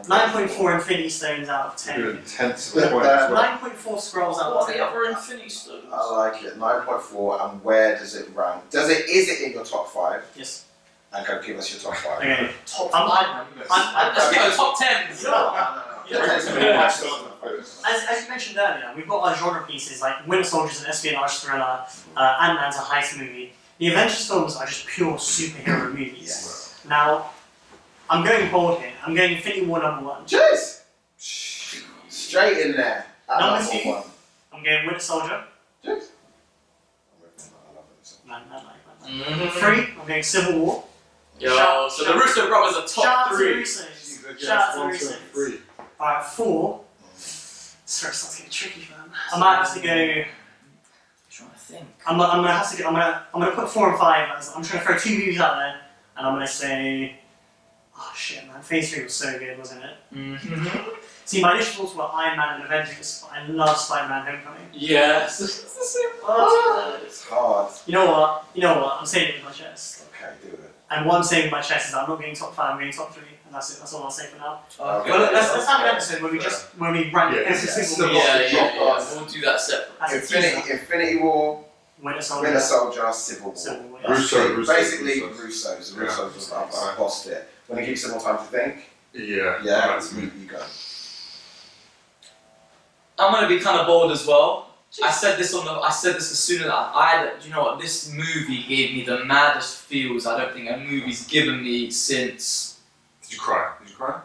Speaker 3: Nine point four Infinity Stones out of
Speaker 4: You're
Speaker 3: ten.
Speaker 4: intense
Speaker 2: Yeah,
Speaker 4: at the point as well.
Speaker 3: Nine point four Scrolls out
Speaker 1: What
Speaker 3: of
Speaker 1: are
Speaker 3: ten.
Speaker 1: the other Infinity Stones?
Speaker 2: I like it. Nine point four. And where does it rank? Does it? Is it in your top five?
Speaker 3: Yes.
Speaker 2: And go give us your top five.
Speaker 3: Okay.
Speaker 1: Top
Speaker 3: I'm-
Speaker 1: five.
Speaker 3: I'm-
Speaker 1: Let's go top tens.
Speaker 2: No, no, no, no.
Speaker 3: Yeah.
Speaker 2: Ten to me,
Speaker 1: Yeah.
Speaker 2: five, six, seven, eight.
Speaker 3: As, as you mentioned earlier, we've got our genre pieces like Winter Soldier's an espionage thriller, uh, Ant Man's a heist movie. The Avengers films are just pure superhero movies.
Speaker 2: Yes.
Speaker 3: Now, I'm going bold here. I'm going Infinity War number one.
Speaker 2: Jeez. Straight in there. At
Speaker 3: Number
Speaker 2: number
Speaker 3: two.
Speaker 2: one.
Speaker 3: I'm going Winter Soldier.
Speaker 2: Jeez. I'm with them, I love them so
Speaker 3: Man, man, man, man.
Speaker 1: Mm-hmm.
Speaker 3: Three, I'm going Civil War.
Speaker 1: Yo, so the Russo brothers are top
Speaker 3: Shout out to the
Speaker 1: three.
Speaker 3: Russos.
Speaker 4: Jesus,
Speaker 3: Shout out to the
Speaker 4: one, two,
Speaker 3: Russos.
Speaker 4: three.
Speaker 3: Alright, four. Sorry, it's getting tricky, man. I might have to go.
Speaker 1: trying to think.
Speaker 3: I'm, I'm gonna have to go. I'm gonna. I'm gonna put four and five. As, I'm trying to throw two movies out there, and I'm gonna say. Oh shit, man! Phase three was so good, wasn't it?
Speaker 1: Mm-hmm.
Speaker 3: See, my initial thoughts were Iron Man and Avengers, but I love Spider-Man: Homecoming.
Speaker 1: Yes. it's the same.
Speaker 3: Oh,
Speaker 2: much. It's hard.
Speaker 3: you know what? You know what? I'm saying it with my chest.
Speaker 2: Okay, do it.
Speaker 3: And what I'm saying with my chest is that I'm not being top five. I'm being top three, and that's it. That's all I'll say for now.
Speaker 2: Okay.
Speaker 1: Well,
Speaker 3: Let's,
Speaker 1: let's,
Speaker 3: let's have an episode where we just where we rank
Speaker 4: Yeah,
Speaker 3: every
Speaker 4: this
Speaker 2: is
Speaker 3: single
Speaker 2: the
Speaker 1: yeah,
Speaker 3: movie.
Speaker 2: lot.
Speaker 1: yeah, yeah,
Speaker 2: Dropbox.
Speaker 1: We'll do that separate.
Speaker 3: As a teaser.
Speaker 2: Infinity, Infinity War.
Speaker 3: Winter Soldier.
Speaker 2: Winter Soldier, Civil War.
Speaker 3: Civil War.
Speaker 4: Russo,
Speaker 2: Actually,
Speaker 4: Russo,
Speaker 2: basically
Speaker 4: Russos.
Speaker 2: Russo's. The
Speaker 4: Yeah.
Speaker 2: Russo's was up. I
Speaker 4: Alright.
Speaker 2: lost it. When it gives you more time to think,
Speaker 4: Yeah,
Speaker 2: yeah,
Speaker 4: that's
Speaker 2: you,
Speaker 4: me.
Speaker 2: you go.
Speaker 1: I'm gonna be kind of bold as well. I said this on the. I said this as soon as I. I you know what? This movie gave me the maddest feels. I don't think a movie's given me since.
Speaker 4: Did you cry? Did you cry?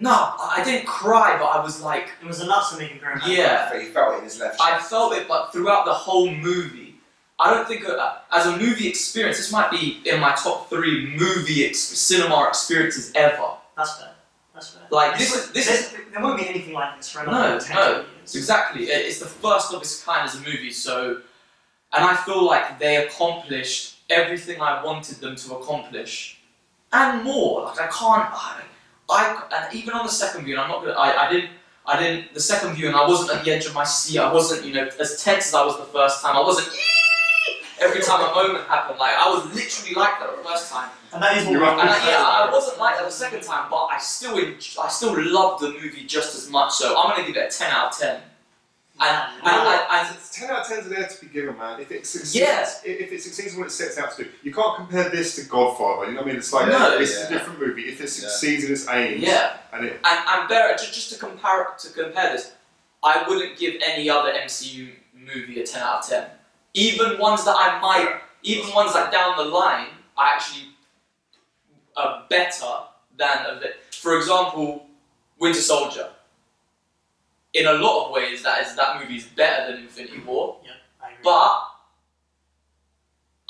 Speaker 1: No, I I didn't cry, but I was like,
Speaker 3: It was enough to make him grow. mad.
Speaker 1: yeah.
Speaker 2: But he felt it in his left
Speaker 1: I
Speaker 2: shoulder.
Speaker 1: felt it, but throughout the whole movie, I don't think uh, as a movie experience, this might be in my top three movie ex- cinema experiences ever.
Speaker 3: That's fair. That's fair.
Speaker 1: Like this is this is
Speaker 3: there won't be anything like this for another
Speaker 1: No,
Speaker 3: 10
Speaker 1: no.
Speaker 3: 20 years.
Speaker 1: Exactly. It- It's the first of its kind as a movie, so. And I feel like they accomplished everything I wanted them to accomplish. And more. Like, I can't. I, I and even on the second view, and I'm not gonna. I, I didn't. I didn't. The second view, and I wasn't at the edge of my seat. I wasn't, you know, as tense as I was the first time. I wasn't. "Yee!" Every time a moment happened, like, I was literally like that the first time.
Speaker 3: And that is what
Speaker 4: You're
Speaker 3: we
Speaker 4: right.
Speaker 1: And I, yeah, I wasn't like that the second time, but I still en- I still loved the movie just as much. So I'm gonna give it a ten out of ten. And, and, and, and
Speaker 4: It's ten out of tens are there to be given, man. If it succeeds,
Speaker 1: Yes.
Speaker 4: if if it succeeds what it sets out to do, you can't compare this to Godfather. You know what I mean? It's like
Speaker 1: No.
Speaker 4: it's a
Speaker 2: Yeah.
Speaker 4: different movie. If it
Speaker 2: Yeah.
Speaker 4: succeeds in its aims,
Speaker 1: yeah,
Speaker 4: and it
Speaker 1: and and better ju- just to compare to compare this, I wouldn't give any other MCU movie a ten out of ten. Even ones that I might, even ones that down the line are actually are better than a bit. For example, Winter Soldier. In a lot of ways, that is that movie is better than Infinity War.
Speaker 3: I agree.
Speaker 1: But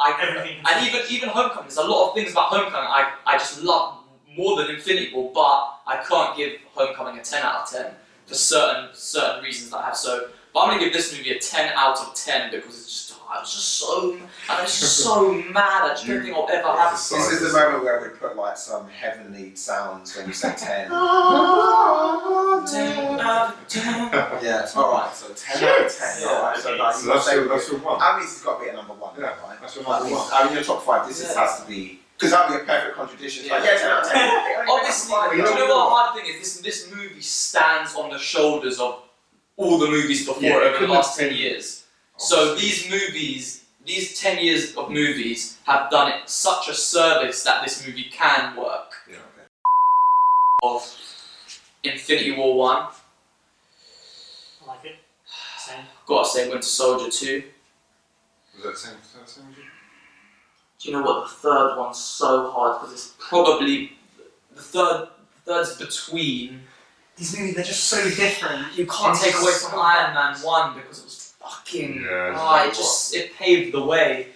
Speaker 1: I
Speaker 3: Everything
Speaker 1: and even even Homecoming. There's a lot of things about Homecoming I, I just love more than Infinity War, but I can't give Homecoming a ten out of ten for certain certain reasons that I have. So, but I'm gonna give this movie a ten out of ten because it's just I was just so I was just so mad. I just don't think I'll ever have.
Speaker 4: It's
Speaker 2: This is
Speaker 4: sizes.
Speaker 2: the moment where we put like some heavenly sounds when you say 10.
Speaker 1: Oh, Ten out of ten.
Speaker 2: yeah, alright, so 10 out of 10.
Speaker 1: Yeah.
Speaker 2: Alright, so like,
Speaker 4: So that's your,
Speaker 2: your,
Speaker 4: that's your one.
Speaker 2: that means it's got to be at number one,
Speaker 4: Yeah,
Speaker 2: right?
Speaker 4: that's your
Speaker 2: That
Speaker 4: number
Speaker 2: means-
Speaker 4: one.
Speaker 2: I mean, your top five, this is,
Speaker 1: Yeah.
Speaker 2: has to be. Because that would be a perfect contradiction. It's Like,
Speaker 1: Yeah.
Speaker 2: yeah, 10 out of 10.
Speaker 1: Obviously,
Speaker 2: Like,
Speaker 1: you know what the hard thing is? This this movie stands on the shoulders of all the movies before
Speaker 4: Yeah,
Speaker 1: it
Speaker 4: it
Speaker 1: over the
Speaker 4: couldn't
Speaker 1: last
Speaker 4: have
Speaker 1: ten
Speaker 4: been-
Speaker 1: years. So these movies, these 10 years of movies have done it such a service that this movie can work.
Speaker 4: Yeah, okay.
Speaker 1: Of Infinity War 1,
Speaker 3: I like it. Same.
Speaker 1: gotta say Winter Soldier 2.
Speaker 4: was that the same? Was that the same? as you?
Speaker 1: Do you know what? The third one's so hard because it's probably the third. The third's between.
Speaker 3: These movies, they're just so different.
Speaker 1: You can't
Speaker 3: It's
Speaker 1: take away
Speaker 3: so
Speaker 1: from Iron Man 1 because it was fucking.
Speaker 4: Yeah, it's
Speaker 1: ah,
Speaker 4: like
Speaker 1: it just it paved the way.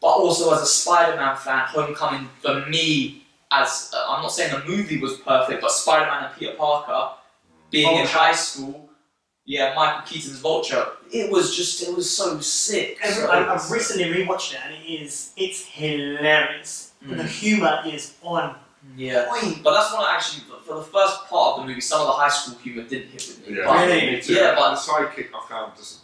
Speaker 1: But also as a Spider-Man fan, Homecoming for me, as uh, I'm not saying the movie was perfect, but Spider-Man and Peter Parker being in
Speaker 3: Vulture.
Speaker 1: high school, yeah, Michael Keaton's Vulture, it was just it was so sick.
Speaker 3: Every- I, I've recently rewatched it and it is, it's hilarious.
Speaker 1: Mm.
Speaker 3: And the humour is on
Speaker 1: Yeah,
Speaker 3: point.
Speaker 1: but that's one I actually for the first part of the movie, some of the high school humor didn't hit with me.
Speaker 4: Yeah,
Speaker 1: But,
Speaker 3: Really?
Speaker 4: me too.
Speaker 1: Yeah, but-
Speaker 4: the sidekick I found doesn't.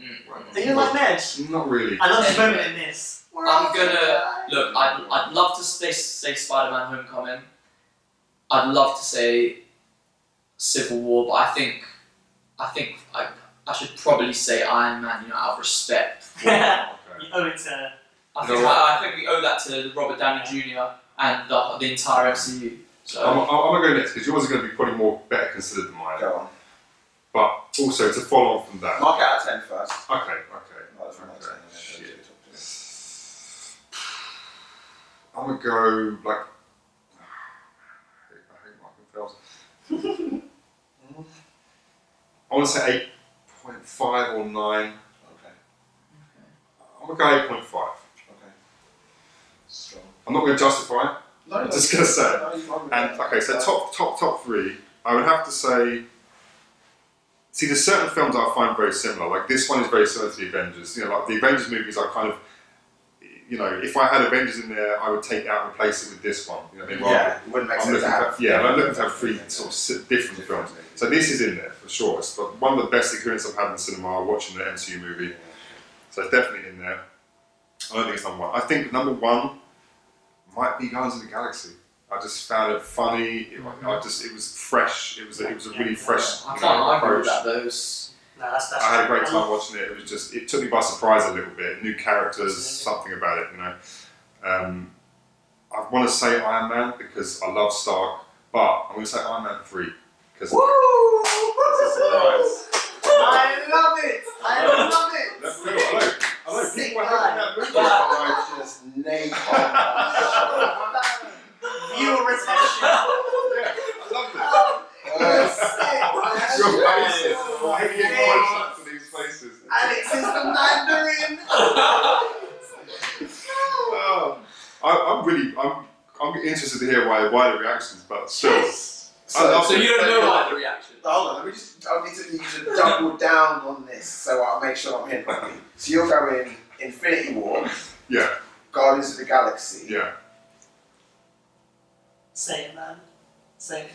Speaker 1: Mm.
Speaker 4: Right.
Speaker 3: Do you like Nedge?
Speaker 4: Not really.
Speaker 3: I love his
Speaker 1: Anyway.
Speaker 3: moment in this.
Speaker 1: I'm gonna look. I'd, I'd love to say, say Spider-Man: Homecoming. I'd love to say Civil War, but I think I think I, I should probably say Iron Man. You know, out of respect. For, I
Speaker 4: Okay.
Speaker 3: You owe it to.
Speaker 1: think
Speaker 4: No.
Speaker 1: I, I think we owe that to Robert Downey Jr. and the, the entire MCU. So
Speaker 4: I'm, I'm gonna go next because yours is gonna be probably more better considered than mine.
Speaker 2: Go on.
Speaker 4: But also to follow on from that.
Speaker 2: Mark it out of 10 first.
Speaker 4: Okay, okay.
Speaker 2: Not from
Speaker 4: Okay,
Speaker 2: 10,
Speaker 4: shit.
Speaker 2: yeah.
Speaker 4: I'm gonna go like. I hate- I hate Michael Phelps. I want to say eight point five or nine.
Speaker 2: Okay,
Speaker 4: I'm gonna go eight point five.
Speaker 2: okay. Strong.
Speaker 4: I'm not gonna justify it.
Speaker 2: No,
Speaker 4: I'm
Speaker 2: no,
Speaker 4: just gonna say. it.
Speaker 2: no, you're fine with
Speaker 4: And
Speaker 2: that.
Speaker 4: okay, so top top top three, I would have to say. See, there's certain films I find very similar. Like this one is very similar to the Avengers. You know, like the Avengers movies are kind of, you know, if I had Avengers in there, I would take it out and replace it with this one. You know, what I mean? Rather-
Speaker 2: Yeah, it wouldn't make
Speaker 4: I'm
Speaker 2: sense
Speaker 4: looking
Speaker 2: to
Speaker 4: for,
Speaker 2: have.
Speaker 4: yeah, I'm looking for three sort of si- different films. So this is in there for sure. It's but one of the best experiences I've had in cinema watching the MCU movie. So it's definitely in there. I don't think it's number one. I think number one might be Guardians of the Galaxy. I just found it funny. It, I just it was fresh. It was a, it was a really fresh.
Speaker 1: Mm-hmm. I
Speaker 4: you
Speaker 1: can't
Speaker 4: know,
Speaker 1: argue with
Speaker 4: approach.
Speaker 1: that. Those
Speaker 3: No, that's, that's
Speaker 4: I had a great
Speaker 3: love-
Speaker 4: time watching it. It was just it took me by surprise a little bit. New characters, something about it, you know. Um, I want to say Iron Man because I love Stark, but I'm going to say Iron Man three because surprise.
Speaker 2: I love it! I love
Speaker 4: Look,
Speaker 2: it!
Speaker 4: look, look, I know people were having that movie. but I-
Speaker 2: I just naked. Oh,
Speaker 3: Viewer retention.
Speaker 4: Yeah, I loved it. Your faces, I get
Speaker 2: Yes.
Speaker 4: close up to these faces.
Speaker 2: Alex is the Mandarin!
Speaker 4: Um, I, I'm really, I'm, I'm interested to hear why, why the reactions, but still.
Speaker 2: So-
Speaker 7: So you don't know like the reaction.
Speaker 2: Hold on, let me just. I need to, need to double down on this so I'll make sure I'm here properly. So you're going Infinity War,
Speaker 4: Yeah,
Speaker 2: Guardians of the Galaxy,
Speaker 4: yeah.
Speaker 3: Say it, man. Say it.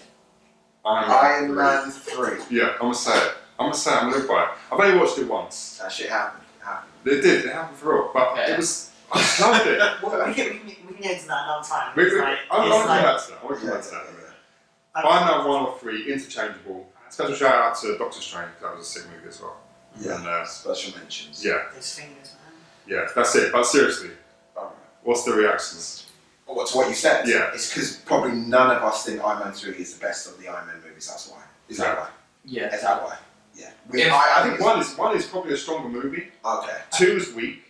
Speaker 4: Iron Man
Speaker 2: Iron
Speaker 4: three.
Speaker 2: Man 3.
Speaker 4: Um, Yeah, I'm gonna say it. I'm gonna say it. I'm gonna live by it. I've only watched it once.
Speaker 2: That shit happened. It happened.
Speaker 4: It did. It happened for real. But
Speaker 1: Yeah.
Speaker 4: it was. I just loved it.
Speaker 3: Well, we, can, we, can, we can get into that another time.
Speaker 4: We-
Speaker 3: It's
Speaker 4: we-
Speaker 3: like,
Speaker 4: I'm
Speaker 3: it's
Speaker 4: not
Speaker 3: like,
Speaker 4: back to that. I want to come back to that in a minute. Iron Man one or three, interchangeable. Special shout out to Doctor Strange. That was a sick movie as well.
Speaker 2: Yeah.
Speaker 4: And, uh,
Speaker 2: Special mentions.
Speaker 4: yeah,
Speaker 3: Those fingers, man.
Speaker 4: yeah. That's it. But seriously,
Speaker 2: Alright.
Speaker 4: what's the reactions?
Speaker 2: But what, to what you said?
Speaker 4: Yeah.
Speaker 2: It's because probably none of us think Iron Man 3 is the best of the Iron Man movies. That's why. Is that why?
Speaker 1: Yeah.
Speaker 2: Is that why? Yeah. We,
Speaker 1: If-
Speaker 2: I,
Speaker 4: I think one is one is probably a stronger movie.
Speaker 2: Okay.
Speaker 4: Two is weak.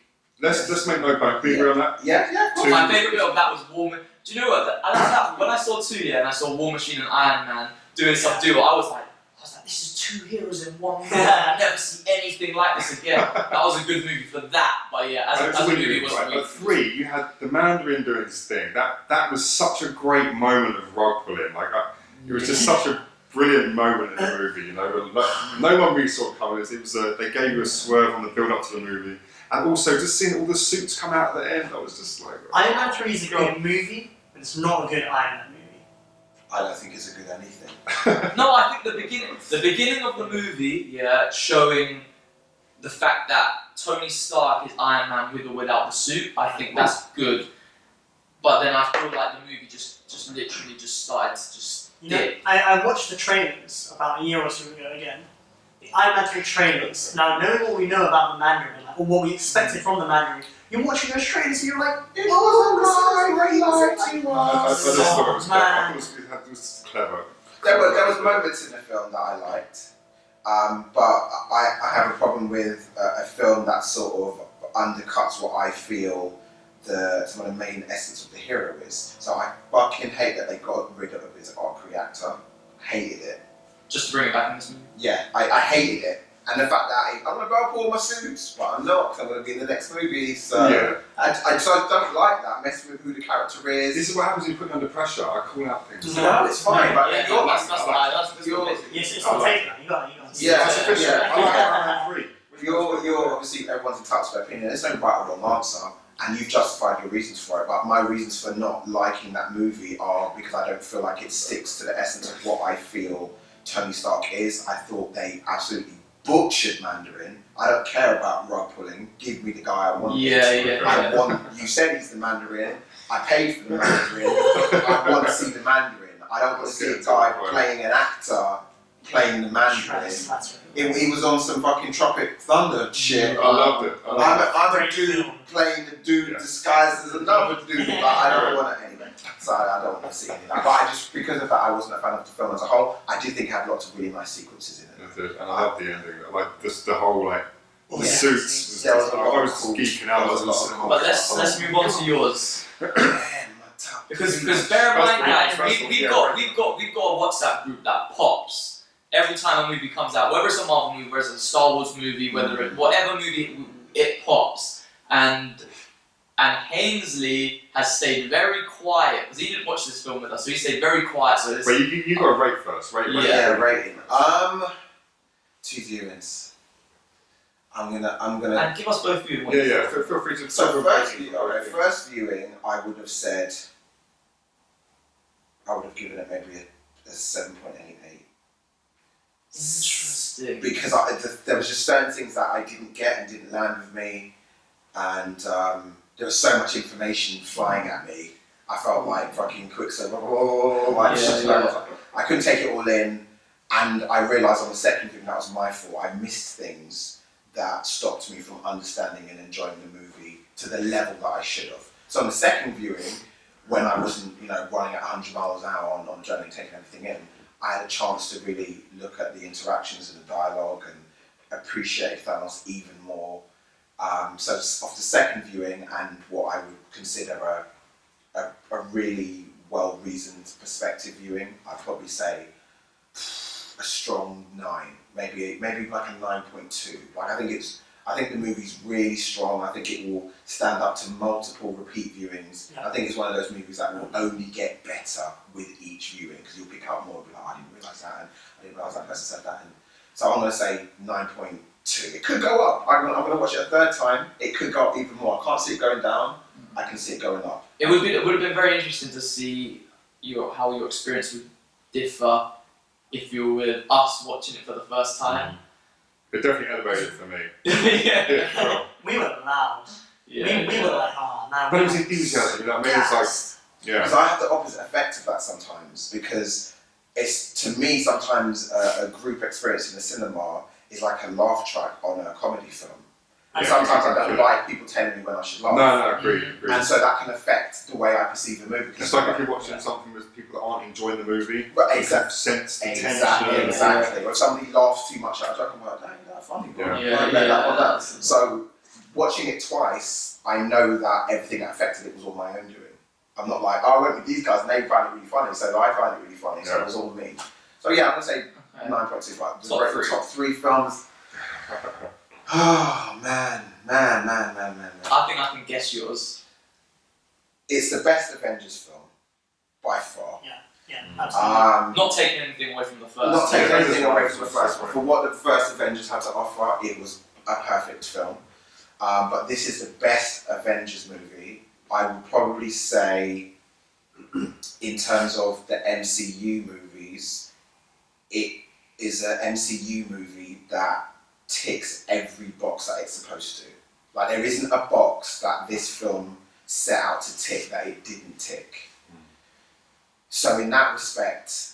Speaker 4: Let's let's make no bank. Be agree on that.
Speaker 2: Yeah, yeah.
Speaker 4: Two.
Speaker 1: My favourite bit of that was War Machine. Do you know what? I like that, when I saw two, yeah, and I saw War Machine and Iron Man doing stuff, do I was like, I was like, this is two heroes in one movie. I've never seen anything like this again. That was a good movie for that, but yeah, as,
Speaker 4: And
Speaker 1: a-
Speaker 4: it
Speaker 1: as a
Speaker 4: wouldn't
Speaker 1: movie,
Speaker 4: be
Speaker 1: it
Speaker 4: right,
Speaker 1: wasn't
Speaker 4: but three, you had the Mandarin doing his thing. That that was such a great moment of rug pulling. Like I, it was just such a brilliant moment in the movie. You know, and no, no one really saw it coming. It was a, they gave you a swerve on the build up to the movie, and also just seeing all the suits come out at the end. I was just like,
Speaker 3: Iron Man 3 is a good movie, but it's not a good Iron Man movie.
Speaker 2: I don't think it's a good anything.
Speaker 1: No, I think the beginning, the beginning of the movie, yeah, showing the fact that Tony Stark is Iron Man with or without the suit. I think that's good, but then I feel like the movie just, just literally just started to just
Speaker 3: You know,
Speaker 1: dip.
Speaker 3: I, I watched the trailers about a year or two ago again. The Iron Man 3 trailers. Now, knowing what we know about the Mandarin, like, or what we expected from the Mandarin, you're watching those trailers and you're like, it wasn't right, it
Speaker 4: I, I, I
Speaker 3: was
Speaker 4: just thought it was clever. I
Speaker 3: man.
Speaker 4: thought it was, it was clever.
Speaker 2: There were there was moments in the film that I liked, um, but I, I have a problem with uh, a, a film that sort of undercuts what I feel the some of the main essence of the hero is. So I fucking hate that they got rid of his arc reactor. Hated it.
Speaker 1: just to bring it back in this movie.
Speaker 2: Yeah, I, I hated it. And the fact that I, I'm gonna go up all my suits, but I'm not. 'cause I'm gonna be in the next movie. So
Speaker 4: yeah.
Speaker 2: I, I, so I don't like that messing with who the character
Speaker 4: This
Speaker 2: is.
Speaker 4: is what happens when you put me under pressure. I call out things.
Speaker 3: Mhm.
Speaker 2: No, it's fine, but
Speaker 1: yeah,
Speaker 2: you're
Speaker 1: that's, that's,
Speaker 2: like,
Speaker 1: that's, that's
Speaker 2: you're-
Speaker 3: Yes, it's
Speaker 4: I
Speaker 3: not
Speaker 4: like
Speaker 3: taken. You got it, you got it.
Speaker 2: Yeah,
Speaker 4: That's official.
Speaker 2: yeah.
Speaker 4: I like Iron Man three.
Speaker 2: You're, you're obviously everyone's entitled to their opinion. There's no right or wrong answer, and you've justified your reasons for it. But my reasons for not liking that movie are because I don't feel like it sticks to the essence of what I feel Tony Stark is. I thought they absolutely butchered Mandarin. I don't care about rug pulling. Give me the guy I want.
Speaker 1: Yeah, yeah,
Speaker 2: I
Speaker 1: yeah.
Speaker 2: want. You said he's the Mandarin. I paid for the Mandarin. I want to see the Mandarin. I don't want to see a guy playing an actor playing the Mandarin.
Speaker 3: Travis Latter.
Speaker 2: It, he was on some fucking Tropic Thunder
Speaker 4: I
Speaker 2: shit.
Speaker 4: loved it. I
Speaker 2: I'm
Speaker 4: loved
Speaker 2: a, I'm a
Speaker 3: Great
Speaker 2: dude
Speaker 3: film.
Speaker 2: playing the dude
Speaker 4: Yeah.
Speaker 2: disguised as another dude, but I don't want it anyway. So I don't want to see any of that. But I just, because of that, I wasn't a fan of the film as a whole. I do think it had lots of really nice sequences in
Speaker 4: it.
Speaker 2: it.
Speaker 4: I did, And I loved the ending. Like just the whole like the
Speaker 3: Yeah.
Speaker 4: suits. Was
Speaker 2: There was
Speaker 4: just,
Speaker 2: a
Speaker 4: I
Speaker 2: lot of
Speaker 4: was
Speaker 2: cool-
Speaker 4: geeking out.
Speaker 2: there was a lot of cool-
Speaker 1: But let's let's move on to yours
Speaker 2: Man, my top.
Speaker 1: because because bear in mind,
Speaker 4: That's
Speaker 1: guys,
Speaker 4: right,
Speaker 1: we, we've
Speaker 4: yeah,
Speaker 1: got
Speaker 4: right.
Speaker 1: we've got we've got a WhatsApp group that pops every time a movie comes out, whether it's a Marvel movie, whether it's a Star Wars movie, whether it whatever movie it pops, and and Hainsley has stayed very quiet because he didn't watch this film with us, so he stayed very quiet. So this
Speaker 4: But you, you, you got to rate first. Rate.
Speaker 1: Yeah.
Speaker 4: rate.
Speaker 2: Yeah, rating. Um, two viewings. I'm gonna, I'm gonna.
Speaker 1: and give us both of you one.
Speaker 4: Yeah, yeah. Feel, feel free to
Speaker 2: So
Speaker 4: feel
Speaker 2: first,
Speaker 4: free
Speaker 2: view,
Speaker 4: to-
Speaker 2: alright, first viewing, I would have said, I would have given it maybe a, a seven point eight eight.
Speaker 1: Interesting.
Speaker 2: because I, th- there was just certain things that I didn't get and didn't land with me, and um, there was so much information flying at me. I felt like fucking quicksilver. Oh, like,
Speaker 1: Yeah,
Speaker 2: just
Speaker 1: yeah.
Speaker 2: like- I couldn't take it all in, and I realised on the second viewing that was my fault. I missed things that stopped me from understanding and enjoying the movie to the level that I should have. So on the second viewing, when I wasn't, you know, running at 100 miles an hour on, on adrenaline, taking everything in, I had a chance to really look at the interactions and the dialogue and appreciate Thanos even more. Um, so s- off the second viewing and what I would consider a, a, a really well reasoned perspective viewing, I'd probably say a strong nine, maybe maybe like a nine point two. Like I think it's I think the movie's really strong. I think it will stand up to multiple repeat viewings.
Speaker 3: Yeah.
Speaker 2: I think it's one of those movies that will only get better with each viewing because you'll pick up more and be like, I didn't recognise that, and I didn't realise that person said that. And so I'm going to say 9.2. It could go up. I'm, I'm going to watch it a third time. It could go up even more. I can't see it going down. I can see it going up.
Speaker 5: It would be. It would have been very interesting to see your how your experience would differ if you were with us watching it for the first time.
Speaker 4: It definitely elevated it for me. Mm. Yeah,
Speaker 5: yeah.
Speaker 4: well,
Speaker 3: We were loud.
Speaker 5: Yeah.
Speaker 3: We, we were like, oh, now
Speaker 4: but it was
Speaker 3: we're
Speaker 4: enthusiasm, you know what I mean? It's like,
Speaker 3: gassed."
Speaker 4: yeah.
Speaker 2: Because I have the opposite effect of that sometimes. Because it's to me sometimes a, a group experience in the cinema is like a laugh track on a comedy film.
Speaker 3: I
Speaker 2: And
Speaker 4: Yeah.
Speaker 2: sometimes I don't like people telling me when I should
Speaker 4: No,
Speaker 2: laugh,
Speaker 4: no, agreed, agreed.
Speaker 2: and so that can affect the way I perceive the movie.
Speaker 4: It's like if you're watching something with people that aren't enjoying the movie,
Speaker 2: But
Speaker 4: you
Speaker 2: exactly.
Speaker 4: can sense the
Speaker 2: Exactly,
Speaker 4: tension.
Speaker 2: exactly. Or if somebody laughs too much at a joke, I'm like, that ain't that funny, bro.
Speaker 4: Yeah.
Speaker 2: Like,
Speaker 5: Yeah,
Speaker 2: like that,
Speaker 5: yeah,
Speaker 2: like that.
Speaker 5: that's-
Speaker 2: So, watching it twice, I know that everything that affected it was all my own doing. I'm not like, oh, I went with these guys and they found it really funny, so I found it really funny, so
Speaker 4: Yeah.
Speaker 2: it was all me. So, yeah, I'm going to say
Speaker 5: Okay.
Speaker 2: 9.25. The
Speaker 5: Top
Speaker 2: very
Speaker 5: three.
Speaker 2: top three films. Oh, man, man, man, man, man, man.
Speaker 5: I think I can guess yours.
Speaker 2: It's the best Avengers film, by far.
Speaker 3: Yeah, absolutely.
Speaker 2: Um,
Speaker 5: Not taking anything away from the first.
Speaker 2: Not taking
Speaker 4: Yeah,
Speaker 2: anything
Speaker 4: that's
Speaker 2: away
Speaker 4: right.
Speaker 2: from the first one. For what the first Avengers had to offer, it was a perfect film. Um, but this is the best Avengers movie. I would probably say, in terms of the MCU movies, it is an MCU movie that ticks every box that it's supposed to. Like, there isn't a box that this film set out to tick that it didn't tick. So, in that respect,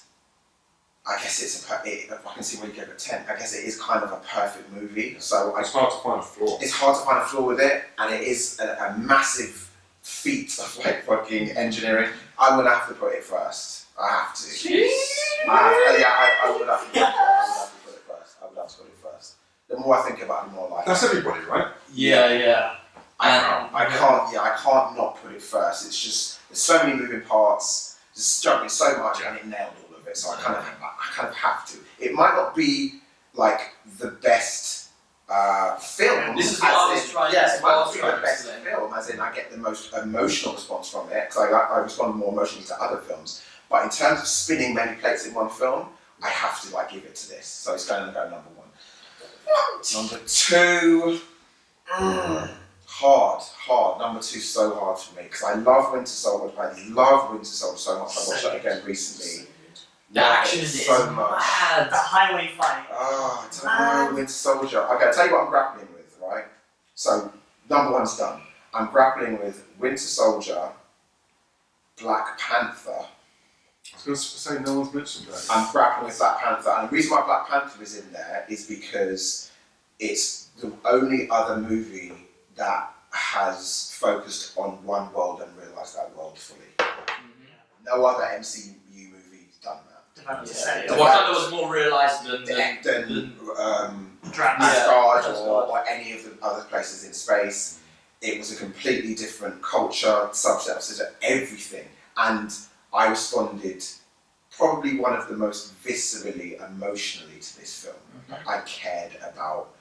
Speaker 2: I guess it's a per- it, I can see where you gave it a ten. I guess it is kind of a perfect movie. So I,
Speaker 4: It's hard to find a flaw.
Speaker 2: it's hard to find a flaw with it, and it is a, a massive feat of like fucking engineering. I'm gonna have to put it first. I have to. I have to- yeah, I, I would have to put it first. I would have to put it first. I would have to put it first. The more I think about it, the more like
Speaker 4: That's everybody, right?
Speaker 5: Yeah, yeah. And
Speaker 2: I can't. Yeah, I can't not put it first. It's just there's so many moving parts. It's struggling so much, and it nailed all of it. So I kind of, I kind of have to. It might not be like the best uh, film.
Speaker 5: This is
Speaker 2: as
Speaker 5: what I was
Speaker 2: in-
Speaker 5: trying- this
Speaker 2: Yeah,
Speaker 5: is what
Speaker 2: it might
Speaker 5: I
Speaker 2: not
Speaker 5: was
Speaker 2: be
Speaker 5: trying
Speaker 2: the
Speaker 5: to
Speaker 2: best
Speaker 5: say.
Speaker 2: film, as in I get the most emotional response from it because I, I respond more emotionally to other films. But in terms of spinning many plates in one film, I have to like give it to this. So it's going to go number one. Number two,
Speaker 5: Hmm.
Speaker 2: mm, hard, hard. Number two, so hard for me because I love Winter Soldier. I love Winter Soldier so much. I watched that again recently.
Speaker 5: the
Speaker 2: Love
Speaker 5: action
Speaker 2: it
Speaker 5: in it is
Speaker 2: so much.
Speaker 3: the
Speaker 5: mad.
Speaker 3: highway fight.
Speaker 2: Oh, I don't know, Winter Soldier. Okay, I'll tell you what I'm grappling with, right? So, number one's done. I'm grappling with Winter Soldier, Black Panther.
Speaker 4: I was going to say no one's mentioned that.
Speaker 2: I'm grappling with Black Panther. And the reason why Black Panther is in there is because it's the only other movie that has focused on one world and realised that world fully. No other MCU movie's done that.
Speaker 3: Developed to
Speaker 5: Yeah,
Speaker 3: say
Speaker 5: yeah.
Speaker 2: The
Speaker 5: Wakanda was more realised than
Speaker 2: The
Speaker 5: than,
Speaker 2: Ecton, um,
Speaker 3: Drax.
Speaker 5: Yeah.
Speaker 2: Asgard
Speaker 5: Asgard.
Speaker 2: or, or any of the other places in space. It was a completely different culture, subset, subset, everything. And I responded probably one of the most viscerally, emotionally to this film. I cared about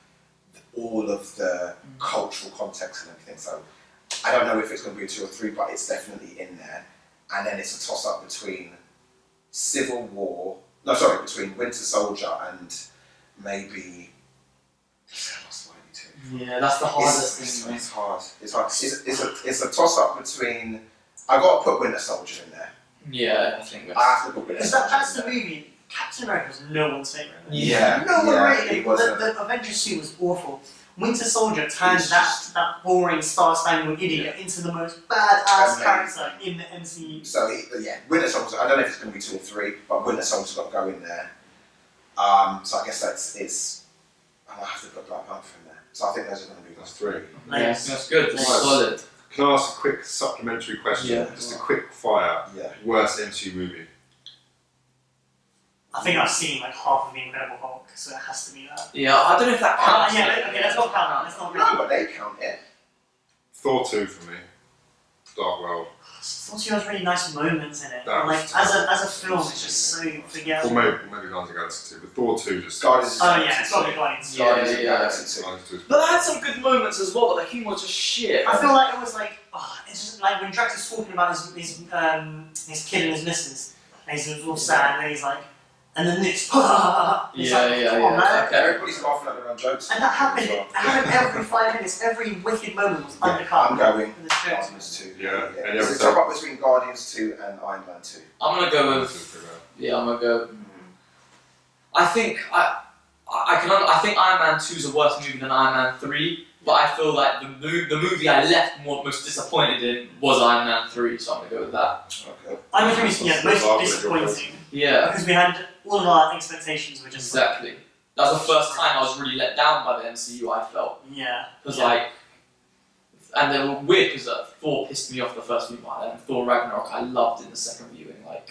Speaker 2: all of the cultural context and everything. So I don't know if it's going to be a two or three, but it's definitely in there. And then it's a toss up between Civil War, no, sorry, between Winter Soldier and maybe. What's my idea?
Speaker 5: yeah, that's the hardest
Speaker 2: it's,
Speaker 5: thing.
Speaker 2: It's hard. It's hard. It's, it's a it's a toss up between. I got to put Winter Soldier in there.
Speaker 5: Yeah, I think.
Speaker 2: I
Speaker 5: That's,
Speaker 3: Uh,
Speaker 2: have to put Winter
Speaker 3: Because
Speaker 2: Soldier.
Speaker 3: that, that's the
Speaker 2: in there.
Speaker 3: movie. Captain America was no one's favourite.
Speaker 2: Yeah,
Speaker 3: No one
Speaker 2: yeah,
Speaker 3: rated
Speaker 2: it
Speaker 3: it.
Speaker 2: was
Speaker 3: The,
Speaker 2: a-
Speaker 3: the Avengers suit was awful. Winter Soldier turned
Speaker 2: It's
Speaker 3: that,
Speaker 2: just-
Speaker 3: that boring Star Spangled idiot into the most badass
Speaker 2: Amazing.
Speaker 3: character in the MCU.
Speaker 2: So he- yeah, Winter Soldier. I don't know if it's going to be two or three, but Winter Soldier's got to go in there. Um, so I guess that's it's. I might have to put Black Panther in there. So I think those are going to be my
Speaker 4: That's three.
Speaker 5: yeah,
Speaker 3: Nice.
Speaker 5: that's good. That's
Speaker 4: Nice.
Speaker 5: solid.
Speaker 4: Can I ask a quick supplementary question?
Speaker 5: Yeah.
Speaker 4: Just a quick fire.
Speaker 2: Yeah.
Speaker 4: Worst MCU movie.
Speaker 3: I think I've seen like half of the Incredible Hulk, so it has to be that.
Speaker 5: Yeah, I don't know if that counts.
Speaker 3: Uh, yeah, let- okay, let's not count that. Let's not
Speaker 2: No,
Speaker 3: count
Speaker 2: but they count it.
Speaker 4: Thor two for me. Dark World.
Speaker 3: that. Sorcerer has really nice moments in it. but,
Speaker 4: That
Speaker 3: like
Speaker 4: was-
Speaker 3: as a as a film, it's just so
Speaker 4: Or
Speaker 3: forgettable.
Speaker 4: maybe maybe Guardians of the Galaxy two, but Thor two just.
Speaker 2: Guardians. of the
Speaker 3: Oh yeah, it's got to
Speaker 2: Galaxy
Speaker 3: be Guardians.
Speaker 2: two. Guardians
Speaker 5: Yeah,
Speaker 2: of the
Speaker 5: yeah.
Speaker 2: Galaxy two.
Speaker 4: Guardians two.
Speaker 5: But I had some good moments as well, but the humor was just shit.
Speaker 3: I feel like it was like, oh, it's just like when Drax is talking about his his, um, his kid and his missus, and he's all sad, and then he's like, and then it's, it's
Speaker 1: Yeah,
Speaker 3: like,
Speaker 1: yeah,
Speaker 3: come
Speaker 1: yeah,
Speaker 3: on, man.
Speaker 1: okay.
Speaker 2: Everybody's laughing at their own jokes.
Speaker 3: And that happened,
Speaker 2: As well.
Speaker 3: it happened every five minutes, every wicked moment was
Speaker 2: I'm
Speaker 3: undercut.
Speaker 2: going
Speaker 3: in this joke.
Speaker 2: Guardians 2.
Speaker 4: Yeah, and
Speaker 2: yeah.
Speaker 4: yeah,
Speaker 2: It's a
Speaker 4: so-
Speaker 2: top up between Guardians 2 and Iron Man 2.
Speaker 1: I'm gonna go with yeah. I'm gonna go. I think I I I can un- I think Iron Man two is a worse movie than Iron Man three, but I feel like the mo- the movie I left more, most disappointed in was Iron Man three, so I'm gonna go with that.
Speaker 2: Okay.
Speaker 3: I was really, yeah, most
Speaker 4: Lovely,
Speaker 3: disappointing
Speaker 1: Yeah,
Speaker 3: because we had all of our expectations were just like,
Speaker 1: exactly. That was the first time I was really let down by the MCU. I felt
Speaker 3: yeah,
Speaker 1: because
Speaker 3: Yeah.
Speaker 1: like, and they were weird because uh, Thor pissed me off the first viewing, and Thor Ragnarok I loved in the second viewing. Like,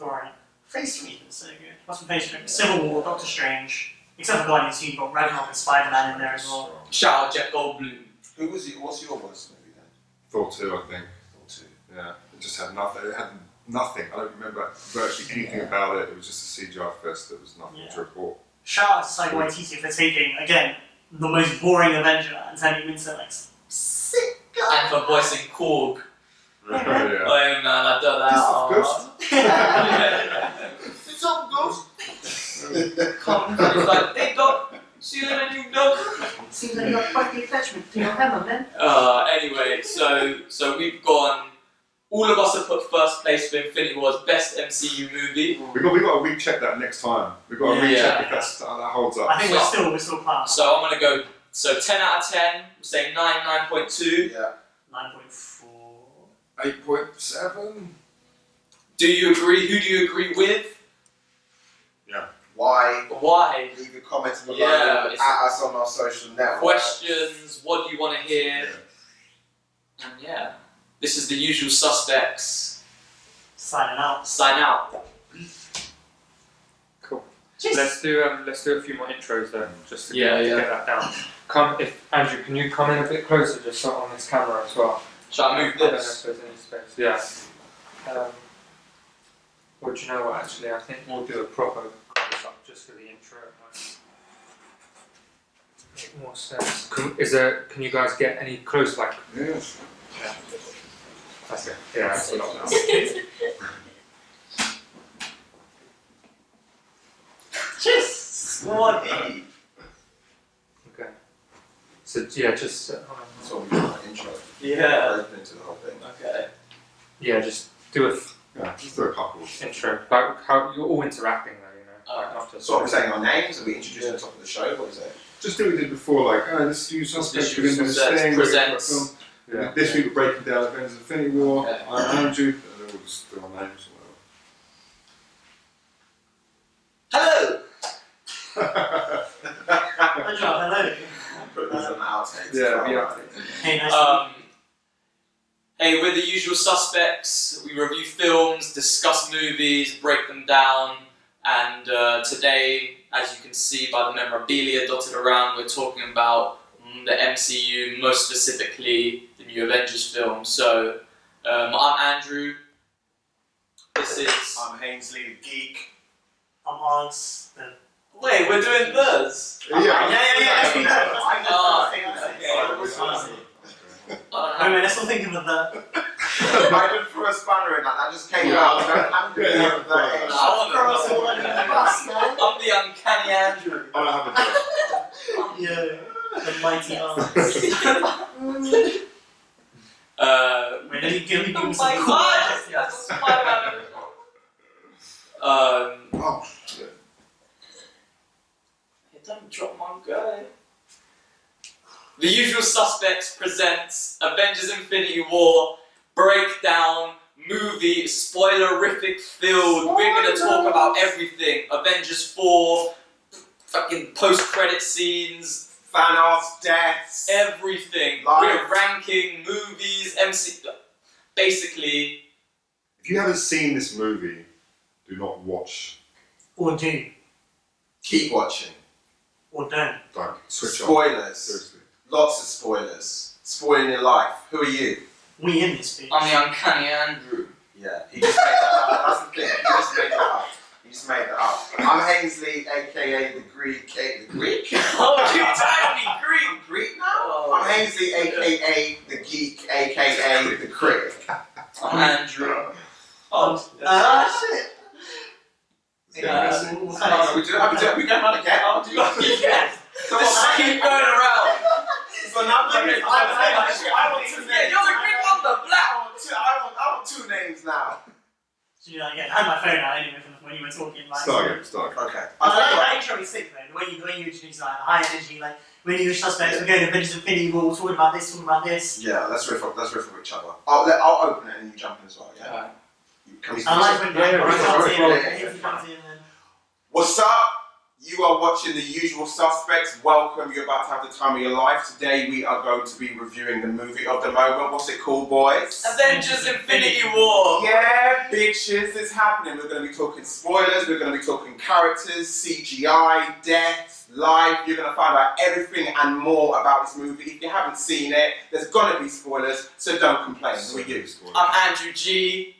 Speaker 3: alright. Phase three was so good. What's from Phase three? Civil War, Doctor Strange, except for Guardians Two, you got Ragnarok and Spider Man in there as well.
Speaker 1: shout out Jeff Goldblum.
Speaker 2: Who was your, what's your worst movie then?
Speaker 4: Thor two, I think.
Speaker 2: Or two?
Speaker 4: Yeah, it just had nothing. It had nothing. I don't remember virtually anything about it. It was just a CGI fest. There was nothing
Speaker 3: Yeah.
Speaker 4: to report.
Speaker 3: Shout out to Taika Waititi for taking again the most boring Avenger and turning him into like s- sick
Speaker 1: And
Speaker 3: guy.
Speaker 1: for voicing Korg,
Speaker 4: yeah.
Speaker 1: oh man, I've done that.
Speaker 2: This is
Speaker 1: Aw.
Speaker 2: good.
Speaker 1: It's all ghost. Come, it's like, hey, dog. See you later, you dog.
Speaker 3: Seems like you got quite the attachment to your hammer, man.
Speaker 1: Uh, anyway, so so we've gone. All of us have put first place for Infinity War's best MCU movie.
Speaker 4: We got we got to recheck that next time. We got to
Speaker 1: Yeah.
Speaker 4: recheck if that's, that holds up.
Speaker 3: I think we're still we're still past
Speaker 1: So I'm gonna go. So 10 out of 10. We'll say 9, 9.2.
Speaker 2: Yeah.
Speaker 3: nine point four.
Speaker 4: Eight point seven.
Speaker 1: Do you agree? Who do you agree with?
Speaker 2: Why?
Speaker 1: Why?
Speaker 2: Leave a comment below
Speaker 1: Yeah, it's-
Speaker 2: at us on our social network.
Speaker 1: Questions. What do you want to hear?
Speaker 4: Yeah.
Speaker 1: And yeah, this is the usual suspects.
Speaker 3: Signing out.
Speaker 1: Sign out.
Speaker 6: Cool.
Speaker 3: Jeez.
Speaker 6: Let's do um, let's do a few more intros then, just to,
Speaker 1: Yeah,
Speaker 6: get,
Speaker 1: yeah.
Speaker 6: to get that down. Come, if Andrew, can you come in a bit closer, just so on this camera as well.
Speaker 1: Shall I move
Speaker 6: don't know
Speaker 1: this?
Speaker 6: if there's any space. Yeah. Um, well, do you know what? Actually, I think we'll do a proper close up just for the intro. It might Make more sense. Can, is there? Can you guys get any close? Like
Speaker 4: Yes.
Speaker 6: that's it. Yeah, that's a lot now.
Speaker 3: Cheers. What?
Speaker 6: Okay. So yeah, just uh, hold on.
Speaker 2: So we got an intro.
Speaker 1: Yeah.
Speaker 2: Open into the whole thing.
Speaker 1: Okay.
Speaker 6: yeah, just do a f-
Speaker 4: Yeah, just do a couple.
Speaker 6: intro. Like how you're all interacting though, you know.
Speaker 4: Uh,
Speaker 1: Oh.
Speaker 6: Like, not just
Speaker 2: So what we're saying our names, are we introducing the top of the show? What is it?
Speaker 4: Just do what we did before, like, oh, this new suspect
Speaker 1: This
Speaker 4: within
Speaker 1: new
Speaker 4: this
Speaker 1: suspect
Speaker 4: thing. we're gonna
Speaker 1: presents-
Speaker 4: put film.
Speaker 6: Yeah.
Speaker 4: This week we're breaking down Avengers Infinity War.
Speaker 1: Yeah.
Speaker 4: I'm Andrew, and then we'll just do our names. or
Speaker 1: Hello.
Speaker 4: whatever.
Speaker 3: Hello.
Speaker 2: Put these on the outtakes.
Speaker 6: Yeah, the
Speaker 2: Alright.
Speaker 3: Hey, nice
Speaker 1: Um, hey, we're the usual suspects. We review films, discuss movies, break them down, and uh, today, as you can see by the memorabilia dotted around, we're talking about mm, the MCU, most specifically the new Avengers film. So, um, I'm Andrew. This is.
Speaker 2: I'm Hainsley the Geek.
Speaker 3: I'm Hans. The
Speaker 1: Wait, we're doing this.
Speaker 4: yeah,
Speaker 2: Oh, yeah,
Speaker 3: yeah, yeah, yeah,
Speaker 2: yeah, yeah.
Speaker 1: Oh,
Speaker 2: Yeah, it was honestly.
Speaker 3: Wait a minute, let's not think of the.
Speaker 2: I did throw a spanner in that, that just came out. I'm angry
Speaker 4: Yeah.
Speaker 2: with that.
Speaker 1: I
Speaker 3: Throw us all under the bus, man.
Speaker 1: I'm the uncanny Andrew.
Speaker 4: I don't have a job.
Speaker 3: Yeah. The mighty Hans.
Speaker 1: uh,
Speaker 3: Wait, let me give me give
Speaker 1: oh
Speaker 3: me some
Speaker 1: my
Speaker 3: cool
Speaker 1: god!
Speaker 3: ideas.
Speaker 1: That's a Spider-Man. Um,
Speaker 4: Oh, shit.
Speaker 1: don't drop my guy. The Usual Suspects presents Avengers Infinity War breakdown movie spoilerific filled. We're gonna talk about everything. Avengers 4, fucking post-credit scenes,
Speaker 2: Thanos, deaths.
Speaker 1: everything.
Speaker 2: Life.
Speaker 1: We're ranking movies, MC. Basically,
Speaker 4: If you haven't seen this movie, do not watch.
Speaker 3: Or do.
Speaker 2: Keep watching.
Speaker 3: Or don't.
Speaker 4: Like, switch off.
Speaker 2: Spoilers.
Speaker 4: Seriously.
Speaker 2: Lots of spoilers. Spoiling your life. Who are you?
Speaker 3: We in this bitch.
Speaker 1: I'm the uncanny Andrew.
Speaker 2: Yeah, he just made that up. That's the thing. He just made that up. He just made that up. I'm Hainsley, aka the Greek. A- the Greek?
Speaker 1: oh, you tagged me,
Speaker 2: I'm
Speaker 1: green.
Speaker 2: Greek now? I'm
Speaker 1: Oh,
Speaker 2: Hainsley, aka the Geek, aka the Critic.
Speaker 3: uh,
Speaker 1: I'm Andrew. Oh,
Speaker 3: Ah, shit.
Speaker 4: Yeah. see.
Speaker 3: we'll- we'll
Speaker 2: No, no,
Speaker 3: find
Speaker 2: we do. We do. We go round again, aren't we?
Speaker 1: yes.
Speaker 2: So
Speaker 1: Just
Speaker 2: what-
Speaker 1: keep going around.
Speaker 2: So now
Speaker 3: Like,
Speaker 2: names.
Speaker 3: I- I- I-
Speaker 2: I want two
Speaker 1: Yeah, you're
Speaker 2: names.
Speaker 1: the green one, the black.
Speaker 2: I want two- I want- I want two names now.
Speaker 3: So you know, again, I had my phone out anyway from when you were talking. Like,
Speaker 4: Start again, start again.
Speaker 2: Okay.
Speaker 3: I like
Speaker 2: I
Speaker 3: that intro is sick though. The way you, the way you introduce like high energy, like when you were suspects, we're going to Avengers Infinity War, we're talking about this, talking about this.
Speaker 2: yeah, let's riff up. Let's riff up each other. I'll, let, I'll open it and you jump in as well. Yeah.
Speaker 5: Alright.
Speaker 2: You- Can we?
Speaker 3: I like when
Speaker 6: Yeah, yeah,
Speaker 3: when
Speaker 6: right,
Speaker 3: he comes
Speaker 2: right,
Speaker 3: in,
Speaker 2: right,
Speaker 3: like,
Speaker 2: yeah,
Speaker 3: if he
Speaker 2: yeah.
Speaker 3: comes in and
Speaker 2: What's up? You are watching The Usual Suspects. Welcome. You're about to have the time of your life. Today we are going to be reviewing the movie of the moment. What's it called, boys?
Speaker 1: Avengers Infinity War.
Speaker 2: Yeah, bitches, it's happening. We're going to be talking spoilers, we're going to be talking characters, CGI, death, life. You're going to find out everything and more about this movie. If you haven't seen it, there's going to be spoilers, so don't complain. Who are you?
Speaker 1: I'm Andrew G.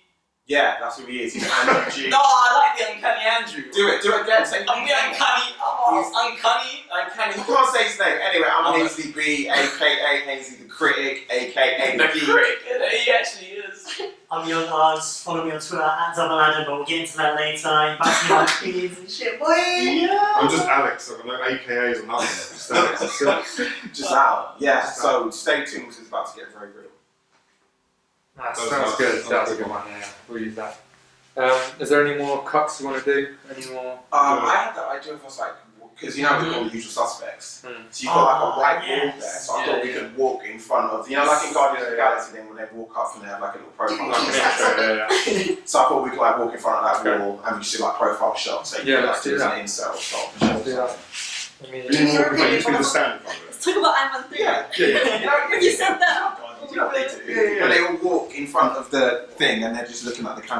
Speaker 2: Yeah, that's who he is. He's Andrew G.
Speaker 1: No, I like the uncanny Andrew.
Speaker 2: Do it, do it again. Say,
Speaker 1: I'm the uncanny. Oh, uncanny. Uncanny.
Speaker 2: You can't say his name. Anyway, I'm Hazy B, aka Hazy the Critic, aka
Speaker 1: The
Speaker 2: Geek.
Speaker 1: crick. He actually is.
Speaker 3: I'm your odds, follow me on Twitter at Double Adam, but we'll get into that later. You back me my feeds and shit, boy!
Speaker 4: I'm just Alex. I've got no AKAs or nothing. Just Alex. That's it.
Speaker 2: Just out. Yeah, so stay tuned 'cause it's about to get very real.
Speaker 6: Nice.
Speaker 4: That was
Speaker 6: That's,
Speaker 4: nice.
Speaker 6: good.
Speaker 4: That
Speaker 6: That's,
Speaker 4: was
Speaker 6: a good one. Yeah, we'll use that. Um, is there any more cuts you want to do? Any more?
Speaker 2: Um, I had the idea of us like, because you know we've got all the usual suspects,
Speaker 6: Hmm.
Speaker 2: so you've got like
Speaker 3: Oh,
Speaker 2: a white wall
Speaker 3: yes.
Speaker 2: there. So I
Speaker 5: Yeah,
Speaker 2: thought we
Speaker 5: yeah.
Speaker 2: could walk in front of you know like in Guardians of the
Speaker 6: Yeah, yeah.
Speaker 2: Galaxy, then when they walk up and they have like a little profile.
Speaker 4: Like an intro, yeah, yeah.
Speaker 2: So I thought we could like walk in front of that
Speaker 4: Okay.
Speaker 2: wall and we see like profile shots. So you
Speaker 6: Yeah,
Speaker 2: could,
Speaker 6: let's
Speaker 2: like
Speaker 6: do
Speaker 2: do
Speaker 6: that.
Speaker 2: an incel shot.
Speaker 6: Let's do that. I mean,
Speaker 4: You didn't walk away, you just did the stand in front of it.
Speaker 8: Let's talk about Iron Man 3.
Speaker 2: Yeah,
Speaker 4: Yeah, yeah.
Speaker 2: you know,
Speaker 8: You said that.
Speaker 2: Oh, God, you know what they do?
Speaker 4: Yeah, yeah.
Speaker 2: But they all walk in front of the thing and they're just looking at the camera.